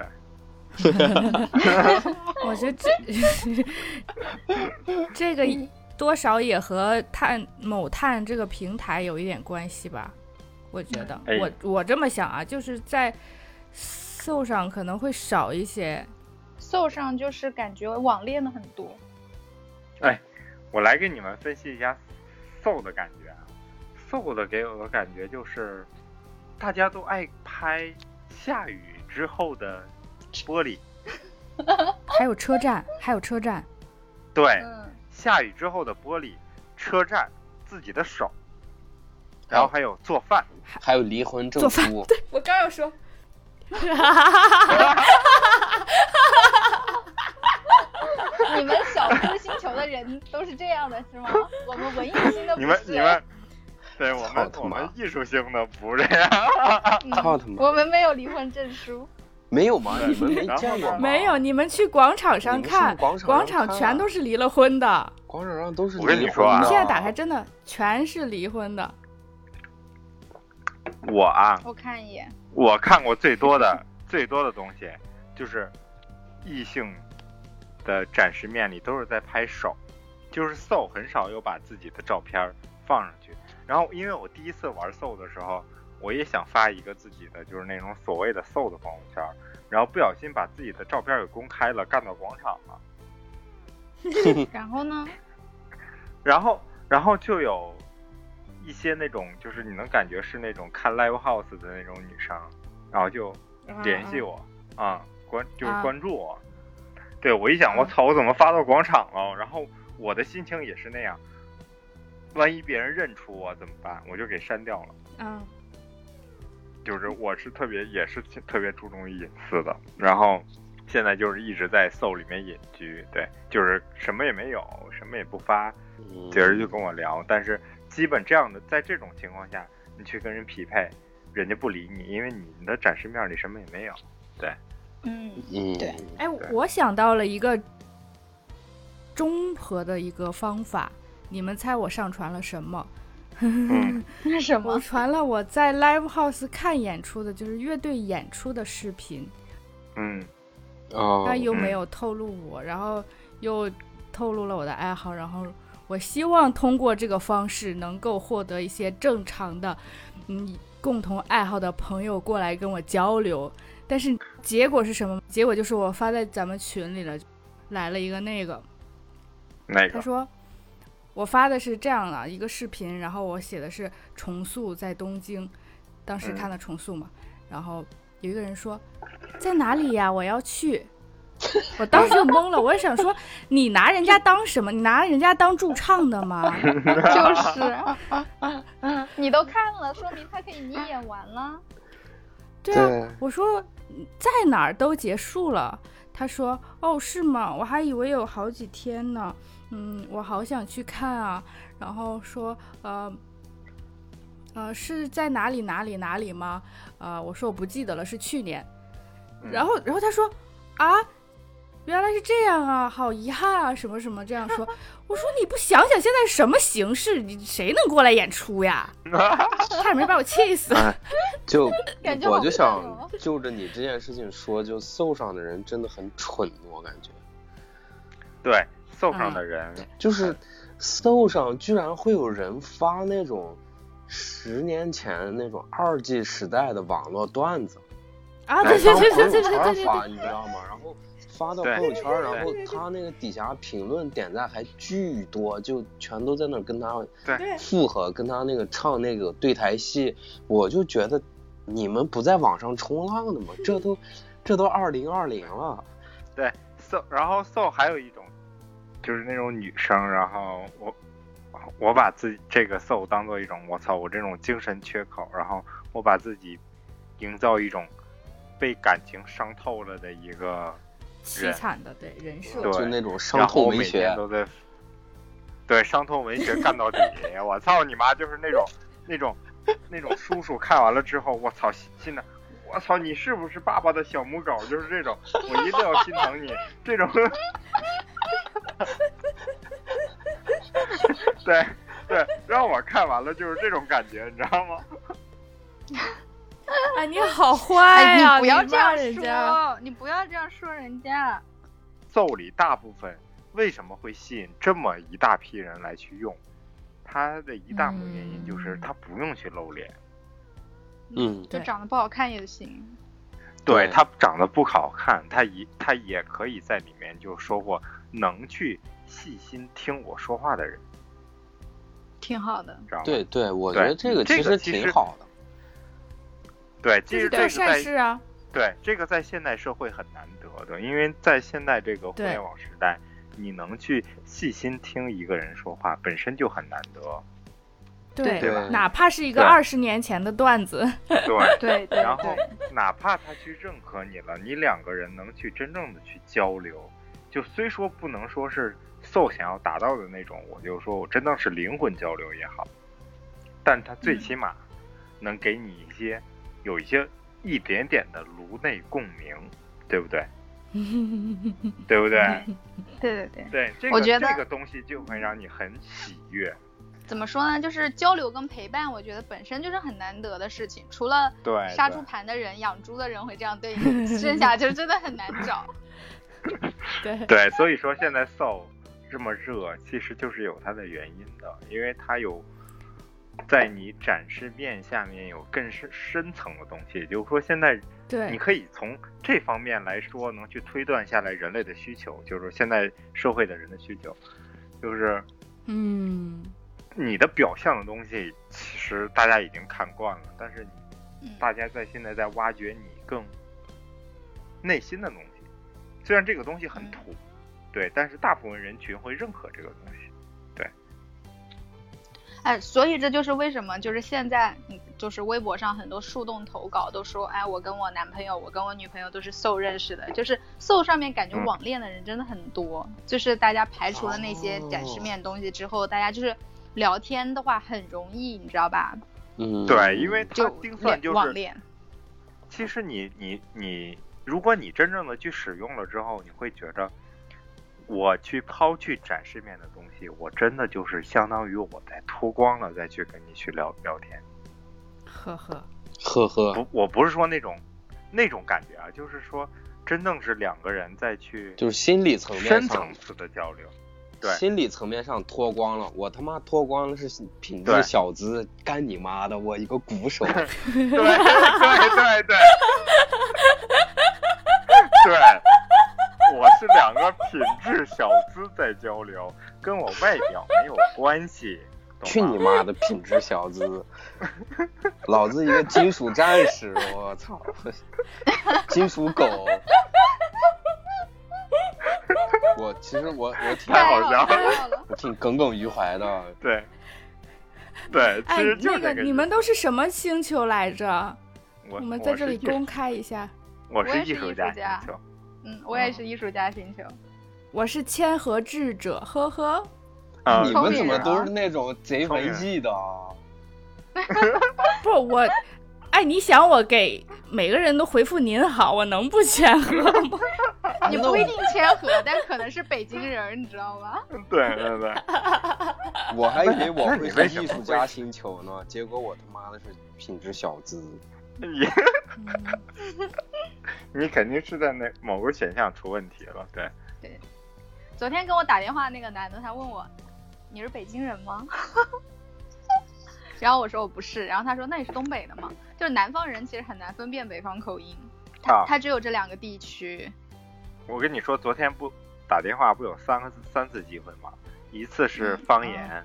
Speaker 1: 对，
Speaker 3: 我觉得这这个多少也和探某探这个平台有一点关系吧，我觉得，
Speaker 1: 哎
Speaker 3: 我我这么想啊，就是在搜上可能会少一些，
Speaker 4: 搜上就是感觉网恋的很 多，
Speaker 1: 我来给你们分析一下 so 的感觉啊。so 的给我的感觉就是，大家都爱拍下雨之后的玻璃。
Speaker 3: 还有车 站，还有车站，
Speaker 1: 对，
Speaker 4: 嗯，
Speaker 1: 下雨之后的玻璃，车站，自己的手，然
Speaker 4: 哦
Speaker 1: 后还有做饭。
Speaker 2: 还有离婚证
Speaker 3: 做饭
Speaker 2: 书，
Speaker 3: 我刚要说，
Speaker 4: 你们小资星球的人都是这样的是吗？我们文艺星的不
Speaker 1: 你
Speaker 4: 是，
Speaker 1: 们你们，对我
Speaker 2: 操
Speaker 1: 们
Speaker 2: 他
Speaker 1: 我们
Speaker 2: 妈
Speaker 1: 艺术性的不是这样。
Speaker 2: 操他妈，
Speaker 4: 嗯我们没有离婚证书，
Speaker 2: 没有吗？
Speaker 1: 对
Speaker 2: 你们没
Speaker 1: 然后
Speaker 2: 见过吗？
Speaker 3: 没有，你们去广场上
Speaker 2: 你们
Speaker 3: 看，
Speaker 2: 上广场
Speaker 3: 广
Speaker 2: 上
Speaker 3: 场
Speaker 2: 看
Speaker 3: 全
Speaker 2: 啊
Speaker 3: 都是离了婚的，
Speaker 2: 广场上都是
Speaker 1: 我跟你
Speaker 2: 离
Speaker 1: 说
Speaker 2: 婚
Speaker 1: 啊
Speaker 3: 你
Speaker 2: 的
Speaker 3: 现在打开真的全是离婚的，
Speaker 1: 我啊，
Speaker 4: 我看一眼，
Speaker 1: 我看过最多的 最多的东西，就是异性的展示面里都是在拍手，就是 SO 很少有把自己的照片儿放上去。然后因为我第一次玩 SO 的时候，我也想发一个自己的就是那种所谓的 SO 的朋友圈儿，然后不小心把自己的照片儿给公开了，干到广场了。
Speaker 4: 然后呢？
Speaker 1: 然后然后就有一些那种就是你能感觉是那种看 live house 的那种女生，然后就联系我啊、关就是
Speaker 3: 啊
Speaker 1: 关注我。对我一想，
Speaker 3: 啊
Speaker 1: 我操，我怎么发到广场了？然后我的心情也是那样，万一别人认出我怎么办？我就给删掉了。
Speaker 3: 嗯，
Speaker 1: 就是我是特别也是特别注重于隐私的，然后现在就是一直在 SO 里面隐居，对，就是什么也没有，什么也不发，
Speaker 2: 嗯
Speaker 1: 姐儿就跟我聊，但是基本这样的，在这种情况下，你去跟人匹配，人家不理你，因为你的展示面里什么也没有。
Speaker 4: 嗯，
Speaker 2: 嗯，
Speaker 4: 对
Speaker 3: 哎，我想到了一个中和的一个方法，你们猜我上传了什么？
Speaker 1: 嗯，
Speaker 4: 那什
Speaker 3: 我
Speaker 4: 么？
Speaker 3: 传了我在 Live House 看演出的，就是乐队演出的视频，
Speaker 1: 嗯，
Speaker 2: 哦
Speaker 3: 但又
Speaker 1: 嗯
Speaker 3: 没啊有透露我，然后又透露了我的爱好，然后我希望通过这个方式能够获得一些正常的，嗯，共同爱好的朋友过来跟我交流。但是结果是什么？结果就是我发在咱们群里了，来了一个那个，
Speaker 1: 那
Speaker 3: 他
Speaker 1: 个，
Speaker 3: 说我发的是这样的一个视频，然后我写的是重塑在东京，当时
Speaker 1: 嗯
Speaker 3: 看的重塑嘛，然后有一个人说在哪里呀？我要去。我当时就懵了，我也想说，你拿人家当什么？你拿人家当驻唱的吗？
Speaker 4: 就是， 你都看了，说明他可以你演完了。
Speaker 3: 对啊，我说嗯在哪儿都结束了。他说：“哦，是吗？我还以为有好几天呢。嗯，我好想去看啊。”然后说：“呃，呃，是在哪里哪里哪里吗？”呃，我说我不记得了，是去年。然后，然后他说：“啊，原来是这样啊，好遗憾啊，什么什么这样说。”我说：“你不想想现在什么形式，你谁能过来演出呀？”差点没把我气死。
Speaker 2: 哎， 就
Speaker 4: 感觉好
Speaker 2: 我就
Speaker 4: 不像
Speaker 2: 想
Speaker 4: 哦
Speaker 2: 就着你这件事情说，就搜上的人真的很蠢，我感觉
Speaker 1: 对，so
Speaker 3: 啊
Speaker 1: 上的人，
Speaker 2: 就是搜上居然会有人发那种十年前那种二 G 时代的网络段子，
Speaker 3: 啊，
Speaker 2: 来
Speaker 3: 对对
Speaker 2: 当
Speaker 3: 对
Speaker 2: 朋
Speaker 3: 对对
Speaker 2: 友
Speaker 3: 对对对对。
Speaker 2: 圈发，你知道吗？然后发到
Speaker 1: 对
Speaker 2: 朋友圈，然后
Speaker 3: 对对
Speaker 2: 他那个底下评论点赞还巨多，就全都在那儿跟他
Speaker 3: 对
Speaker 2: 附和，跟他那个唱那个对台戏，我就觉得你们不在网上冲浪的吗？这都这都二零二零了，
Speaker 1: 对 so，然后 so 还有一种，就是那种女生，然后我我把自己这个 soul 当做一种我操我这种精神缺口，然后我把自己营造一种被感情伤透了的一个
Speaker 3: 凄惨的对人设，
Speaker 1: 对
Speaker 2: 就那种伤
Speaker 1: 然后
Speaker 2: 痛
Speaker 1: 我
Speaker 2: 文
Speaker 1: 每
Speaker 2: 学
Speaker 1: 天，都在，对伤痛文学干到底。 我操你妈！就是那种那种那种叔叔看完了之后，我操心心的，我操你是不是爸爸的小母狗？就是这种，我一定要心疼你这种。 对对，让我看完了就是这种感觉，你知道吗？
Speaker 3: 哎，你好坏哎呀、
Speaker 4: 哎你不要
Speaker 3: 你
Speaker 4: 这样
Speaker 3: 骂人家，
Speaker 4: 说，你不要这样说人家。
Speaker 1: 奏里大部分为什么会吸引这么一大批人来去用？它的一大部分原因就是
Speaker 3: 嗯
Speaker 1: 它不用去露脸，
Speaker 2: 嗯，
Speaker 4: 就
Speaker 3: 对
Speaker 4: 长得不好看也行。
Speaker 1: 对
Speaker 2: 对
Speaker 1: 它长得不好看，它一它也可以在里面就说过能去细心听我说话的人，
Speaker 4: 挺好的，
Speaker 1: 知道吗？
Speaker 2: 对对，我觉得
Speaker 1: 对
Speaker 2: 这个
Speaker 1: 这
Speaker 2: 其
Speaker 1: 个
Speaker 2: 实
Speaker 1: 其实
Speaker 2: 挺好的，
Speaker 1: 对，其实
Speaker 3: 这
Speaker 1: 这
Speaker 3: 是做
Speaker 1: 个
Speaker 3: 善
Speaker 1: 在
Speaker 3: 事啊。
Speaker 1: 对这个在现代社会很难得的，因为在现在这个互
Speaker 3: 对
Speaker 1: 联网时代，你能去细心听一个人说话本身就很难得，
Speaker 3: 对
Speaker 1: 对
Speaker 2: 吧
Speaker 3: 哪怕是一个
Speaker 1: 对
Speaker 3: 二十年前的段子，
Speaker 1: 对。
Speaker 4: 对对
Speaker 1: 然后
Speaker 4: 对，
Speaker 1: 哪怕他去认可你了，你两个人能去真正的去交流，就虽说不能说是 so 想要达到的那种，我就说我真的是灵魂交流也好，但他最起码能给你一些有一些一点点的颅内共鸣，对不 对？对不对？
Speaker 4: 对对对，
Speaker 1: 对，这个
Speaker 4: 我觉得
Speaker 1: 这个东西就会让你很喜悦。
Speaker 4: 怎么说呢？就是交流跟陪伴，我觉得本身就是很难得的事情。除了
Speaker 1: 对
Speaker 4: 杀猪
Speaker 1: 对
Speaker 4: 盘的人、养猪的人会这样对你，剩下就真的很难找。
Speaker 3: 对
Speaker 1: 对，所以说现在 Soul 这么热，其实就是有它的原因的，因为它有在你展示面下面有更深深层的东西，也就是说现在你
Speaker 3: 对
Speaker 1: 可以从这方面来说，能去推断下来人类的需求，就是现在社会的人的需求，就是
Speaker 3: 嗯，
Speaker 1: 你的表象的东西，其实大家已经看惯了，但是你
Speaker 4: 嗯，
Speaker 1: 大家在现在在挖掘你更内心的东西。虽然这个东西很
Speaker 4: 嗯
Speaker 1: 土，对，但是大部分人群会认可这个东西。
Speaker 4: 哎，所以这就是为什么，就是现在，嗯就是微博上很多树洞投稿都说，哎，我跟我男朋友，我跟我女朋友都是 so 认识的，就是 so 上面感觉
Speaker 1: 嗯
Speaker 4: 网恋的人真的很多，就是大家排除了那些展示
Speaker 2: 哦
Speaker 4: 面的东西之后，大家就是聊天的话很容易，你知道吧？
Speaker 2: 嗯，
Speaker 1: 对，因为它
Speaker 4: 就
Speaker 1: 定算
Speaker 4: 恋
Speaker 1: 就
Speaker 4: 网
Speaker 1: 是，
Speaker 4: 恋，
Speaker 1: 其实你你你，如果你真正的去使用了之后，你会觉着，我去抛去展示面的东西，我真的就是相当于我在脱光了再去跟你去聊聊天。
Speaker 3: 呵呵，
Speaker 2: 呵呵，
Speaker 1: 不，我不是说那种那种感觉啊，就是说真正是两个人再去
Speaker 2: 就是心理层面
Speaker 1: 深层
Speaker 2: 上，
Speaker 1: 次的交流。对
Speaker 2: 心理层面上脱光了，我他妈脱光了是品
Speaker 1: 对
Speaker 2: 质小资，干你妈的，我一个鼓手，
Speaker 1: 对对对对，对，我是两个品质小资在交流，跟我外表没有关系。懂
Speaker 2: 去你
Speaker 1: 吗！
Speaker 2: 妈的品质小 资，老子一个金属战士，我 操，金属狗。我其实我我挺
Speaker 1: 太好笑了啊
Speaker 4: 太好了，
Speaker 2: 我挺耿耿于怀的，
Speaker 1: 对，对，其
Speaker 3: 哎
Speaker 1: 实，就
Speaker 3: 那
Speaker 1: 是这
Speaker 3: 个
Speaker 1: 个。
Speaker 3: 你们都是什么星球来着？
Speaker 1: 我
Speaker 3: 我们在这里公，开一下，
Speaker 1: 我
Speaker 4: 我
Speaker 1: 是
Speaker 4: 也
Speaker 1: 艺
Speaker 4: 是艺术
Speaker 1: 家
Speaker 4: 家
Speaker 1: 星球，
Speaker 4: 嗯，我也是艺术家星球，
Speaker 3: 我是谦和智者，呵呵，
Speaker 1: 啊
Speaker 2: 你
Speaker 4: 聪
Speaker 2: 们
Speaker 4: 明
Speaker 2: 怎么
Speaker 4: 人
Speaker 2: 都
Speaker 4: 啊
Speaker 2: 是那种贼
Speaker 1: 聪明
Speaker 2: 文
Speaker 1: 人
Speaker 2: 艺的啊？
Speaker 3: 不我。哎，你想我给每个人都回复您好，我能不谦和吗？
Speaker 1: 嗯
Speaker 4: 你不一定谦和，但可能是北京人，你知道吧？
Speaker 1: 对对对，
Speaker 2: 我还以为我
Speaker 1: 那
Speaker 2: 会
Speaker 1: 你
Speaker 2: 是
Speaker 1: 为什
Speaker 2: 艺
Speaker 1: 么
Speaker 2: 术
Speaker 1: 会
Speaker 2: 家星球呢，结果我他妈的是品质小 资。
Speaker 1: 你你肯定是在那某个选项出问题了，对。
Speaker 4: 昨天跟我打电话那个男的，他问我你是北京人吗？ 然后我说我不是，然后他说那你是东北的吗？就是南方人其实很难分辨北方口音，他、
Speaker 1: 啊
Speaker 4: 他只有这两个地区。
Speaker 1: 我跟你说，昨天不打电话不有三个三次机会吗？一次是方言，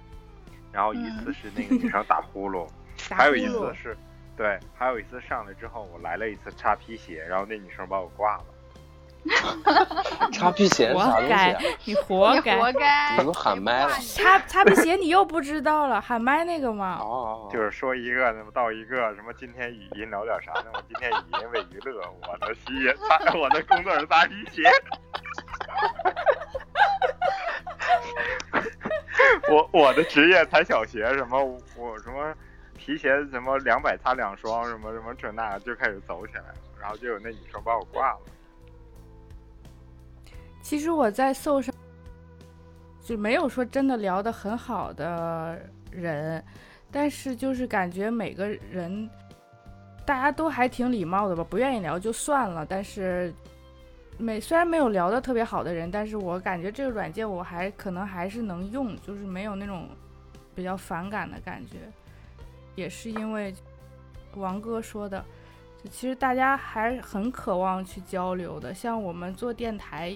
Speaker 1: 然后一次是那个女生嗯 打呼噜， 还有一次是，对，还有一次上来之后我来了一次擦皮鞋，然后那女生把我挂了。
Speaker 2: 擦皮鞋
Speaker 3: 活
Speaker 2: 啥东西
Speaker 3: 该
Speaker 2: 啊？，
Speaker 3: 你活
Speaker 4: 你
Speaker 3: 该。
Speaker 4: 活该。
Speaker 3: 哎
Speaker 2: 你都喊麦了
Speaker 4: 你
Speaker 3: 擦擦皮鞋你又不知道了， 喊麦那个嘛。
Speaker 2: 哦，
Speaker 1: 就是说一个，那么到一个，什么今天语音聊点啥？那我今天语音为娱乐，我的吸引，擦我的工作是擦皮鞋。我我的职业踩小鞋，什么我什么皮鞋什么两百擦两双，什么什么这那就开始走起来了，然后就有那女生把我挂了。
Speaker 3: 其实我在搜上就没有说真的聊得很好的人，但是就是感觉每个人大家都还挺礼貌的吧，不愿意聊就算了。但是每虽然没有聊得特别好的人，但是我感觉这个软件我还可能还是能用，就是没有那种比较反感的感觉，也是因为王哥说的。就其实大家还是很渴望去交流的，像我们做电台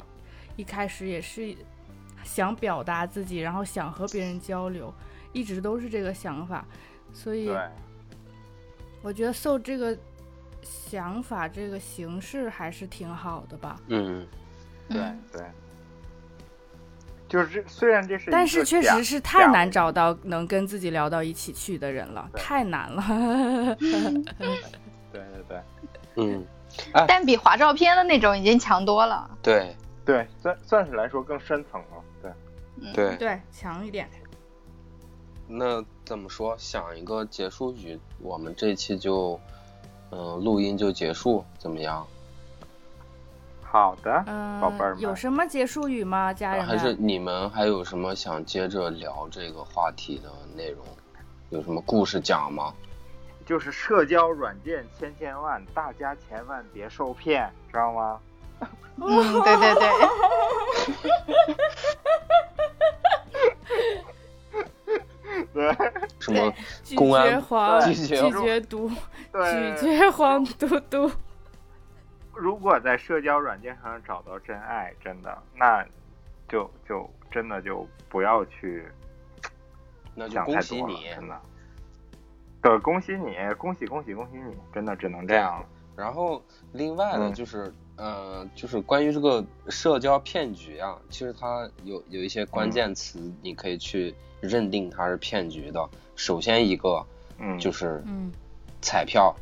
Speaker 3: 一开始也是想表达自己，然后想和别人交流，一直都是这个想法。所以
Speaker 1: 对，
Speaker 3: 我觉得 so 这个想法、这个形式还是挺好的吧。
Speaker 2: 嗯，
Speaker 1: 对
Speaker 4: 嗯
Speaker 1: 对，就是这虽然这是一
Speaker 3: 但
Speaker 1: 个
Speaker 3: 是确
Speaker 1: 假
Speaker 3: 实是太
Speaker 1: 假
Speaker 3: 难找到能跟自己聊到一起去的人了，
Speaker 1: 对
Speaker 3: 太难了。
Speaker 1: 对对对
Speaker 2: 嗯，
Speaker 4: 但比划照片的那种已经强 多了。
Speaker 2: 对
Speaker 1: 对，算算是来说更深层了。对，
Speaker 4: 嗯，
Speaker 2: 对，
Speaker 3: 对，强一点。
Speaker 2: 那怎么说？想一个结束语，我们这期就，嗯、录音就结束，怎么样？
Speaker 1: 好的，
Speaker 3: 嗯、
Speaker 1: 宝贝儿们啊
Speaker 3: 有什么结束语吗，家人
Speaker 2: 还
Speaker 3: 们？
Speaker 2: 是你们还有什么想接着聊这个话题的内容？有什么故事讲吗？
Speaker 1: 就是社交软件千千万，大家千万别受骗，知道吗？
Speaker 4: 嗯，对对对，
Speaker 1: 对
Speaker 2: 什么
Speaker 3: 拒
Speaker 2: 公
Speaker 3: 绝
Speaker 2: 安？
Speaker 3: 黄，
Speaker 2: 对
Speaker 3: 拒
Speaker 2: 拒绝
Speaker 3: 绝毒，拒
Speaker 1: 对，
Speaker 3: 绝黄嘟嘟。
Speaker 1: 如果在社交软件上找到真爱，真的，那就就真的就不要去
Speaker 2: 那就
Speaker 1: 想
Speaker 2: 恭
Speaker 1: 太
Speaker 2: 喜
Speaker 1: 多了，
Speaker 2: 你。
Speaker 1: 真的。对，恭喜你，恭喜恭喜恭喜你！真的只能这样了。
Speaker 2: 然后另外呢，
Speaker 1: 嗯
Speaker 2: 就是、呃，就是关于这个社交骗局啊，其实它有有一些
Speaker 1: 嗯
Speaker 2: 关键词，你可以去认定它是骗局的。首先一个
Speaker 1: 嗯，
Speaker 2: 就是
Speaker 3: 嗯，
Speaker 2: 彩票，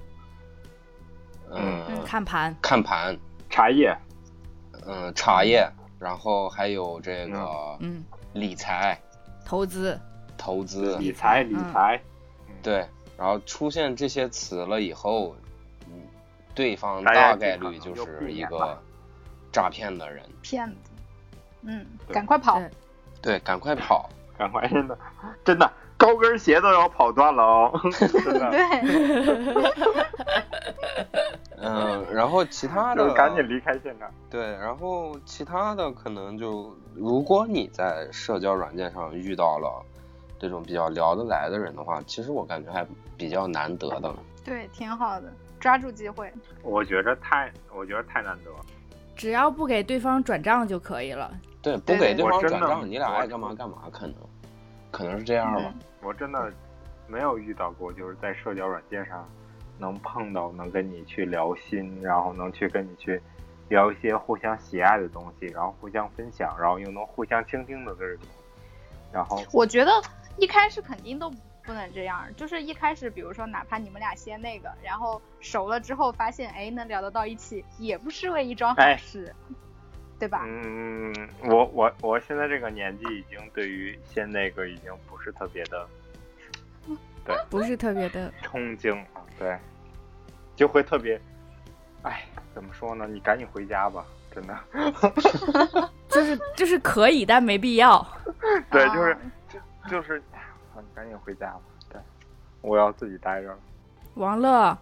Speaker 1: 嗯
Speaker 2: 呃
Speaker 3: 看盘。
Speaker 2: 看盘，
Speaker 1: 茶叶，
Speaker 2: 嗯、茶叶，然后还有这个
Speaker 3: 嗯，
Speaker 2: 理财、
Speaker 3: 投资。
Speaker 2: 投资，
Speaker 1: 理财理
Speaker 3: 嗯
Speaker 1: 财，
Speaker 2: 对，然后出现这些词了以后，嗯，对方
Speaker 1: 大家
Speaker 2: 大
Speaker 1: 尽
Speaker 2: 概
Speaker 1: 可
Speaker 2: 率
Speaker 1: 能
Speaker 2: 就
Speaker 1: 就避
Speaker 2: 是一
Speaker 1: 免
Speaker 2: 个
Speaker 1: 吧
Speaker 2: 诈骗的人，
Speaker 4: 骗子。嗯，
Speaker 1: 对
Speaker 4: 赶快跑
Speaker 3: 对！
Speaker 2: 对，赶快跑。
Speaker 1: 赶快真的真的高跟鞋都要跑断了哦， 真的。
Speaker 4: 对，
Speaker 2: 嗯，然后其他
Speaker 1: 就
Speaker 2: 的
Speaker 1: 是赶紧离开现场。
Speaker 2: 对，然后其他的可能就，如果你在社交软件上遇到了这种比较聊得来的人的话，其实我感觉还比较难得的。
Speaker 4: 对，挺好的，抓住机会。
Speaker 1: 我觉着太，我觉得太难得了。
Speaker 3: 只要不给对方转账就可以了。
Speaker 2: 对，不
Speaker 4: 对
Speaker 2: 给
Speaker 4: 对
Speaker 2: 对
Speaker 1: 我
Speaker 2: 方
Speaker 1: 真
Speaker 2: 转
Speaker 1: 的
Speaker 2: 账，你俩
Speaker 1: 我
Speaker 2: 爱干嘛干嘛，可能可能是这样吧。
Speaker 1: 我真的没有遇到过，就是在社交软件上能碰到能跟你去聊心，然后能去跟你去聊一些互相喜爱的东西，然后互相分享，然后又能互相倾听的这种。然后
Speaker 4: 我觉得一开始肯定都不能这样，就是一开始，比如说哪怕你们俩先那个，然后熟了之后发现，哎，能聊得到一起，也不失为一桩好
Speaker 1: 哎
Speaker 4: 事，对吧？
Speaker 1: 嗯，我我我现在这个年纪已经对于现那个已经不是特别的
Speaker 3: 不是特别的，
Speaker 1: 憧憬了，对，就会特别，哎，怎么说呢？你赶紧回家吧，真的。
Speaker 3: 就是就是可以，但没必要。
Speaker 1: 对，
Speaker 4: 啊
Speaker 1: 就是就就是，哎呀赶紧回家吧。对，我要自己待着了。
Speaker 3: 王乐，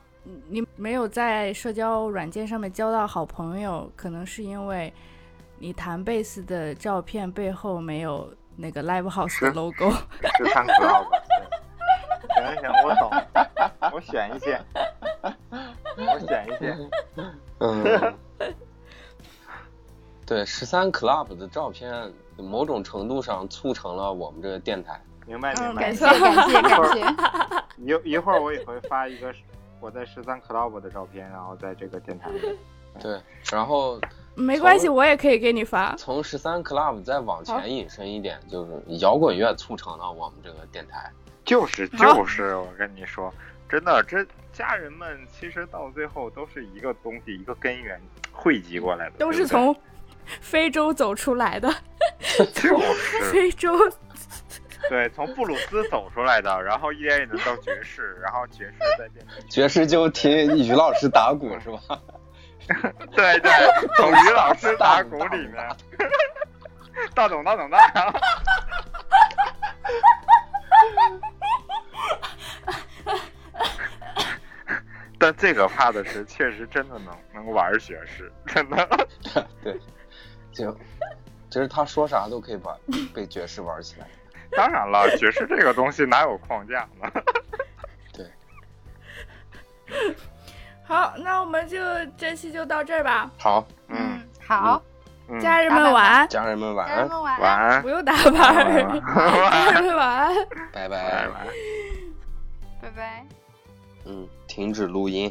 Speaker 3: 你没有在社交软件上面交到好朋友，可能是因为你弹贝斯的照片背后没有那个 live house 的
Speaker 1: 是
Speaker 3: logo。
Speaker 1: 十三 club。对行行，我懂，我选一些，我选一些。
Speaker 2: 嗯， 对，十三 club 的照片，某种程度上促成了我们这个电台。
Speaker 1: 明白明
Speaker 3: 嗯
Speaker 1: 白
Speaker 4: 感。谢感谢感谢，
Speaker 1: 一一会儿我也会发一个我在十三 club 的照片，然后在这个电台里。
Speaker 2: 对，然后
Speaker 3: 没关系，我也可以给你发。
Speaker 2: 从十三 club 再往前引申一点，就是摇滚乐促成了我们这个电台。
Speaker 1: 就是
Speaker 3: 好
Speaker 1: 就是，我跟你说，真的，这家人们其实到最后都是一个东西，一个根源汇集过来的，
Speaker 3: 都
Speaker 1: 对
Speaker 3: 是
Speaker 1: 不对
Speaker 3: 从非洲走出来的，
Speaker 1: 就是
Speaker 3: 非洲
Speaker 1: 对，从布鲁斯走出来的，然后一点一点到爵士，然后爵士再变成
Speaker 2: 爵士就听于老师打鼓是吧？
Speaker 1: 对对，从于老师打鼓里面，大懂大懂大， 但这个怕的是，确实真的能能玩学士，真的。
Speaker 2: 对，就就是他说啥都可以把被爵士玩起来。
Speaker 1: 当然了，爵士这个东西哪有框架呢？
Speaker 2: 对，
Speaker 3: 好，那我们就这期就到这儿吧，
Speaker 2: 好，
Speaker 1: 嗯，
Speaker 4: 好，
Speaker 1: 嗯
Speaker 3: 家人
Speaker 4: 打
Speaker 3: 们
Speaker 4: 板吧
Speaker 3: 晚安，
Speaker 2: 家人们嗯晚
Speaker 4: 家人
Speaker 2: 安，
Speaker 4: 们晚
Speaker 1: 晚
Speaker 4: 安，
Speaker 1: 安
Speaker 3: 不，用打板儿， 家人们晚安。
Speaker 2: 拜
Speaker 1: 拜
Speaker 2: 拜。
Speaker 1: 拜。
Speaker 4: 拜拜。
Speaker 2: 嗯，停止录音。